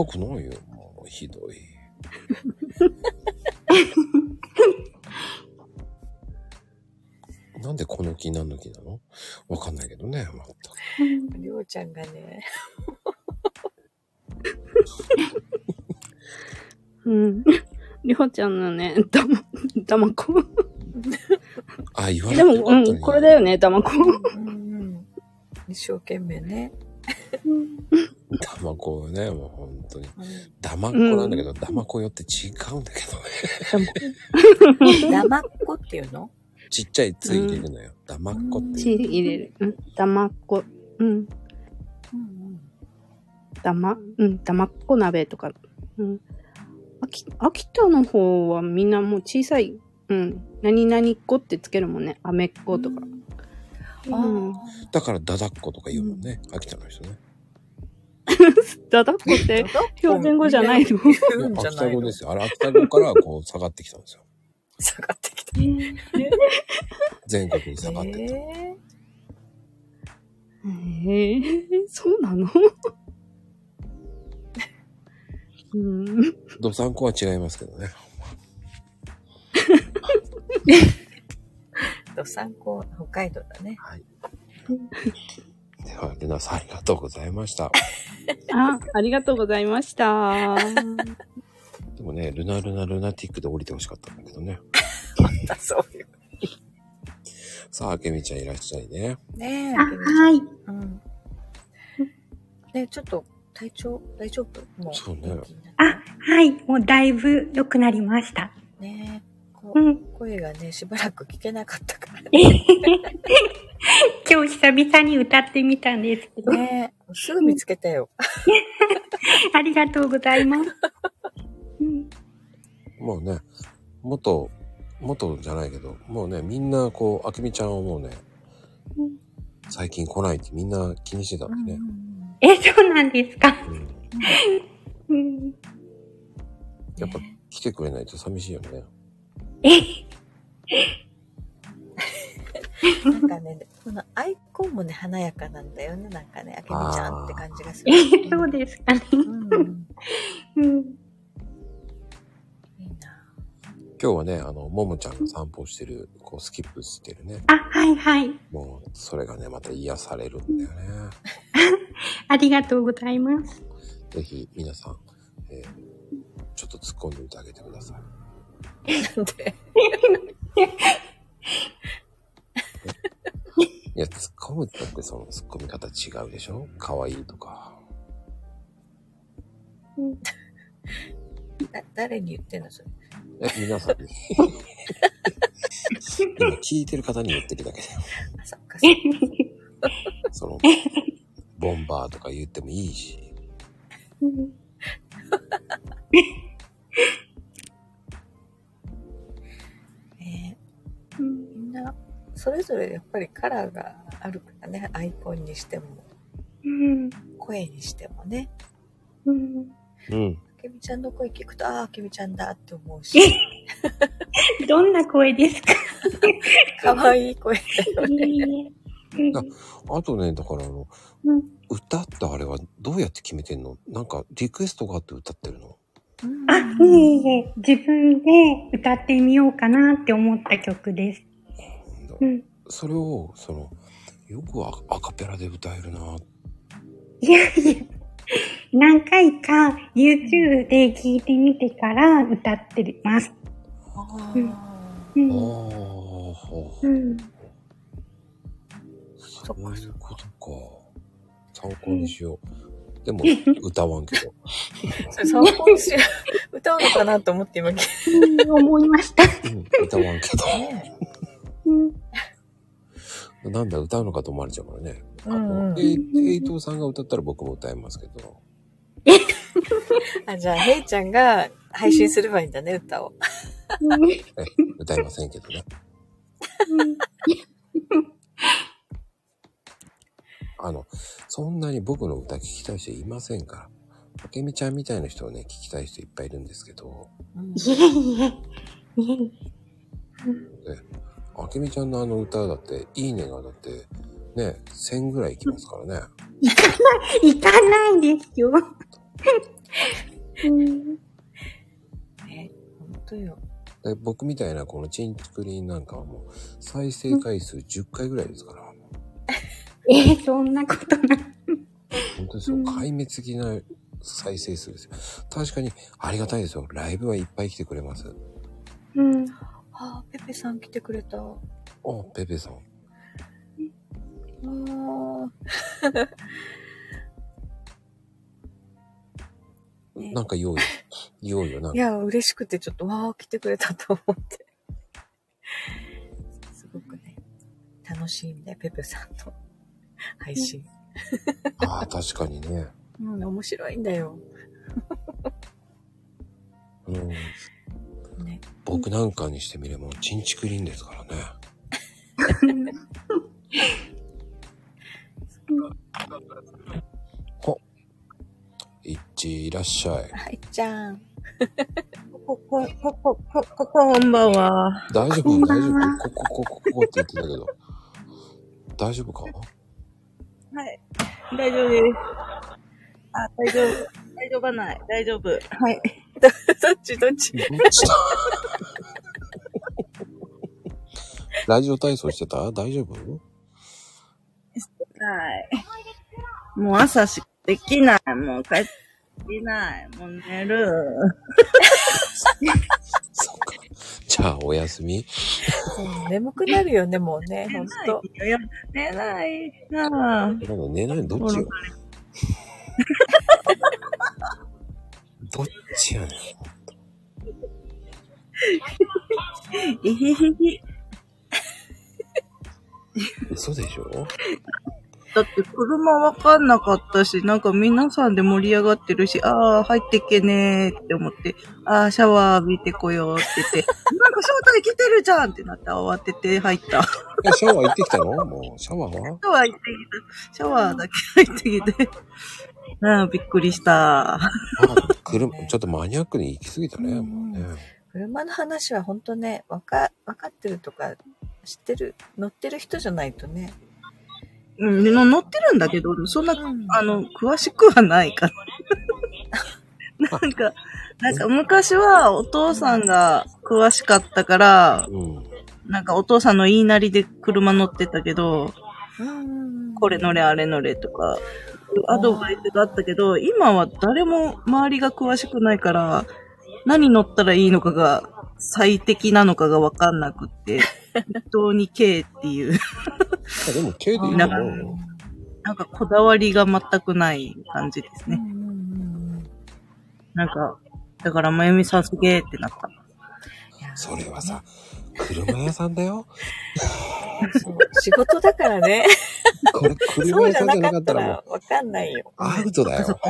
A: 違くないよ、もうひどい。なんでこの気何の気なのわかんないけどね、まったく。
C: りょうちゃんが
D: <laughs>
C: ね、
D: <laughs> うん。りょうちゃんのね、だま、だまこ。
A: あ、言われ
D: で
A: て
D: も、うん、これだよね、だまこ。
C: うんうん、一生懸命ね。
A: ダマコね、もう本当に。
C: うん
A: ダマコなんだけど、ダマコよって違うんだけどね。
C: だまっこっていうの
A: ちっちゃいつ入れるのよ。ダマコって
D: ち
A: いう。
D: 入れる。うん、だまこ。うん、
C: うん
D: だま、うん、だまっこ鍋とか。うん。秋秋田の方はみんなもう小さい、うん、何々っ子ってつけるもんね。あめっことか。
C: うん。
D: う
C: あ
D: ん
C: あ。
A: だから、ダダッコとか言うもんね。秋田の人ね。
D: <laughs> だだっこって標準語じゃないの
A: いや
C: 言うんじゃ
A: 秋
C: な
A: 田
C: い
A: 語で
C: の
A: すよ。あれ、秋田語からこ
C: <laughs>
A: う下がってきたんですよ。
C: 下がってきた。
A: 全国に下がってった。
C: え
D: へえそうなのうん。
A: ドサンコは違いますけどね。
C: ドサンコ、北海道だね。
A: では、ルナさんありがとうございました。
D: あ、ありがとうございました。
A: でもね、ルナルナルナティックで降りてほしかったんだけど
C: <laughs>
A: ね。
C: そうよ。
A: さあ、あけみちゃんいらっしゃいね。
C: ねえ。
I: あ、はい。
C: うん。ねちょっと体調大丈夫もう。
A: そうね
C: 元気になっ
I: あ、はい。もうだいぶ良くなりました。
C: たねこ
I: うん。
C: 声がね、しばらく聞けなかったから
I: <laughs>
C: ね。
I: 今日久々に歌ってみたんですけど、
C: ねすぐ見つけたよ。
I: ありがとうございます。うん
A: もうね、元、元じゃないけど、もうね、みんなこう、あけみちゃんをもうね
I: うん、
A: 最近来ないってみんな気にしてたんでね。
I: え、そうなんですか。
A: うん
I: うん
A: やっぱ来てくれないと寂しいよね。
I: え、
C: <laughs> なんかね、このアイコンもね、華やかなんだよね。なんかね、あけみちゃんって感じがする。
I: え、そうですかね。
C: うん。
I: うん
C: いいな。
A: 今日はね、あの、ももちゃんが散歩してる、こう、スキップしてるね。
I: あ、はいはい。 <laughs>
A: もう、それがね、また癒されるんだよね。
I: ありがとうございます。
A: ぜひ、皆さん、えーちょっと突っ込んでみてあげてください。
C: なん
I: <laughs>
C: で
A: いや、突っ込むってだってその突っ込み方違うでしょ可愛いとか。
C: だ誰に言ってんのそれ。
A: え、皆さん
C: <laughs>
A: に。今聞いてる方に言ってるだけだよ。
C: あ、そっかそっか。
A: その、ボンバーとか言ってもいいし。
I: うん
C: ね
I: うん
C: みんな、それぞれやっぱりカラーがあるからね。アイコンにしても、
I: うん
C: 声にしてもね。
I: うん
A: うん。
C: あけみちゃんの声聞くと、ああ、あけみちゃんだって思うし、
I: どんな声ですか
C: かわいい声だよ
I: いえ
C: ね。
I: いえうん
A: あとね、だからあの、
I: うん
A: 歌ってあれはどうやって決めてんのなんか、リクエストがあって歌ってるの
I: あ、いえいえ、自分で歌ってみようかなって思った曲です。うん。
A: それを、その、よくアアカペラで歌えるな。
I: いやいや、何回か YouTube で聴いてみてから歌ってます。
C: あ
I: うん
C: あ。
I: うん
A: ああ、ほう
I: うん。
A: そ
C: っ
A: う
C: か
A: い
C: そうっ
A: ことか。参考にしよう。でも、歌わんけど。
C: 参考にしよう歌うのかなと思って今聞い
I: うん思いました。
A: うん、歌わんけ
C: た
A: <laughs>
C: ね。
I: うん。
A: ど。なんだ、歌うのかと思われちゃうからね。
C: うんうん
A: えい、えいとうさんが歌ったら僕も歌えますけど。
C: あ、じゃあ、ヘイちゃんが配信すればいいんだね、歌を。
A: え歌えませんけどね。あの、そんなに僕の歌聞きたい人いませんから。あけみちゃんみたいな人をね、聞きたい人いっぱいいるんですけど、
I: いえいえ、いえいえ。
A: あけみちゃんのあの歌だって、いいねがだって、ね、1000ぐらいいきますからね。
I: 行かないですよ。うん
C: ね、本当よ。
A: で僕みたいなこのチンチクリンなんかはもう、再生回数10回ぐらいですから。
I: えー、そんなことない。
A: 本当ですよ。壊滅的な再生数ですよ。確かに、ありがたいですよ。ライブはいっぱい来てくれます。
I: うん。
C: あ、ペペさん来てくれた。わ
A: お、ペペさん。
C: ーね
A: なんか用意、用意よな。
C: いや、嬉しくてちょっと、わー、来てくれたと思って。すごくね、楽しいんだよ、ペペさんの配信。
A: ああ、確かにね。
C: うん、面白いんだよ。
A: うん、
C: ね。
A: 僕なんかにしてみれば、チンチクリンですからね。ほ。いっちいらっしゃい。
C: はい、じゃん。
G: こ、こ、こ、こ、こ、こ、こんばんは。
A: 大丈
I: こ
A: 夫
I: んば
A: 大丈
I: んは
A: 夫ここ、ここ、ここって言ってたけど。大丈夫か
G: はい。大丈夫です。あ、大丈夫。大丈夫ない。大丈夫。はい。
C: <laughs> どっちどっち
A: どっちだラジオ体操してた大丈夫
J: はい。もう朝しかできない。もう帰ってできない。もう寝る。
A: じゃあ、お休み。
C: そう眠くなるよね、もうね、ほんと。
J: 寝ないなぁ。
A: なんか寝ないどっちよどっちやねん。
J: えへへへ。
A: 嘘でしょ
J: だって車わかんなかったし、なんか皆さんで盛り上がってるし、ああ、入ってけねーって思って、ああ、シャワー浴びてこようって言って、なんか招待来てるじゃんってなって慌てて入った。
A: えシャワー行ってきたのもう、シャワーは
J: シャワー行ってきた。シャワーだけ入ってきて。ああ、びっくりした。
A: 車、ちょっとマニアックに行き過ぎたね、もうね。
C: 車の話はほんとね、わか、わかってるとか、知ってる、乗ってる人じゃないとね。
J: うん、の乗ってるんだけど、そんな、あの、詳しくはない <laughs> から。なんか、なんか昔はお父さんが詳しかったから、なんかお父さんの言いなりで車乗ってたけど、これ乗れあれ乗れとか、アドバイスがあったけど、今は誰も周りが詳しくないから、何乗ったらいいのかが最適なのかがわかんなくって、本当に K っていう。
A: でも K
J: でいいなんかなんかこだわりが全くない感じですね。なんか、だからまゆみさんすげーってなった。
A: それはさ、車屋さんだよ。
C: 仕事だからね。
A: これ、
C: そ
A: 車
C: う
A: 屋
C: じ
A: さ
C: ゃ
A: んじゃな
C: なか
A: か
C: っ
A: ったた
C: ら
A: らもう、
C: わかんないよ。
A: アウトだよ。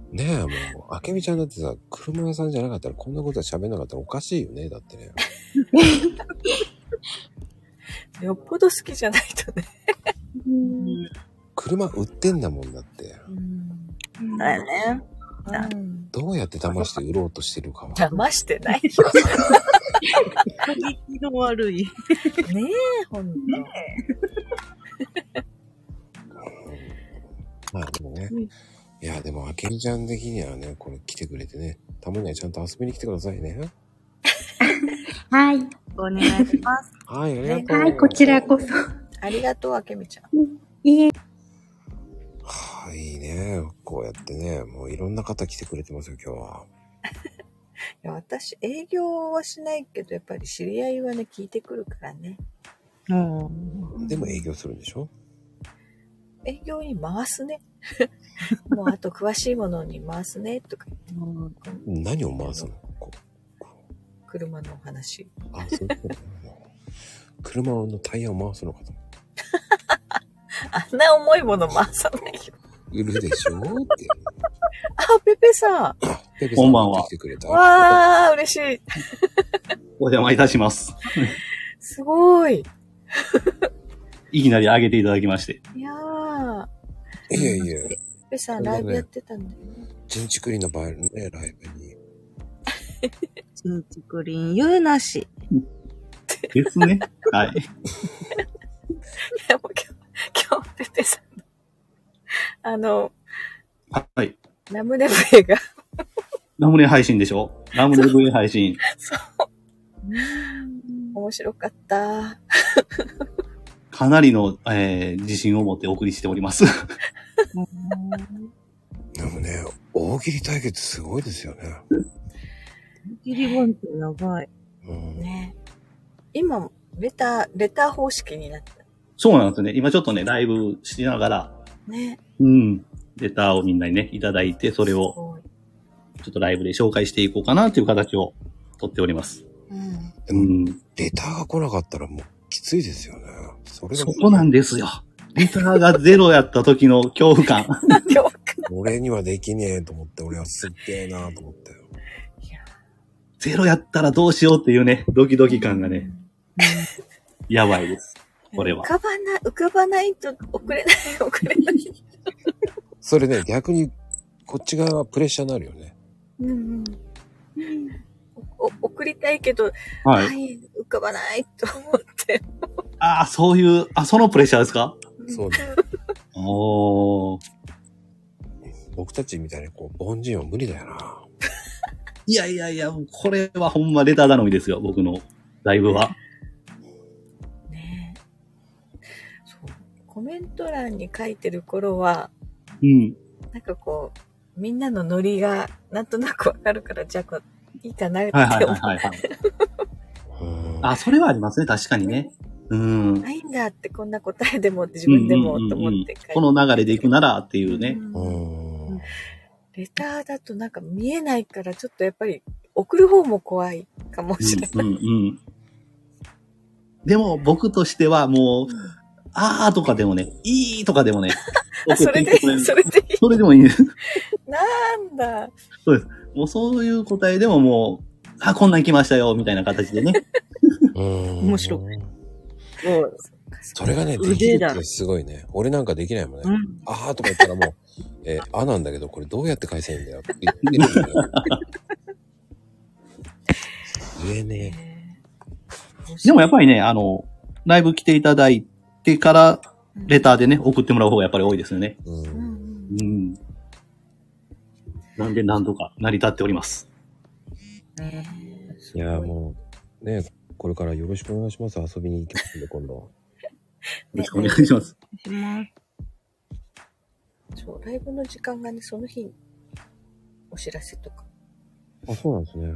A: <laughs> ねえ、もう、あけみちゃんだってさ、車屋さんじゃなかったら、こんなことは喋んなかったらおかしいよね、だっ
I: <laughs>
A: てね。
C: よっぽど好きじゃないとね。
A: 車売ってんだもんだって。
J: だよね。
A: どうやって騙して売ろうとしてるかは。
C: 騙してないよ。
J: 気の悪い。
C: ねえ、ほんと。
A: <laughs> まあでもね。いや、でも、あけみちゃん的にはね、これ来てくれてね、たまにはちゃんと遊びに来てくださいね。
I: はい。
J: お願いします。
A: はい、ありがとう。
I: はい、こちらこそ。
C: ありがとう、あけみちゃん。
I: いえ、
A: はい、いいね。こうやってね、もういろんな方来てくれてますよ、今日は。
C: いや私、営業はしないけど、やっぱり知り合いはね、聞いてくるからね。
A: でも営業するんでしょ
C: 営業に回すね。 <laughs> もうあと詳しいものに回すね、とか言って。
A: 何を回すの
C: 車のお話。
A: あ、そういうことなの車のタイヤを回すのかと。
C: あんな重いもの回さないよ。
A: いるでしょって。
C: あ、ペペさん。
A: ペペ
K: こんばん
A: は。
C: わー、嬉しい。
K: お邪魔いたします。
C: すごい。
K: いきなり上げていただきまして。
C: いやー。
A: いやいや、
C: ペペさん、ライブやってたんだよね。
A: 人畜りの場合ね、ライブに。
J: チンチクリン言うなし。
K: ですね。はい。
C: いや、もう今日、今日、ペペさんの、あの、
K: はい。
C: ラムネ笛が、
K: ラムネ配信でしょラムネ V 配信。
C: 面白かった。
K: かなりの、えー自信を持ってお送りしております。
A: でもね、大喜利対決すごいですよね。
J: ギリボンってやばい。
C: ね。今、レター、レター方式になった。
K: そうなんですよね。今ちょっとね、ライブしながら、
C: ね。
K: うん、レターをみんなにね、いただいて、それを、ちょっとライブで紹介していこうかなという形をとっております。うん。
A: レターが来なかったらもうきついですよね。それが
K: そこなんですよ。レターがゼロやった時の <laughs> 恐怖感。
A: 俺にはできねえと思って、俺はすっげえなと思って。
K: ゼロやったらどうしようっていうね、ドキドキ感がね、やばいです。これは
C: 浮。かばな、浮かばないと遅れない、遅れない。
A: それね、逆に、こっち側はプレッシャーになるよね。
C: うんうん。おお送りたいけど、
K: はい
C: はい、浮かばないと思って。
K: ああ、そういう、あ、そのプレッシャーですか
A: そうね。
K: おー。
A: 僕たちみたいにこう、凡人は無理だよな。
K: いやいやいや、もうこれはほんまレター頼みですよ、僕のライブは。
C: コメント欄に書いてる頃は、
K: うん。
C: なんかこう、みんなのノリがなんとなくわかるから、じゃあこう、いいかなって
K: はいはい
C: 思
K: はいはい、はい。あ、それはありますね、確かにね。うん。
C: う。ないんだって、こんな答えでもって自分でもと思って書いて、
K: この流れで行くならっていうね。
C: レターだとなんか見えないから、ちょっとやっぱり送る方も怖いかもしれない。
K: うんうんうん。でも僕としてはもう、あーとかでもね、いいとかでもね、
C: <laughs> あそれで
K: 送ってきてくれるそれでもいいです。
C: なんだ。
K: そうです。もうそういう答えでももう、あ、こんなん来ましたよ、みたいな形でね。
A: 面
J: 白
A: い。
J: そう。
A: それがね、でき
J: 腕
A: る
J: だ
A: ってすごいね。俺なんかできないもんね。
J: うん
A: あーとか言ったらもう、 <laughs> えーあなんだけど、これどうやって返せんだよって言ってるんだよ言えね
K: <laughs> でもやっぱりね、あの、ライブ来ていただいてから、レターでね、送ってもらう方がやっぱり多いですよね。うん。なんで何とか成り立っております。
A: え。いやー、もう、ね、これからよろしくお願いします。遊びに行きますんで、今
K: <laughs>
A: 度。
K: よろしくお願いします。
C: そう、ライブの時間がね、その日にお知らせとか。
A: あ、そうなんですね。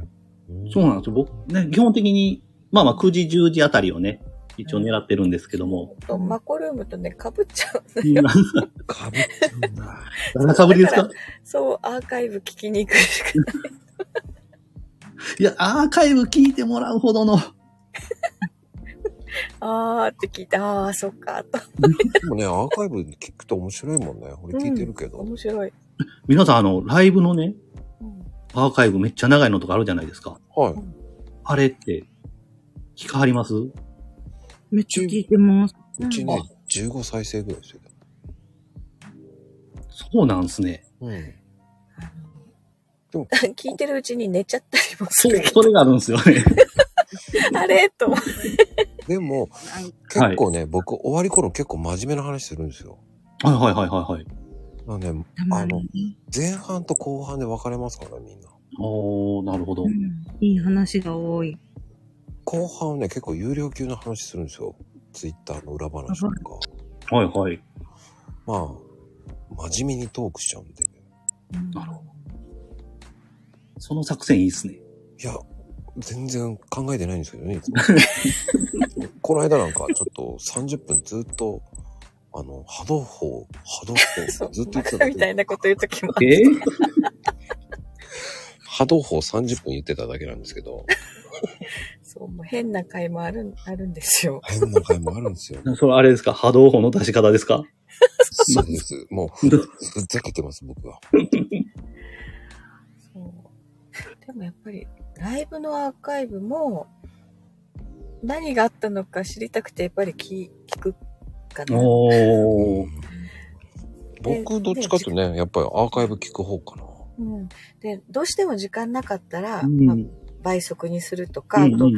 K: そうなんですよ。僕、ね、基本的に、まあまあ9時、10時あたりをね、一応狙ってるんですけど <laughs> も。
C: とマコルームとね、かぶっちゃうん <laughs> だ
K: うん
C: よ。
K: かぶっちゃ <laughs> うんだ。かぶりです
C: だ
K: から
C: そう、アーカイブ聞きに行くしか <laughs> ない。
K: いや、アーカイブ聞いてもらうほどの。
C: あーって聞いて、あー、そっか、と。
A: でもね、アーカイブ聞くと面白いもんね。俺聞いてるけど。
C: 面白い。 <laughs>
K: 皆さん、あの、ライブのね、アーカイブめっちゃ長いのとかあるじゃないですか。
A: はい。
K: あれって、聞かはります
J: めっちゃ聞いてます。
A: うちね、15再生ぐらいですよ。
K: そうなんですね。
A: うん。
C: 聞いてるうちに寝ちゃ
A: <laughs>
C: ったりもす
K: <laughs> そ
C: る
K: う、。それがあるんですよ
J: <laughs>
K: ね。
C: あれと思って。
A: でも、結構ね、僕、終わり頃結構真面目な話するんですよ。
K: はいはいはいはいはい。
A: なんで、あの、前半と後半で分かれますからね、みんな。
K: おー、なるほど。
J: いい話が多い。
A: 後半はね、結構有料級の話するんですよ。ツイッターの裏話とか。
K: はいはい。
A: まあ、真面目にトークしちゃうんで。
K: なるほど。その作戦いいっすね。
A: いや、全然考えてないんですけどね、い
K: <laughs>
A: つもこの間なんか、ちょっと30分ずっと、あの、波動砲、波動砲、ずっと言ってたんだけど
C: みたいなこと言うときもあ
A: え
C: る。
A: 波動砲30分言ってただけなんですけど、
C: そう、もう変な回もある、あるんですよ。
A: 変な回もあるんですよ。
K: それあれですか波動砲の出し方ですか
A: そうです。もう、ふふざけてます、僕は。
C: でもやっぱり、ライブのアーカイブも、何があったのか知りたくて、やっぱり聞聞くか
K: <laughs>
C: な。
K: おー。
A: 僕、どっちかってね、やっぱりアーカイブ聞く方かな。
C: うん。で、どうしても時間なかったら、
A: うん
C: まあ、倍速にするとか、あと、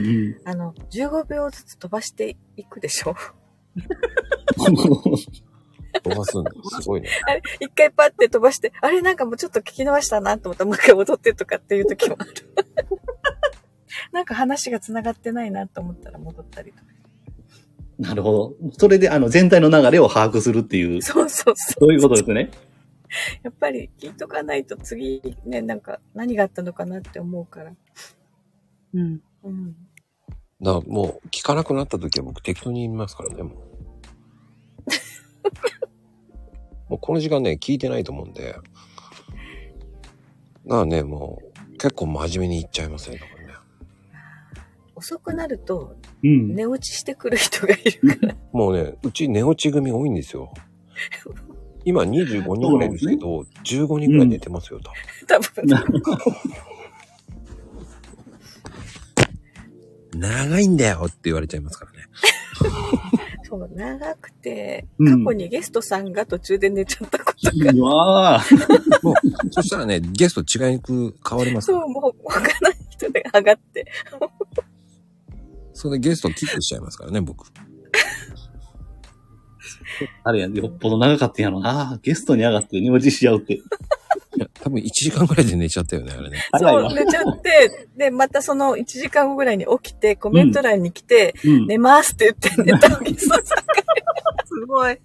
C: あの、15秒ずつ飛ばしていくでしょ
A: 飛ばすんだ。すごいね。
C: <laughs> あれ、一回パッて飛ばして、あれなんかもうちょっと聞き逃したなと思ったらもう一回戻ってとかっていう
A: <laughs>
C: 時もある。なんか話が繋がってないなと思ったら戻ったり
A: <laughs>
C: とか。
K: <laughs> なるほど。それで、あの、全体の流れを把握するっていう。
C: そうそうそう。
K: そういうことですね。
C: <laughs> やっぱり聞いとかないと次ね、なんか何があったのかなって思うから。
J: うん。
C: うん。
A: だからもう、聞かなくなった時は僕適当に言いますからね、もう。もうこの時間ね、聞いてないと思うんで。だからね、もう、結構真面目に言っちゃいますね、だからね。
C: 遅くなると
K: うん。
C: 寝落ちしてくる人がい
A: <laughs>
C: るから。
A: もうね、うち寝落ち組多いんですよ。今25人ぐらいですけど、15人ぐらい寝てますよ、多分。
C: 多分。
A: 長いんだよって言われちゃいますからね。
C: そう、長くて、過
A: うん
C: 去にゲストさんが途中で寝ちゃったことが。
K: うわ
A: もう、そしたらね、ゲスト違いに変わります。
C: そう、もう他の人で上がって。
A: それでゲストキックしちゃいますからね、
K: <laughs>
A: 僕。
K: あれや、よっぽど長かったんやろな。ゲストに上がって寝落ちしちゃうって。
A: や、多分1時間ぐらいで寝ちゃったよね、あれね。
C: そう、寝ちゃって、で、またその1時間後ぐらいに起きて、コメント欄に来て、
A: うんうん
C: 寝ますって言って寝た
A: <laughs>
C: のに、そう、す
J: ごい。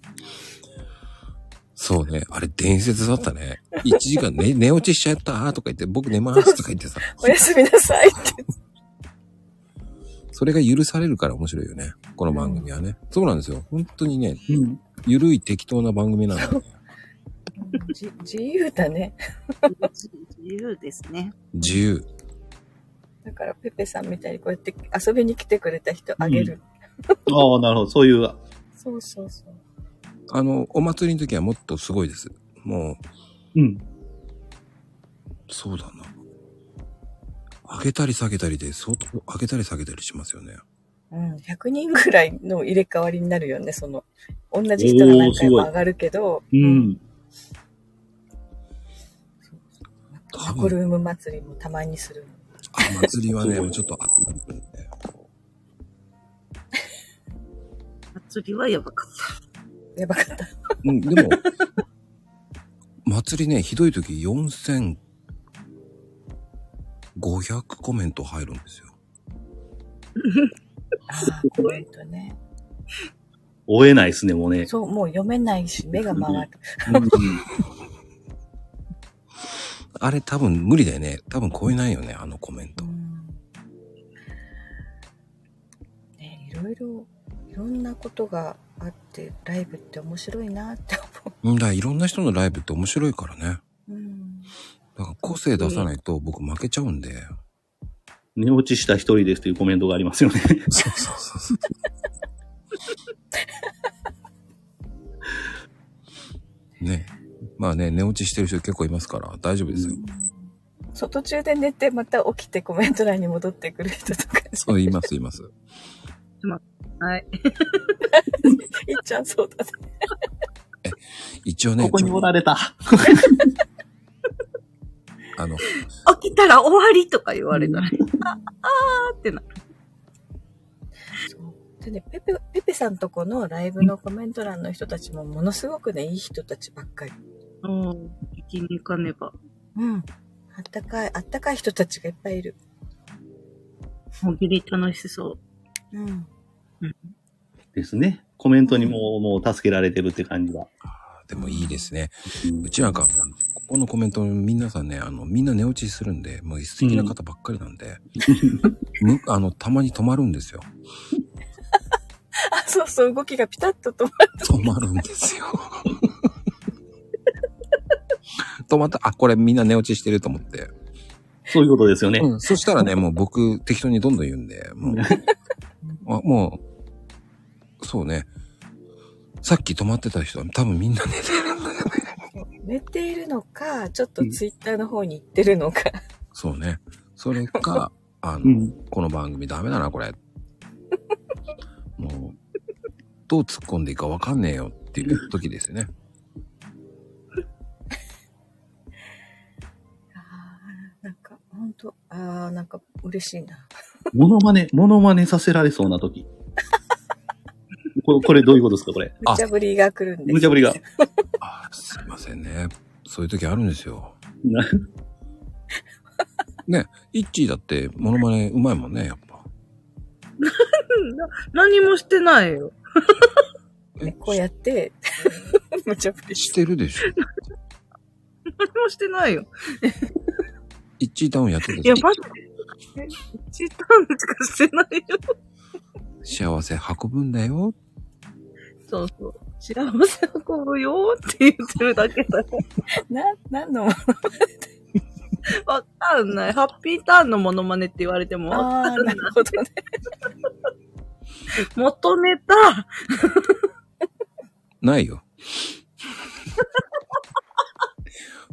A: そうね。あれ伝説だったね。1時間寝、寝落ちしちゃったとか言って、僕寝ますとか言ってさ、
C: おやすみなさいって。
A: それが許されるから面白いよね。この番組はね。そうなんですよ。本当にね、ゆるい適当な番組なんだよね。
C: じ自由だね。
J: 自由ですね。
A: 自由。
C: だから、ペペさんみたいにこうやって遊びに来てくれた人あげる。
K: ああ、なるほど。そういう、
C: そうそうそう。
A: あの、お祭りの時はもっとすごいです。も
K: う。うん。
A: そうだな。上げたり下げたりで、相当上げたり下げたりしますよね。
C: うん、100人ぐらいの入れ替わりになるよね、その、同じ人が何回も上がるけど、
K: うん。
C: タコルーム祭りもたまにする。
A: あ、祭りはね、もうちょっと、あ
J: 祭りはやばかった。
C: やばかった。
A: うん、でも、
C: <laughs>
A: 祭りね、ひどい時4500コメント入るんですよ。
C: コメントね。
K: 追えないですね、もうね。
C: そう、もう読めないし、目が回る。
K: うん
A: あれ多分無理だよね。多分超えないよね、あのコメント。
C: ね、いろいろ、いろんなことがあって、ライブって面白いなって思
A: うんだ、いろんな人のライブって面白いからね。
C: う。うん。
A: だから個性出さないと僕負けちゃうんで。
K: 寝落ちした一人ですというコメントがありますよね。
A: そうそうそうそう。ね。まあね、寝落ちしてる人結構いますから大丈夫ですよ。
C: そう、途中で寝て、また起きてコメント欄に戻ってくる人とか、
A: そう、います、います。
J: はい。
C: いっちゃんそうだね。
A: 一応ね。
K: ここにおられた。
A: あの、
J: <laughs> 起きたら終わりとか言われ <laughs> たら、あ、あーってなる。
C: でね、ペペ、ペペさんとこのライブのコメント欄の人たちもものすごくね、いい人たちばっかり。
J: うん。生きに行かねば。
C: うん。あったかい、あったかい人たちがいっぱいいる。
J: もぎり楽しそう。
C: うん。
K: ですね。コメントにもう、もう助けられてるって感じが。
A: でもいいですね。うちなんか、ここのコメント、皆さんね、あの、みんな寝落ちするんで、もう素敵な方ばっかりなん
C: <laughs>
A: で、むあの、たまに止まるんですよ。
C: あ、そうそう、動きがピタッと止ま
J: <laughs>
A: 止まるんですよ。止まった、あ、これみんな寝落ちしてると思って。
K: そういうことですよね。
A: うん、そしたらね、もう僕、適当にどんどん言うんで、
K: <laughs>
A: もう、あもう、そうね。さっき止まってた人は多分みんな寝てるんだよね。
C: る。寝ているのか、ちょっとツイッターの方に行ってるのか。
A: そうね。それか、あの、この番組ダメだな、これ。もう、どう突っ込んでいいかわかんねえよっていう時ですね。
C: なんか、ほんと、あー、なんか嬉しいな。
K: モノマネ、モノマネさせられそうな時。これ、これどういうことですか、これ。
C: 無茶ぶりが来るんです。
K: 無茶ぶ
C: <laughs>
K: りが。
A: あすいませんね。そういう時あるんですよ。ね、イッチーだってモノマネうまいもんね、やっぱ。
J: な <laughs> 何もしてないよ。
C: ね、こうやって、無茶ぶり
A: してるでしょ。
J: 何もしてないよ。
A: イッチーダウンやってる
J: いや、
A: でしょ。
J: マジで。え一ターンしかしてないよ。
A: 幸せ運ぶんだよ。
J: そうそう。幸せ運ぶよって言ってるだけだよ。
C: な、何の
J: わかんない。ハッピーターンのモノマネって言われてもわかんない。 <laughs> 元ネタ。
A: ない
J: <laughs>
A: よ。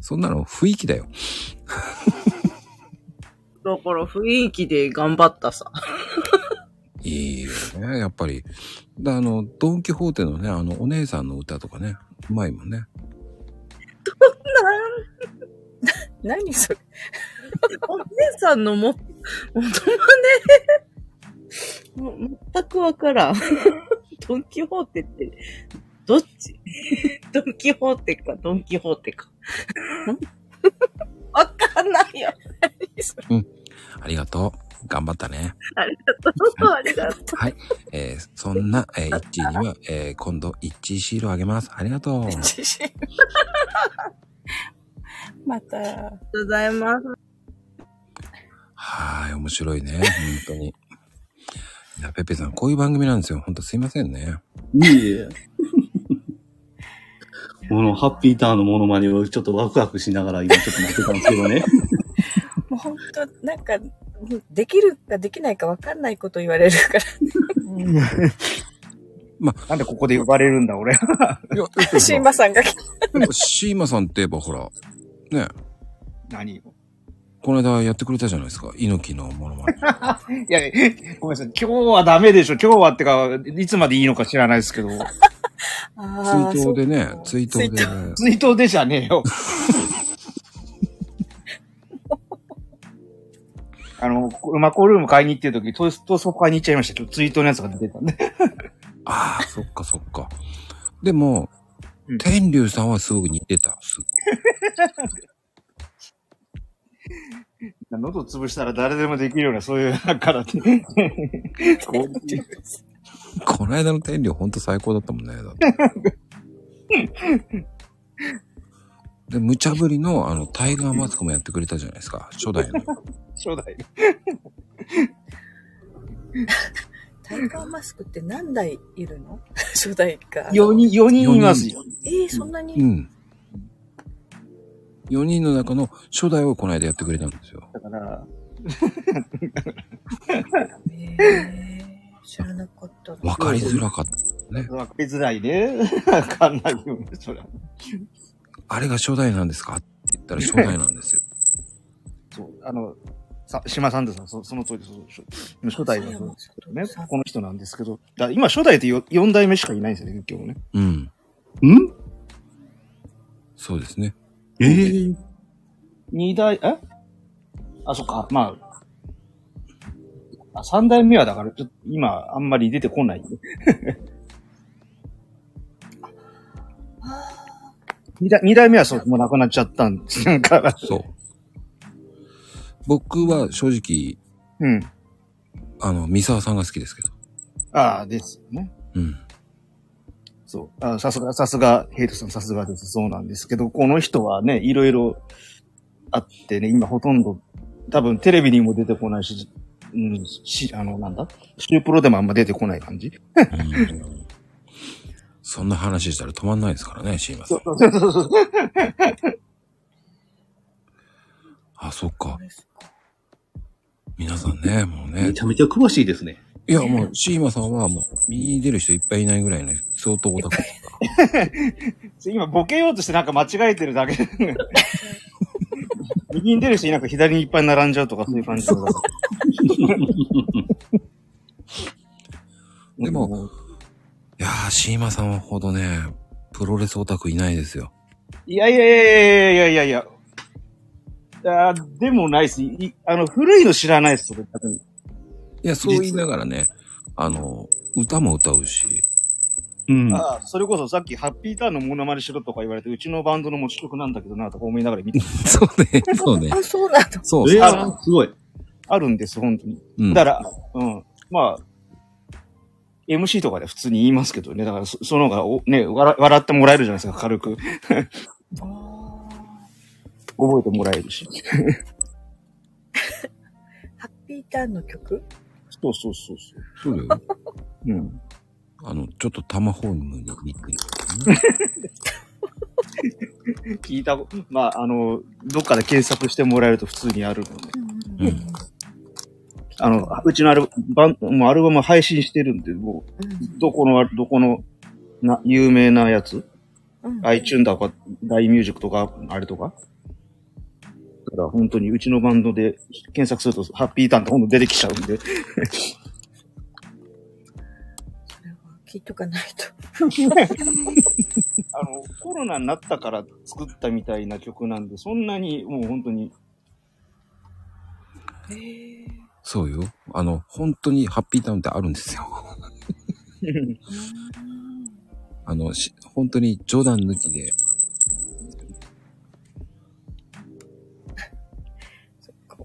A: そんなの雰囲気だよ。
J: だから雰囲気で頑張ったさ。
A: いいよね、やっぱり。だあの、ドン・キホーテのね、あの、お姉さんの歌とかね、うまいもんね。
C: な、何それ。
J: お姉さんのも、元マネ。も全くわからん。ドンキホーテって、どっちドンキホーテか、ドンキホーテか。わかんないよ。何それ
A: うん。ありがとう。頑張ったね。
J: ありがとう、ありがとう。
A: はい。えー、そんな、えー、イッチーには、えー、今度、イッチーシールをあげます。ありがとう。
C: また。ありがと
J: うござ
C: <laughs>
J: います。
A: はい、面白いね。本当に。いや、ペペさん、こういう番組なんですよ。本当すいませんね。
K: いえいえ。このハッピーターンのモノマネをちょっとワクワクしながら今ちょっと待ってたんです
A: <laughs>
K: けどね。
C: もう本当なんか、できるかできないかわかんないこと言われるから。
A: まあ、なんでここで呼ばれるんだ、俺。いや、
C: シーマさんが来た。
A: でもシーマさんって言えばほら、ねえ。
L: 何を
A: この間やってくれたじゃないですか。猪木のモノマネ。
L: いや、ごめんなさい。今日はダメでしょ。今日はってか、いつまでいいのか知らないですけど。
C: <laughs> あ
A: 追悼でね、追悼で、ね。
L: 追悼でじゃねえ
C: <laughs>
L: よ。あの、マコルーム買いに行ってる時、トーストそこ買いに行っちゃいました。今日ツイートのやつが出てたんで。
A: ああ、そっかそっか。でも、天竜さんはすごく似てた。す
L: <laughs> 喉潰したら誰でもできるような、そう <laughs> いうからって。こう
A: この間の天竜ほんと最高だったもんね。だってで、無茶ぶりの、あの、タイガーマスクもやってくれたじゃないですか。 <laughs> 初代の。
L: 初代。
C: タイガーマスクって何台いるの初代か。
L: 4人、4人いますよ。
C: えー、そんなに、
A: うん。4人の中の初代をこの間やってくれたんですよ。
L: だから、
C: 知らなかったな。
A: わかりづらかった。ね。
L: わかりづらいね。 <laughs> わかんないよね、それは。
A: あれが初代なんですかって言ったら初代なん
L: <laughs>
A: ですよ。
L: そう、あの、さ島さんですそその通りですそう。初代だそうですけどね。この人なんですけど。だ今、初代って 4, 四代目しかいないんですよね、結局ね。
A: うん。
K: ん
A: そうですね。
K: ええ
L: 2代、えあ、そっか、まあ。あ、3代目はだから、ちょっと今、あんまり出てこない、ね。2代、二代目はそう、もうなくなっちゃったんです。だから。
A: そう。僕は正直、
L: うん。
A: あの、三沢さんが好きですけど。
L: ああ、ですよね。
A: うん。
L: そう。あさすが、さすが、ヘイトさんさすがです。そうなんですけど、この人はね、いろいろあってね、今ほとんど、多分テレビにも出てこないし、うん、し、あの、なんだ週プロでもあんま出てこない感じ
A: そんな話したら止まんないですからね、シーマさ <laughs> ん。
L: そうそうそう。
A: あ、そっか。皆さんね、もうね。
K: めちゃめちゃ詳しいですね。
A: いや、もう、シーマさんはもう、右に出る人いっぱいいないぐらいの相当オタク。
L: 今、ボケようとしてなんか間違えてるだけ。右に出る人いなく左にいっぱい並んじゃうとか、そういう感じだから
A: <laughs> でも、いやー、シーマさんほどね、プロレスオタクいないですよ。
L: いやいやいやいやいやいやいや。あーでもないっす。いあの、古いの知らないっす、それ多分
A: いや、そう言いながらね、あの、歌も歌うし。
K: うん
L: ああ、それこそさっき、ハッピーターンのモノマネしろとか言われて、うちのバンドの持ち曲なんだけどな、とか思いながら見て。
A: そうね、 <laughs> そうね。
C: あ、そうなんだ。
A: そう
K: え
A: そう。
K: ー、すごい。
L: あるんです、本当に。
A: うん
L: だから、うん。まあ、MC とかで普通に言いますけどね。だからそ、その方がお、ね、笑笑ってもらえるじゃないですか、軽
C: <laughs>
L: く。覚えてもらえるし。
C: ハッピーターンの曲
L: そうそうそう
A: そうだよ。
L: そう。うん。
A: あの、ちょっとタマホームに似てる、ね。
L: 聞いたこ、まあ、あの、どっかで検索してもらえると普通にあるので。
A: うん。
L: あの、うちのアルバム、もうアルバム配信してるんで、もう、どこの、どこの、な、有名なやつ、
C: うん、
L: iTune だとか、大ミュージックとか、あれとか。だから本当にうちのバンドで検索すると、ハッピーターンってほんと出てきちゃうんで。
C: 聞いとかないと。
L: あの、コロナになったから作ったみたいな曲なんで、そんなにもう本当に、
A: そうよ。あの、本当にハッピータウンってあるんですよ。あの、し本当に冗談抜きで、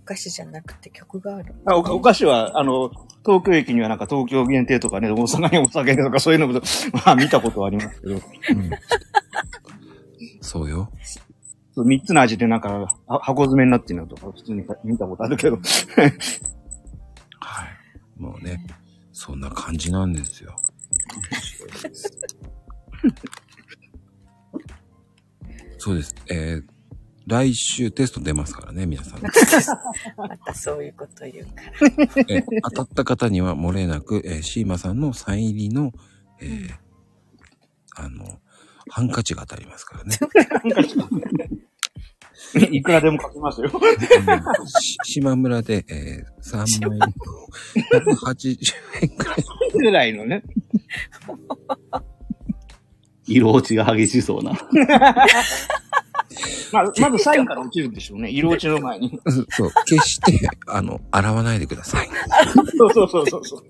C: 菓子じゃなくて曲がある。
L: あおお菓子は、あの、東京駅にはなんか東京限定とかね、大阪に大阪限定とかそういうのも、 <laughs> まあ見たことはありますけど。
A: そうよ。
L: 三つの味でなんか、は箱詰めになってるのとか、普通に見たことあるけど。 <laughs>
A: もうね、そんな感じなんですよ。そうです。えー、来週テスト出ますからね、皆
C: <laughs>
A: さん。
C: またそういうこと言うか
A: えー当たった方には漏れなく、えーシーマさんのサイン入りの、えーあの、ハンカチが当たりますからね。
L: <laughs> いくらでも書きますよ。
A: し島村で、えー、3万円と180円くらい。
L: ぐらいのね。
K: 色落ちが激しそうな。
L: まあ、まずサインから落ちるんでしょうね。色落ちの
A: <laughs>
L: 前に。
A: <laughs> そう、決して、あの、洗わないでください。
L: そうそうそうそうそう。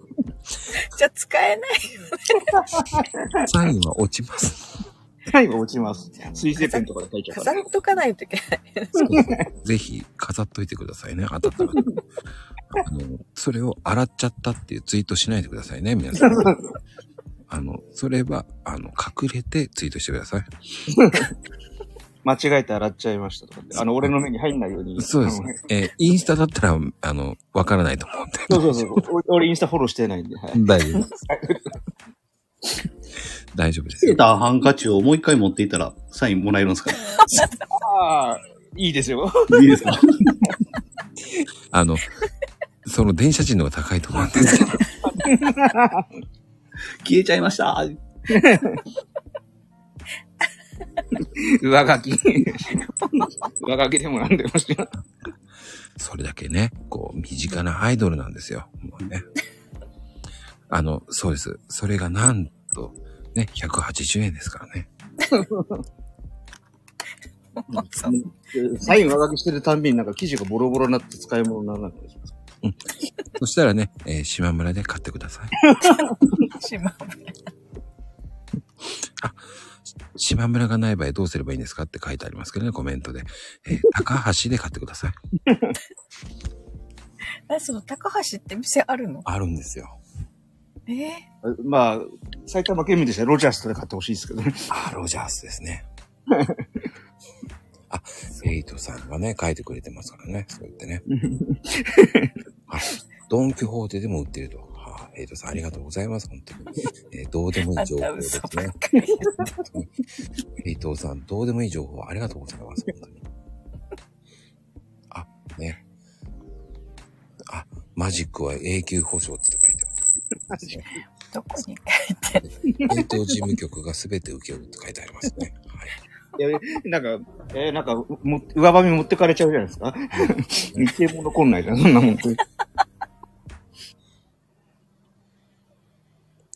C: じゃあ使えないよね。
A: サインは落ちます。
L: サインは落ちます。 <laughs> 水性ペンとかで書いちゃうか
C: <laughs> 飾
L: ら。
C: っとかないといけない。
A: ぜひ飾っといてくださいね。当たった方。あの、それを洗っちゃったっていうツイートしないでくださいね、皆さん。あの、それは、あの、隠れてツイートしてください。
L: 間違えて洗っちゃいましたとかって。あの、俺の目に入んないように。
A: そうです
L: あの
A: ね。えーインスタだったら、あの、わからないと思うんで。
L: そうそうそう。 <laughs> 俺俺インスタフォローしてないんで。はい。
A: 大丈夫です。大丈夫です。
K: 切れたハンカチをもう一回持っていったら、サインもらえるんですか
L: ああ、いいですよ。 <laughs>
K: いいですか
A: あの、その電車賃の方が高いと思うんですけど。
K: <laughs> 消えちゃいました。
L: 上書き。 <laughs> 上書きでもなんでもし <laughs> ない。
A: それだけね、こう、身近なアイドルなんですよ。もうね。あの、そうです。それがなんと、ね、180円ですからね。
L: サイン上書きしてるたんびになんか生地がボロボロになって使い物にならなくて。
A: そしたらね、えー島村で買ってください。
C: 島
A: 島村がない場合どうすればいいんですかって書いてありますけどね、コメントで。えー高橋で買ってください。
C: え、その高橋って店あるの
A: あるんですよ。
C: えー
L: まあ、埼玉県民でしたらロジャースとかで買ってほしいですけどね。
A: あ、ロジャースです
L: <laughs>
A: ね。あ、エイトさんがね、書いてくれてますからね、そう言ってね。あ、ドン・キホーテでも売ってると。はあ、エイトさんありがとうございます、本当に。えーどうでもいい情報
L: <laughs>
A: ですね。エイトさん、どうでもいい情報ありがとうございます、本当に。あ、ね。あ、マジックは永久保証って書いてある。
C: どこに書いて
A: る冷凍事務局が全て請け負うって書いてありますね。
L: いや、なんか、えーなんか、も、上場み持ってかれちゃうじゃないですか。 <laughs> 日程も残んないじゃん、 <laughs> そんなもん。
A: <laughs>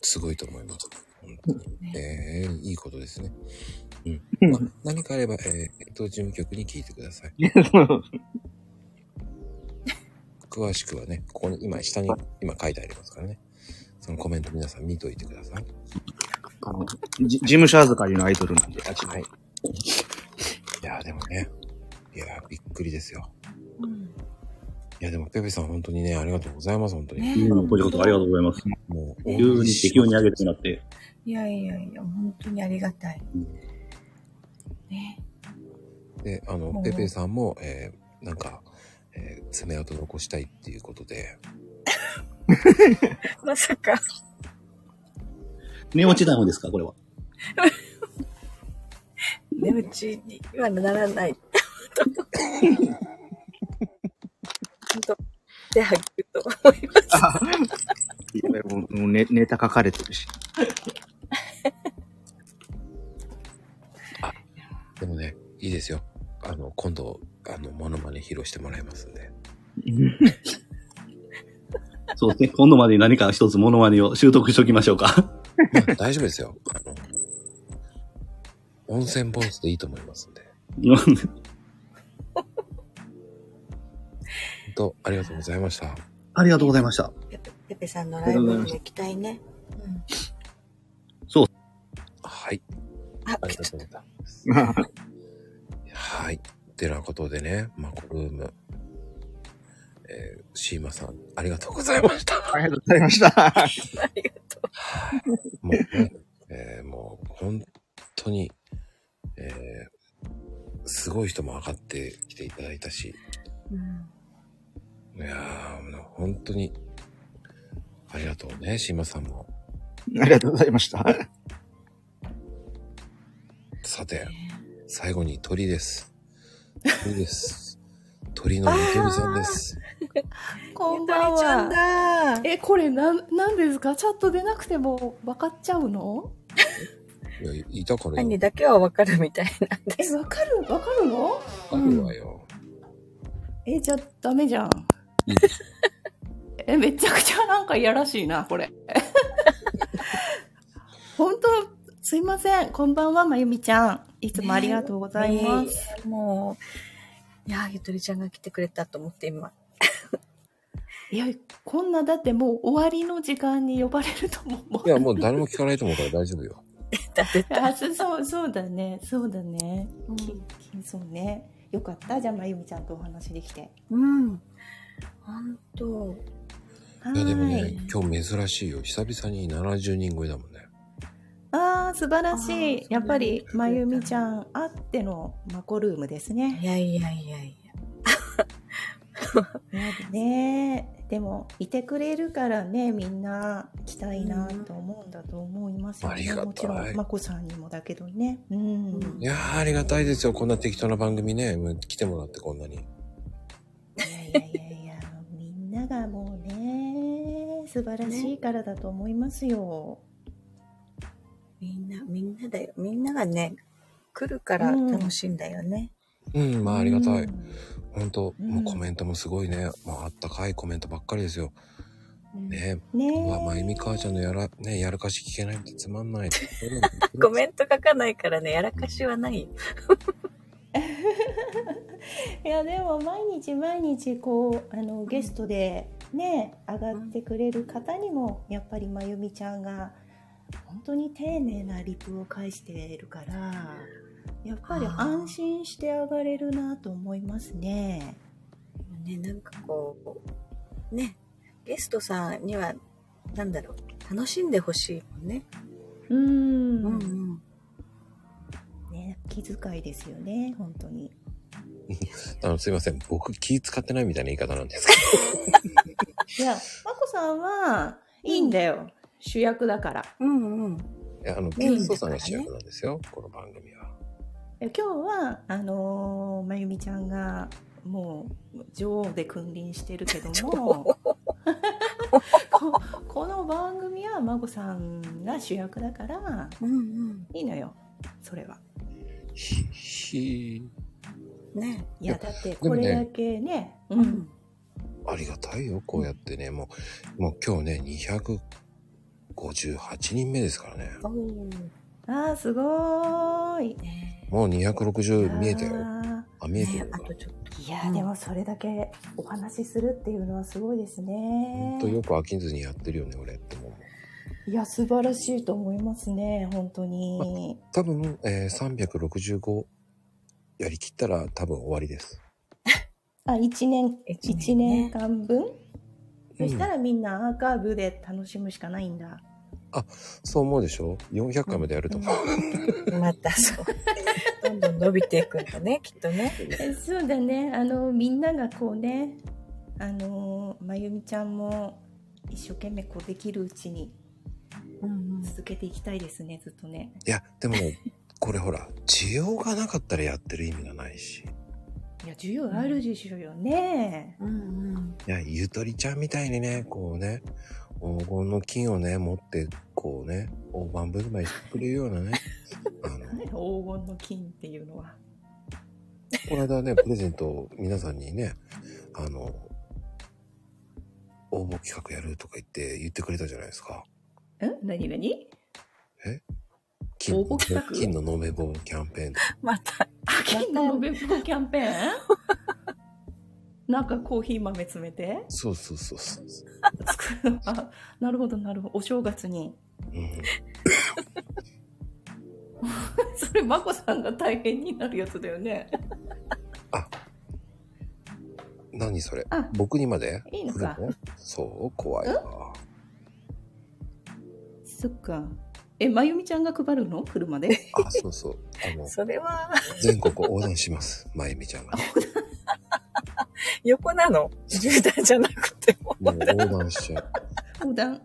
A: すごいと思います。本当にええいいことですね。うん。まあ、何かあれば、えー、冷凍事務局に聞いてください。詳しくはね、ここに今、下に今書いてありますからね。そのコメント皆さん見といてください。
L: あの、じ事務所預かりのアイドルなんで、あはい。
A: いやーでもね、いやーびっくりですよ。いやでも、ペペさん本当にね、ありがとうございます、本当に。
K: うんこちらこそありがとうございます。
A: もう、
K: 急に適応に上げてもらって。
C: いやいやいや、本当にありがたい。
A: で、あ
C: も
A: の、
C: う
A: ペペさんも、えー、なんか、えー爪痕残したいっていうことで、
C: まさか。
K: 寝落ちない方ですかこれは。
C: 値打ちにはならない。本当。で、はっきりと思います。
L: いやもうもうネネタ書かれてるし。
A: でもね、いいですよ。あの、今度、あの、モノマネ披露してもらいますんで。
K: そうですね。今度までに何か一つモノマネを習得しておきましょうか。
A: まあ <laughs> 大丈夫です
K: <laughs>
A: よ。あの、温泉ボイスでいいと思いますんで。本当、ありがとうございました。
K: ありがとうございました。
C: ペペさんのライブにも行きたいね。
K: そう。
A: はい。
C: あ、
A: りがとうございます。はい。てなことでね、マコルーム。えー、シーマさん、ありがとうございました。
L: ありがとうございました
A: ありがとう。もうね、えーもう本当に、えーすごい人も上がってきていただいたし、いやー、もう本当に、ありがとうね、シーマさんも。
L: ありがとうございました。
A: さて、最後に鳥です。鳥です。鳥のゆとりさんです。
F: こんばんは。え、これなん、なんですかチャット出なくても分かっちゃうの
A: いや、いたからよ。
C: 何だけはわかるみたいな。
F: え、分かる分かるの
A: あるわよ。
F: え、じゃあダメじゃん。え、めちゃくちゃなんかいやらしいな、これ。本当すいません。こんばんは、まゆみちゃん。いつもありがとうございます。
C: す。もう、いやー、ゆとりちゃんが来てくれたと思って今。
F: いや、こんなだってもう終わりの時間に呼ばれると思
A: い
F: う。
A: や、もう誰も聞かないと思うから大丈夫よ。
F: あそそうそうだねそうだね、ききそうねよかったじゃあまゆみちゃんとお話できて
C: うん。本当。
A: いや、でも
F: は
A: ね
F: い、
A: 今日珍しいよ。久々に70人超えだもんね。
F: あー素晴らしいやっぱりまゆみちゃんあってのマコルームですね
C: いやいやいやい
F: や <laughs> ねえでもいてくれるからねみんな来たいなと思うんだと思いますよね、
A: ありがたい
F: もちろんまこさんにもだけどねうん
A: いやー、ありがたいですよ。こんな適当な番組ね。もう来てもらってこんなに。
F: みんながもうね素晴らしいからだと思いますよ、
C: みんな、みんなだよ。みんながね、来るから楽しいんだよね。
A: うん、まあありがたい。本当もうコメントもすごいね。まああったかいコメントばっかりですよ。ねえ。
F: ね
A: うわ、まゆみ母ちゃんのやら、ね、やらかし聞けないってつまんない。 <laughs>
C: コメント書かないからね、やらかしはない。
F: いやでも毎日毎日こうあのゲストでね上がってくれる方にもやっぱりまゆみちゃんが本当に丁寧なリプを返しているからやっぱり安心して上がれるなと思いますね。
C: ね、なんかこう、ね、ゲストさんには、なんだろう、楽しんでほしいもんね。
F: うん
C: うんうん。
F: ね気遣いですよね本当に。
A: あの、すいません。僕気使ってないみたいな言い方なん <laughs> ですけ
F: いやまこさんはいいんだよ、主役だから。
C: うんうん。
A: ど。いやあの、
F: メインだからね
A: ゲストさんが主役なんですよ。この番組は。
F: 今日はあのーまゆみちゃんがもう女王で君臨してるけども <laughs> ここの番組はまこさんが主役だから、いいのよそれは。
A: ひ
C: ね
F: いやだって
A: でも
F: こ
A: ね
F: れだけねうん、
A: ありがたいよ。こうやってね、もう、もう今日ね、258人目ですからね。
F: あーすごーい。
A: もう260見えたよ。
F: あ
A: あ、見えてる
F: ー。いやーでもそれだけお話しするっていうのはすごいです
A: ほ
F: ね
A: ん。とよく飽きずにやってるよね、俺ってもう。
F: いや素晴らしいと思いますね本当に。
A: 多分、えー、365やりきったら多分終わりです。
F: あ、1年、一年,、間分、
A: う
F: そ
A: ん
F: したらみんなアーカイブで楽しむしかないんだ。
A: そう思うでしょ ?400 回までやると思う。
C: またそう。どんどん伸びていくんだね、きっとね。
F: えそうだね。あの、みんながこうね、あの、まゆみちゃんも一生懸命こうできるうちに続けていきたいですね、ずっとね。
A: いや、でもね、これほら、需要がなかったらやってる意味がないし。
F: いや、需要あるでしょうよね。
A: いや、ゆとりちゃんみたいにね、こうね、黄金の金をね、持って、こうね、大盤振る舞いしてくれるようなね。
F: 何黄金の金っていうのは。
A: この間ね、プレゼントを皆さんにね、あの、応募企画やるとか言って言ってくれたじゃないですか。
F: ん何何
A: 金応募企画金の延べ棒キャンペーンとか。
F: 金の延べ棒キャンペーン <laughs> なんかコーヒー豆詰めて
A: そうそうそうそう。
F: 作る <laughs> あなるほどなるほどお正月に、 <laughs> それ眞子さんが大変になるやつだよね
A: な何それ
F: あ
A: 僕にまで
F: いいのか
A: 来るそう、怖いわ。
F: そっか。え、まゆみちゃんが配るの車で。
A: あ、そうそう。あの、
C: それは、
A: 全国横断します。 <laughs> まゆみちゃんが。
C: 横なの渋滞じゃなくても。
A: もう横断しちゃう。
F: 横断。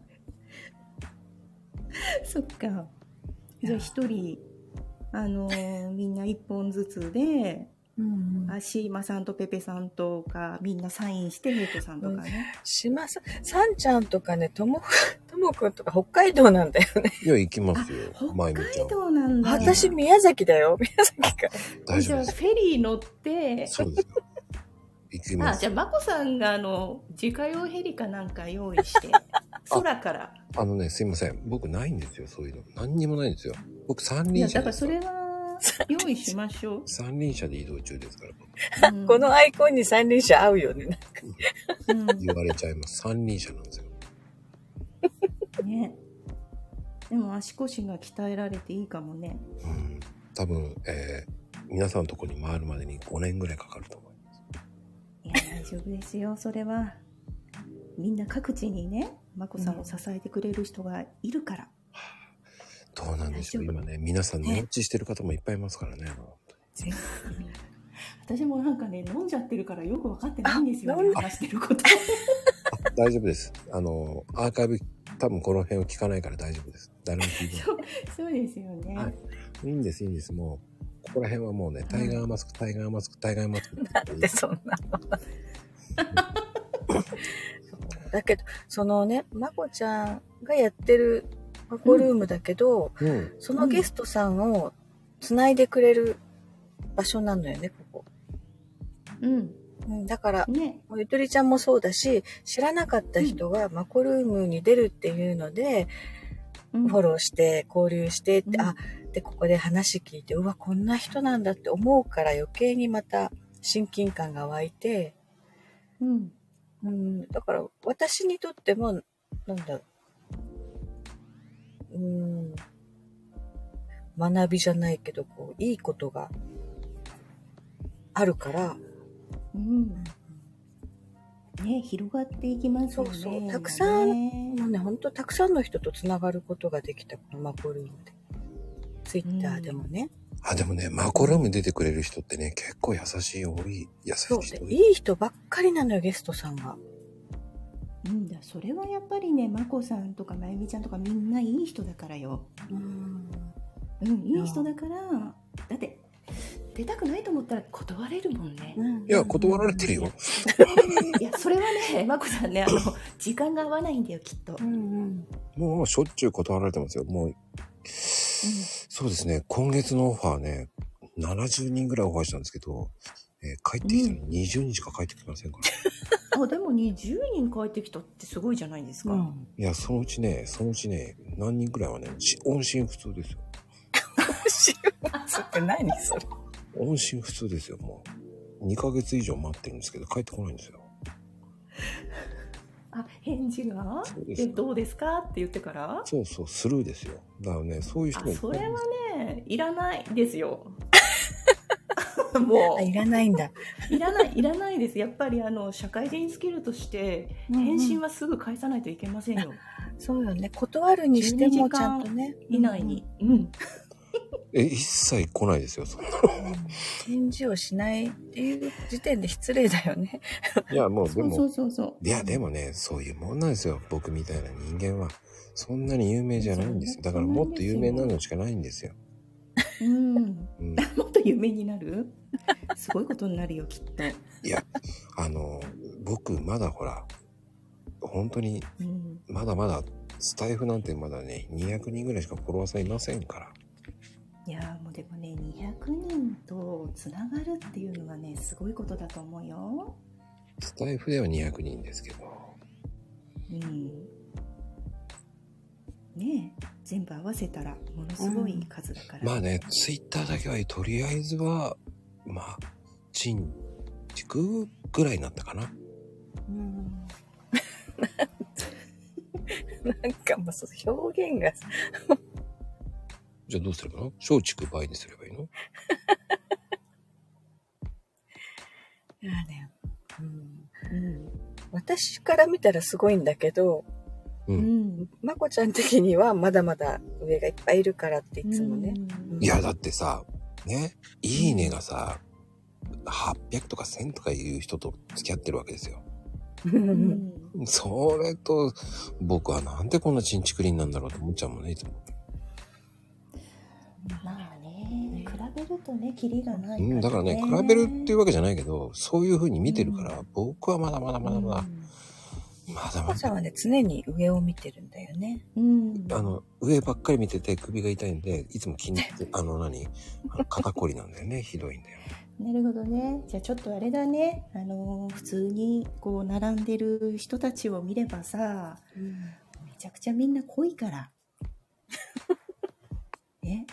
F: そっか。じゃあ一人、あのーみんな一本ずつで、あシーマさんとペペさんとか、みんなサインして、メイコさんとかね。
C: 島さん、さんちゃんとかね、とも、 <laughs> ともくんとか北海道なんだよね。
A: いや、行きますよ。まゆみちゃん。
F: そうなんだ。
C: 私、宮崎だよ。宮崎か。
A: 大
F: じ
A: 丈
F: ゃ
A: 夫
F: あ、
A: で
F: フ
A: す。
F: ェリー乗って、
A: そうです。行きま
F: あ、
A: す。
F: じゃあ、まこさんが、あの、自家用ヘリかなんか用意
A: <laughs>
F: して、空から。
A: あのね、すいません。僕ないんですよ、そういうの。何にもないんですよ。僕三
F: いや、
A: 輪車で
F: だからそれ
C: <laughs>
F: は、用意しましょう。
A: 三輪車で移動中ですから、
C: このアイコンに三輪車合うよね。
A: 言われちゃいます。三輪車なんですよ。
F: ね。でも足腰が鍛えられていいかもね。
A: 多分、えー、皆さんのとこに回るまでに5年ぐらいかかると思う。
F: いや、大丈夫ですよ、それは。みんな各地にね、まこさんを支えてくれる人がいるから。
A: どうなんでしょう今ね、皆さん寝落ちしてる方もいっぱいいますからね。
F: <laughs> 私もなんかね、飲んじゃってるからよく分かってないんですよ、ね、話してること。
A: 大丈夫です。あの、アーカイブ、多分この辺を聞かないから大丈夫です。誰も聞いてない。
F: そうそうですよね。
A: いいんです、いいんです。もう、ここら辺はもうね、タイガーマスク、タイガーマスク、タイガーマスクって言っていい。
C: そんな <laughs> の。そうだけど、そのね、まこちゃんがやってるマコルームだけど、
H: Hmm.
A: うん。
C: そのゲストさんをつないでくれる場所なのよね、ここ。
F: うん。
C: だから、
F: ね、
C: ゆとりちゃんもそうだし、知らなかった人がマコルームに出るっていうので、フォローして、交流してって、あ、で、ここで話聞いて、うわ、こんな人なんだって思うから余計にまた親近感が湧いて、
F: うん。
C: うん、だから私にとっても、なんだろう、うん、学びじゃないけど、こう、いいことがあるから、
F: うん。ね、広がっていきますよね。
C: そうそう、たくさん、もうね、ほんとたくさんの人とつながることができた、このマコルームで。ツイッターでもね。
A: あ、でもね、マコルームに出てくれる人ってね、結構優しい、多い、優しい
C: そうで、いい人ばっかりなのよ、ゲストさんが。
F: うんだ、それはやっぱりね、まこさんとかまゆみちゃんとかみんないい人だからよ。
C: うん。
F: うん、いい人だから、だって、出たくないと思ったら断れるもんね。 <laughs>
A: いや、断られてるよ。
F: いや、それはね、まこさんね、あの、時間が合わないんだよ、きっと。
A: もうしょっちゅう断られてますよ。もう、そうですね、今月のオファーね、70人ぐらいオファーしたんですけど、えー帰ってきたのに20人しか帰ってきませんから。
F: あ、でも20人帰ってきたってすごいじゃないですか。
A: いや、そのうちね、そのうちね、何人ぐらいはね、し音信不通ですよ。
C: そって何それ。
A: 音信不通ですよ、もう。2ヶ月以上待ってるんですけど、帰ってこないんですよ。
F: あ、返事が
A: うです
F: で、どうですかって言ってから
A: そうそう、スルーですよ。だからね、そういう人
F: あ
A: もいっ
F: そ
A: ぱい
F: れ
A: います。
F: はね、いらないです <laughs> よ。もう。
C: いらないんだ。
F: いらない、いらないです。やっぱりあの、社会人スキルとして、
C: うんうん
F: 返信はすぐ返さないといけませんよ。
C: そうよね。断るにしてもちゃんとね。
F: 以内に。うん。
A: え、一切来ないですよ、そんなの
C: 返事をしないっていう時点で失礼だよね。
A: いや、もう、でも、
F: そうそう。
A: いや、でもね、そういうもんなんですよ。僕みたいな人間は。そんなに有名じゃないんですよ。だからもっと有名なのしかないんですよ。
F: うん。
A: うん、
F: <laughs> もっと有名になるすごいことになるよ、きっと。
A: いや、あの、僕まだほら、本当に、まだまだ、スタイフなんてまだね、200人ぐらいしかフォロワーさんいませんから。
F: いやーもうでもね、200人とつながるっていうのはね、すごいことだと思うよ。
A: スタイフでは200人ですけど。
F: うん。ねえ、全部合わせたら、ものすごい数だから。
A: まあね、ツイッターだけはとりあえずは、まあ、チン、チクぐらいになったかな。
C: うん <laughs> なんかもうその表現が
A: じゃあどうすればいいの小畜倍にすればいいの
C: いやね、うん、私から見たらすごいんだけど、
A: うん。
C: まこちゃん的にはまだまだ上がいっぱいいるからっていつもね。
A: いや、だってさ、ね、いいねがさ、800とか1000とかいう人と付き合ってるわけですよ。それと、僕はなんでこんなチンチクリンなんだろうと思っちゃうもんね、いつも。
F: まあね、比べるとね、キリがない
A: うん、だからね、比べるっていうわけじゃないけど、そういう風に見てるから、僕はまだまだまだまだ、まだ
C: まこちゃんはね、常に上を見てるんだよね。
A: あの、上ばっかり見てて首が痛いんで、いつも筋肉、あの何、 <laughs> あの肩こりなんだよね、ひどいんだよ。
F: なるほどね。じゃあちょっとあれだね。あのー普通にこう並んでる人たちを見ればさ、めちゃくちゃみんな濃いから。ね、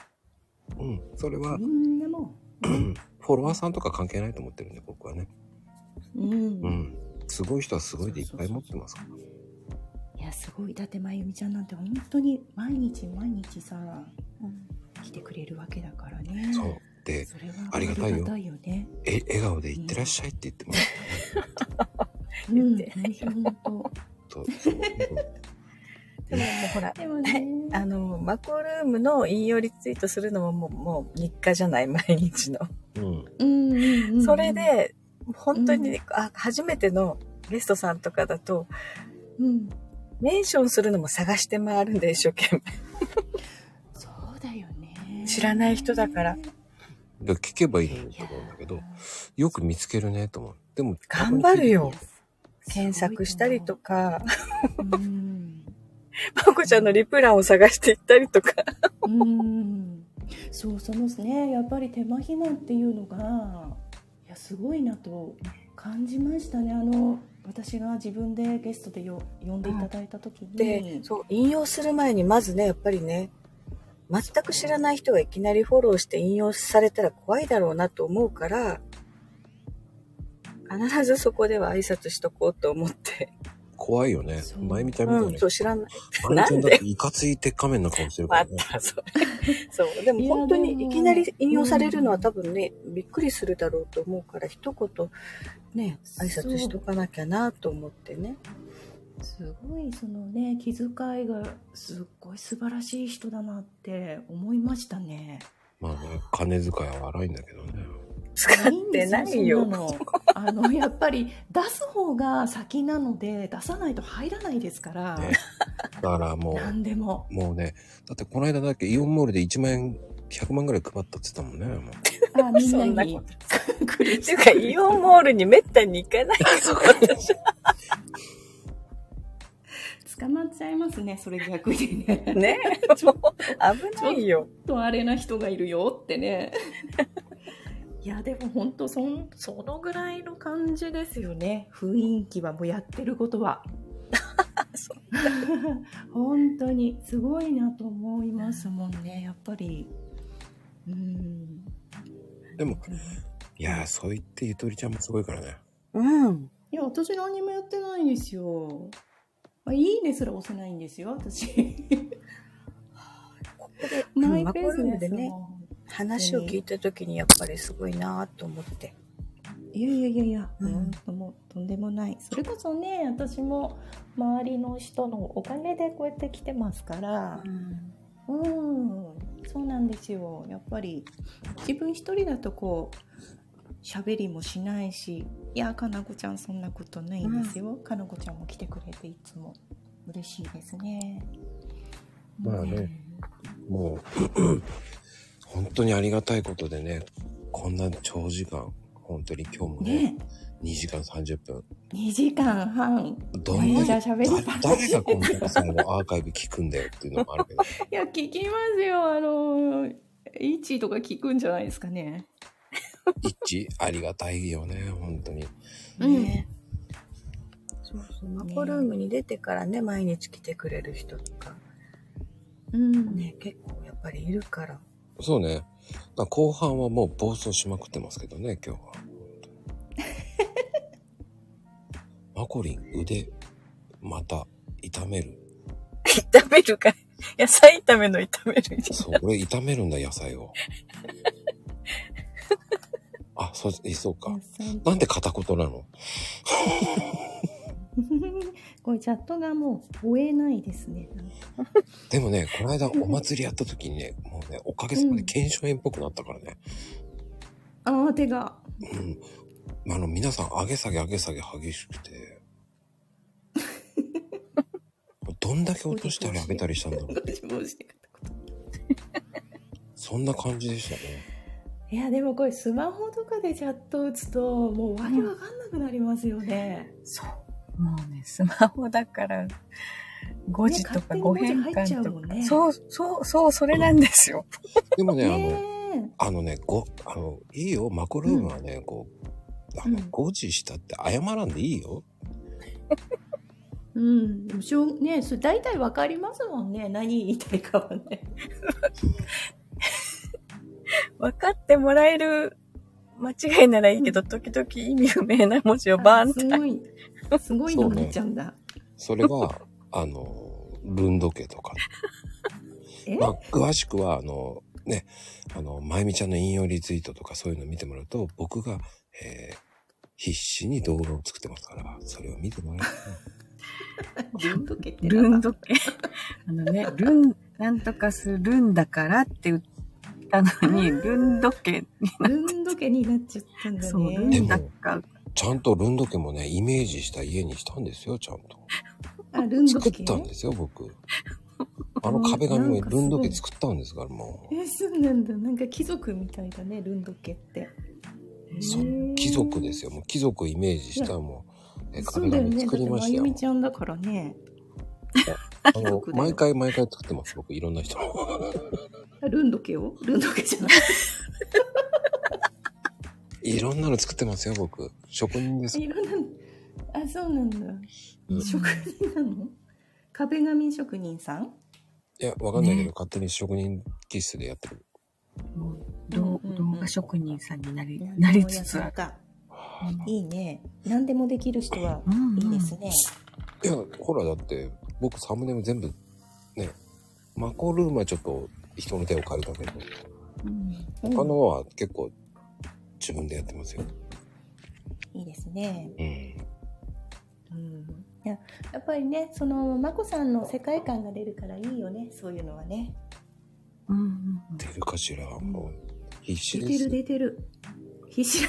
A: うん、それは、
F: みんなも
A: うんフォロワーさんとか関係ないと思ってるんで、僕はね。
F: う、うん、
A: うん。すごい人はすごいでいっぱい持ってますから。
F: いやすごいだってまゆみちゃんなんて本当に毎日毎日さ、来てくれるわけだからね。
A: そう。で、ありがたいよ。
F: よね。
A: え、笑顔でいってらっしゃいって言ってもらって
F: 言って。本当本 <laughs>
A: と、
C: でももうほら、あの、マコルームの引用リツイートするのももうもう日課じゃない、 <laughs> 毎日の。それで、本当に、あ初めてのゲストさんとかだと、メンションするのも探して回るんで、一生懸命。
F: そうだよね。
C: 知らない人だから。
A: で聞けばいいのにと思うんだけど、よく見つけるね、と思う。でも、
C: 頑張るよ。検索したりとか。まこちゃんのリプランを探していったりとか。
F: うん。そう、そのね、やっぱり手間暇っていうのが、いや、すごいなと感じましたね。あの、私が自分でゲストでよ呼んでいただいた時に。
C: で、そう、引用する前にまずね、やっぱりね、全く知らない人がいきなりフォローして引用されたら怖いだろうなと思うから、必ずそこでは挨拶しとこうと思って。
A: 怖いよね。前みたいみたい
C: うん、
A: な。
C: そう、知らない。
A: あれ
C: な
A: ちゃ
C: ん
A: んだっ
C: で
A: ていかつい鉄仮面な顔してるからね。
C: そう、でも本当にいきなり引用されるのは多分ね、びっくりするだろうと思うから、一言ね、挨拶しとかなきゃなと思ってね。
F: すごいそのね気遣いがすっごい素晴らしい人だなって思いましたね。
A: まあね、金遣いは荒いんだけどね。
C: 使
F: って
A: ないよ
F: のあのやっぱり出す方が先なので出さないと入らないですから。
A: だからもう、
F: 何でも。
A: もうね、だってこの間だっけイオンモールで1万円、100万ぐらい配ったって言ってたもんね。もう
F: あ、みんな
C: に。
F: っていう
C: か、イオンモールにめったに行かない <laughs> から、私
F: <laughs> 捕まっちゃいますねそれ逆にね。
C: ね
F: ちょっ
C: 危ないよ。
F: とあれな人がいるよってね。いやでも本当そんそのぐらいの感じですよね雰囲気はもうやってること
C: <laughs>
F: は <laughs> 本当にすごいなと思いますもんねやっぱりうん
A: でも、いやー、そう言ってゆとりちゃんもすごいからね。
C: うん
F: いや私何もやってないんですよ、まあ、いいねすら押せないんですよ私マイ
C: マ
F: ペ
C: コ
F: ース
C: ルー
F: のや
C: ムで
F: つ
C: ね
F: も、
C: 話を聞いた時にやっぱりすごいなと思って。
F: いやいやいやいや、本当もうとんでもない。それこそね、私も周りの人のおかげでこうやって来てますから、うん、そうなんですよ。やっぱり自分一人だとこう、喋りもしないし、いや、かなこちゃんそんなことないんですよ。かなこちゃんも来てくれていつも嬉しいですね。
A: まあね、もう、本当にありがたいことでね、こんな長時間、本当に今日もね、2時間30分。
F: 2時間半。
A: ど
F: め
A: んな
F: っ
A: に
F: ちゃ喋りっぱな
A: 誰
F: し
A: がこんなさんのアーカイブ聞くんだよっていうの
F: <laughs>
A: もあるけど。
F: いや、聞きますよ。あの、イッチーとか聞くんじゃないですかね。
A: 一致ありがたいよね、本当に。
C: ねそうそう、マコルームに出てからね、毎日来てくれる人とか、
F: うん。
C: ね、結構やっぱりいるから。
A: そうね。まあ後半はもう暴走しまくってますけどね、今日は。マコリン、腕、また、痛める。
C: <laughs> 炒めるか <laughs> 野菜炒めの炒める。 <laughs>
A: そう、俺炒めるんだ、野菜を。 <laughs> あ、そう、えそうか。なんで片言なの
F: <laughs> これチャットがもう追えないですね。
A: でもね、この間お祭りやった時にね、もうね、おかげさまで腱鞘炎っぽくなったからね。
F: ああ、手が。
A: あの、皆さん、上げ下げ上げ下げ激しくて。どんだけ落としたり上げたりしたんだろう。そんな感じでしたね。
F: いや、でもこれスマホとかでチャット打つと、もうわけわかんなくなりますよね。
C: そう。もうね、スマホだから、5時とか5変
F: 勝手に文字入っちゃう
C: 換と
F: も
C: か、
F: んね
C: そう、そう、そう、それなんですよ。
A: でもね、あの、あのね、ご、あの、いいよ、マコルームはね、こう、あの、5時したって謝らんでいいよ。
F: うん。でもしょうね、それ大体わかりますもんね。何言いたいかはね。
C: 分かってもらえる間違いならいいけど、時々意味不明な文字をバーンって。すご
F: い、すご
A: いの見ちゃうん
C: <laughs>
F: だ。
A: それ
F: <laughs>
A: が、あの、ルンド家とか。
F: え
A: まあ、詳しくは、あの、ね、あの、まゆみちゃんの引用リツイートとかそういうの見てもらうと、僕が、えー必死に動画を作ってますから、それを見てもら
F: <laughs>
A: え
F: ルンドケって
C: ルンドケ。あのね、ルン、なんとかするんだからって言ったのに、ルンドケに
F: なっルンドケになっちゃったんだね。
C: そう、ル
A: ると。
C: ン
A: で
C: ダ
A: も、ちゃんとルンド家もね、イメージした家にしたんですよ、ちゃんと。
F: あ、ルンドケ
A: 作ったんですよ、
F: <laughs>
A: 僕。あの壁紙をルンド家作ったんですから、も
F: え、そうなんだ。なんか貴族みたいだね、ルンドケって。
A: う。そう、貴族ですよ。もう貴族をイメージした、もう、え
F: そ
A: 壁
F: うだよ
A: 紙
F: ね。だっ
A: 作
F: て
A: りま
F: ま
A: した
F: ゆ
A: よ
F: み。ちゃんだからね。
A: あ
F: <laughs>
A: の、毎回毎回作ってます、僕、いろんな人の。
F: あルンドケをルンドケじゃない。
A: <laughs> いろんなの作ってますよ、僕。職人です。
F: いろんなのあ、そうなんだ。 <laughs>
A: うん
F: 職人なの壁紙職人さん
A: いや、わかんないけど、勝手に職人気質でやってる。
C: 動動画職人さんになり、なりつつある。
F: いいね。何でもできる人はいいですね。
A: いや、ほら、だって、僕、サムネも全部、ね、マコルームはちょっと人の手を借りたけど、他のは結構自分でやってますよ。
F: いいですね。
A: うん。
F: いややっぱりね、その、まこさんの世界観が出るからいいよね、そういうのはね。
A: 出るかしら、もう、必死
F: 出
A: で
F: て
A: す
F: る
A: よ。
F: 出てる。必
C: <laughs>
F: 死。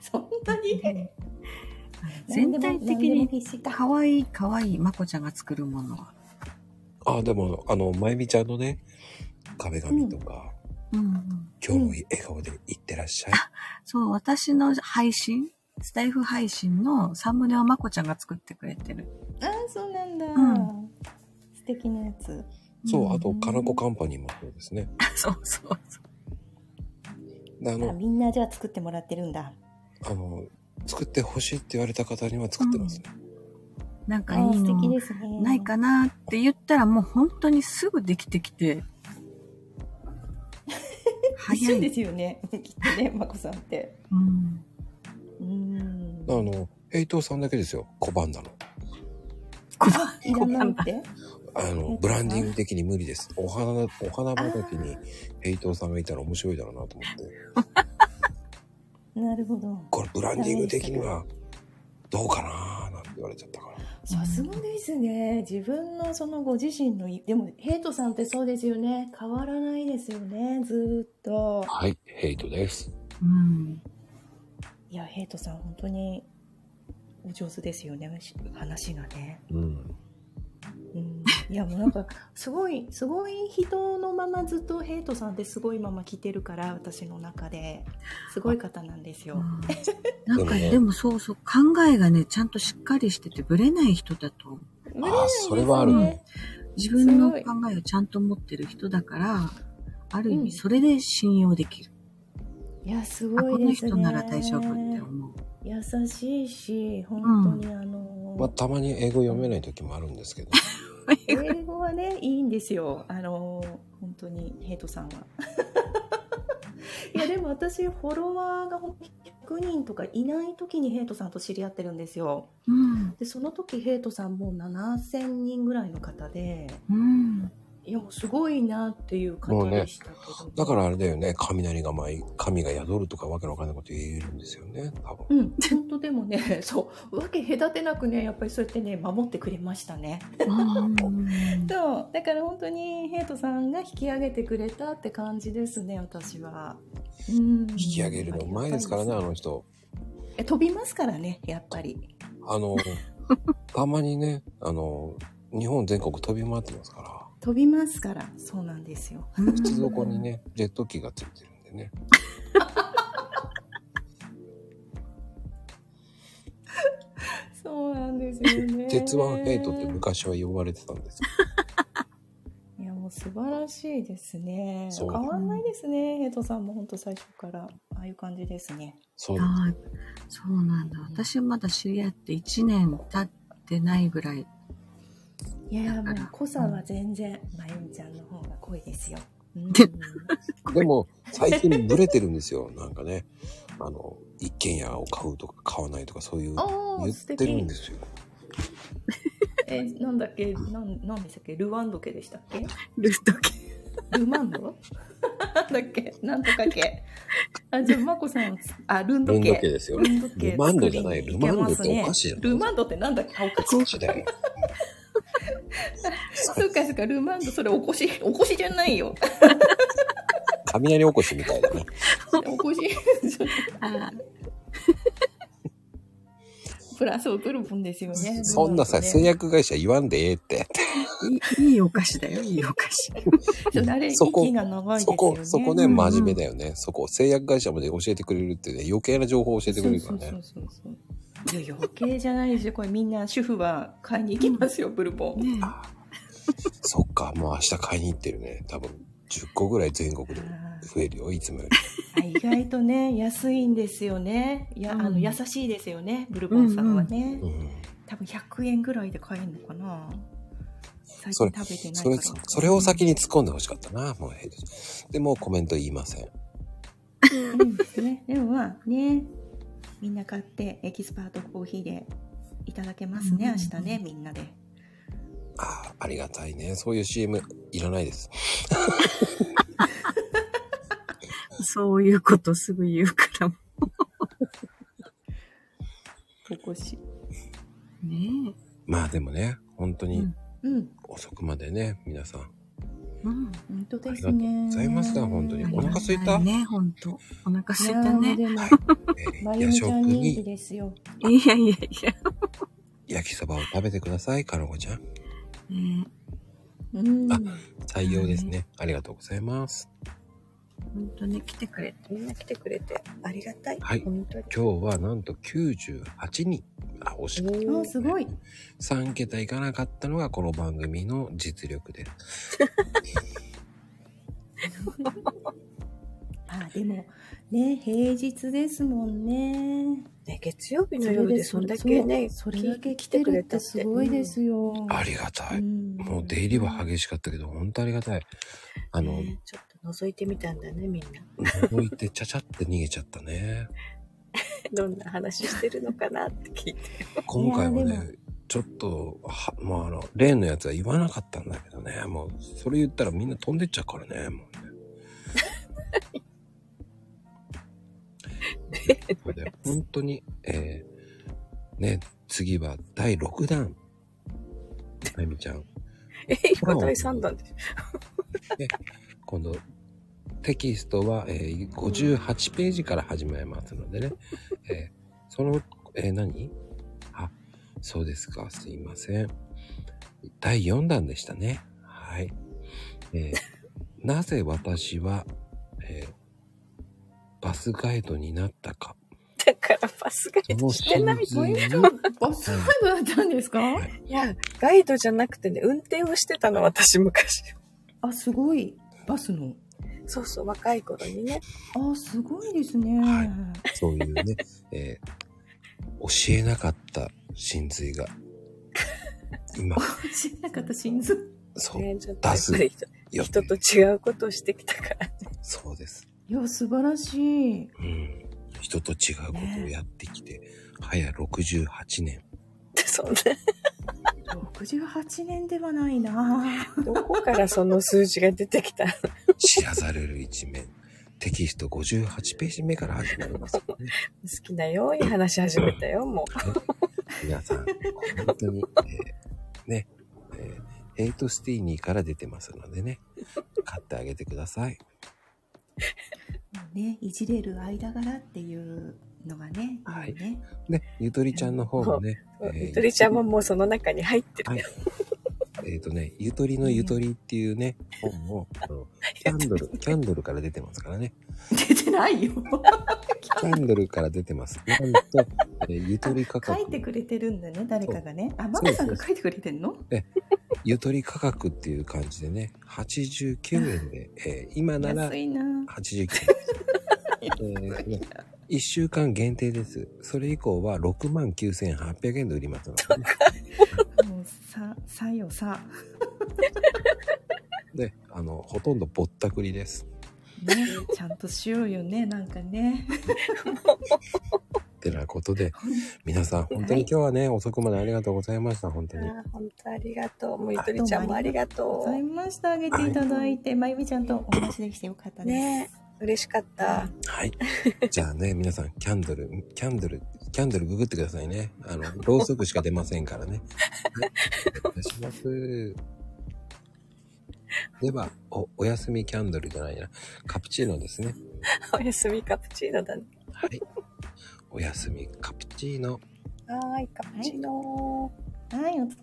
F: そんなに
C: 全体的
F: 何
C: に、可愛い可愛いまこちゃんが作るものは。
A: あ、でも、あの、まゆみちゃんのね、壁紙とか、今日も笑顔でいってらっしゃい。
C: そう、私の配信、スタイフ配信のサムネはまこちゃんが作ってくれてる。
F: ああ、そうなんだ。素敵なやつ。
A: そう、あと、かなこカンパニーもそうですね。
C: <laughs> そうそう
A: であ
F: あ
A: の、
F: みんなじゃあ作ってもらってるんだ。
A: あの、作ってほしいって言われた方には作ってますね。
C: なんかいいのないかなって言ったらもう本当にすぐできてきて、
F: 一緒ですよね。きっとね、まこさんって。
C: うん。
A: あの、ヘイトーさんだけですよ、拒んだの。
F: いらないって。
A: あの、ブランディング的に無理です。お花だ、お花畑にヘイトーさんがいたら面白いだろうなと思って。
F: なるほど。
A: これブランディング的にはどうかなーなんて言われちゃったから。
F: さすがですね。自分のそのご自身のい、でも、ヘイトさんってそうですよね。変わらないですよね。ずーっと。
A: はい、ヘイトです。
F: いや、ヘイトさん、本当にお上手ですよね。し話がね。
A: うん。
F: いや、もうなんか、すごい、すごい人のままずっとヘイトさんってすごいまま来てるから、私の中で。すごい方なんですよ。
C: なんかでもそうそう、考えがね、ちゃんとしっかりしてて、ぶれない人だと。
A: ああ、それはあるね。
C: 自分の考えをちゃんと持ってる人だから、ある意味それで信用できる。
F: いや、す
C: あ
F: ご
C: こ
F: い
C: の
F: ですね。
C: 人なら大丈夫って思う。
F: 優しいし、本当にあの、
A: まあ、たまに英語読めない時もあるんですけど。
F: 英語はね、いいんですよ。あの、本当に、ヘイトさん
C: <laughs>
F: は。いや、でも私、フォロワーがほんと100人とかいない時にヘイトさんと知り合ってるんですよ。
C: うん。
F: でその時ヘイトさんもう7000人ぐらいの方で、
C: うん。
F: いや、もうすごいなっていう
A: も
F: 方
A: うね
F: でした。
A: だからあれだよね雷が舞い神が宿るとかわけのわかんないこと言えるんですよね多分
F: うん、本当でもね、 <laughs> そう、わけ隔てなくね、やっぱりそうやってね、守ってくれましたね。 <laughs> そう、だから本当にヘイトさんが引き上げてくれたって感じですね、私は。うん、
A: 引き上げるのうまいですからねあの人
F: え飛びますからね、やっぱり。
A: あの <laughs> たまにねあの日本全国飛び回ってますから
F: 飛びますから、そうなんですよ。
A: 静岡にねジェット機がついてるんでね
F: <laughs> そうなんですよね。
A: 鉄腕ヘイトって昔は呼ばれてたんです
F: いや、もう素晴らしいですね。
A: そ
F: 変
A: う
F: わんないですね、ヘイトさんも本当最初から、ああいう感じですね。
A: そう
G: はい。そうなんだ。私はまだ知り合って1年経ってないぐらい。
F: いやー、もう濃さは全然、まゆみちゃんの方が濃いですよ。
A: けどでも最近ブレてるんですよなんかねあの一軒家を買うとか買わないとかそういう
F: おー
A: 言ってるんですよ
F: え、なんだっけ、なん、なんでしたっけ、ルワンド系でしたっけ。ルド系。ルマンド。なんだっけ、なんとか系。あ、じゃあ、まこさん、あ、ルンド系。
A: ルンド系ですよ
F: ルンド系
A: ルマンドじゃない
F: 作りに行けますね
A: ルマンドってお菓子じゃない
F: ルマンドってなんだっけ、あお菓子。
A: だよ
F: <laughs> そうか、そうか、ルマンド、それ、おこし、おこしじゃないよ。
A: 雷起こしみたいなね
F: お
A: <laughs>
F: こし。プラスを取るもんですよね。
A: そんなさ、
F: ルマンド
A: 製
F: ね
A: 薬会社言わんでええ
F: <laughs>
A: って。
G: いいいお菓子だよ、いいお菓子。
F: そうあれ
A: そこ
F: 息が長いです
A: そ
F: よね
A: こ、そこね、真面目だよね。そこ、製薬会社まで教えてくれるってね、余計な情報を教えてくれるからね。
F: そうそうそういや余計じゃないですよこれみんな主婦は買いに行きますよブルボン、
A: そっか、もう明日買いに行ってるね。多分、10個ぐらい全国で増えるよ、いつもより。
F: あ意外とね安いんですよねいや、あの優しいですよねブルボンさんはね、多分100円ぐらいで買えるのかな最
A: そ
F: 近
A: れ
F: 食べて、ない
A: そ
F: か
A: れ
F: ら、
A: それを先に突っ込んでほしかったな、もうヘイトでもうコメント言いません。
F: いいんですねでもまあねみんな買ってエキスパートコーヒーでいただけますね、明日ねみんなで
A: あありがたいね。そういう CM いらないです。
G: そういうことすぐ言うからも
F: う。こし。
G: ね
A: まあでもね、本当に
F: え。うん。
A: 遅くまでね、皆さん。
G: うん。
F: 本当
A: あ
F: で
A: り
F: す
A: がとう
F: ね
A: ございました、本当に。お腹すいた
G: ね、ほんと。お腹すいた
F: いやー
G: ね。
F: でもまゆ
A: 夜
F: みちゃ
A: 食
F: ん人気
A: に
F: ですよ。
G: いやいやいや。
A: 焼きそばを食べてください、かのこちゃん。
G: ね
F: うん。
A: 採用ですね。ありがとうございます。
G: 本当ね、来てくれて、みんな来てくれて、
C: ありがたい。
A: はい。
C: 本当に。
A: 今日はなんと98人。あ、惜しかった。
F: あ、すごい。
A: 3桁いかなかったのがこの番組の実力です。
F: あ、でも、ね、平日ですもんね。
C: ね、月曜日の夜でそんだけね、
F: それだけ来てるってすごいですよ。
A: ありがたい。もう出入りは激しかったけど、本当ありがたい。あの、
C: ちょっと覗いてみたんだね、みんな。
A: 覗いてちゃちゃって逃げちゃったね。
C: どんな話してるのかなって聞いて。
A: 今回はい
C: や
A: ね、ちょっと、は、まあ、あの、例のやつは言わなかったんだけどね。もう、それ言ったらみんな飛んでっちゃうからね。もうね。これで本当に、えー、ね、次は第6弾。まゆみちゃん。
C: <laughs> え、今第3弾でしょ。
A: 今度、テキストは、えー58ページから始めますのでね。えーその、えー何あ、そうですか。すいません。第4弾でしたね。はい。えーなぜ私は、えーバスガイドになったか。
C: だからバ
A: <laughs>
C: スガ
A: イドして
C: ない
A: もう一回
F: バスガイドだったんですか
C: いや、ガイドじゃなくてね、運転をしてたの、私昔。
F: あ、すごい。バスの。
C: そうそう、若い頃にね。。
F: あ、すごいですね。
A: そういうね、 <laughs> えー教えなかった真髄が、今、
F: 知らなかった心臓。
A: そう
C: ね、ちょっと
A: 出す。よ
C: <laughs> 人と違うことをしてきたから。
A: そうです。
F: いや、素晴らしい。
A: うん。人と違うことをやってきて、早68年。
C: <laughs> そんな。
F: 68 18年ではないな
C: <laughs> どこからその数字が出てきた
A: 知らざれる一面。テキスト58ページ目から始まりますよ
C: <laughs>
A: ね。
C: 好きなように話し始めたよ、も
A: 皆さん、本当に、えーね、えーヘイトスティーニーから出てますのでね、買ってあげてください。
F: ね、いじれる間柄っていうのがね、いいよね。
A: ね、ゆとりちゃんの方もね、え
C: う。
A: ー
C: ゆとりちゃ <laughs> んももうその中に入ってる。
A: えっ、とね、ゆとりのゆとりっていうね、本を、あのキャンドル、キャンドルから出てますからね。
F: 出てない
C: <laughs>
F: よ。
A: キャンドルから出てます。なんと、えーゆとり価
F: 書
A: 格
F: い、てくれてるんだね、誰かがね。あ、ママさんが書いてくれてんの
A: ゆとり価格っていう感じでね、89円で、えー今なら
F: 安いな
A: 89円。えーね一週間限定です。それ以降は69,800円で売りますのでね、
F: もう、さ、さよさ。
A: で、あの、ほとんどぼったくりです。
C: <laughs>
F: ね、ちゃんとしようよね、なんかね。
A: ってなことで、皆さん本当に今日はね、遅くまでありがとうございました、本
F: <laughs>
A: 当に。
C: 本当ありがとう。もうゆとりちゃんもありがとう。
F: ございました。あげていただいて、まゆみちゃんとお話できてよかったです。
C: ね嬉しかった。
A: はい。じゃあね、皆さん、キャンドル、キャンドル、キャンドルググってくださいね。あの、ろうそくしか出ませんからね。ねお願いします。では、お、おやすみキャンドルじゃないな。カプチーノですね。
C: おやすみカプチーノだね。
A: おやすみカプチーノ。
C: はーい、カプチーノ
F: はい、お疲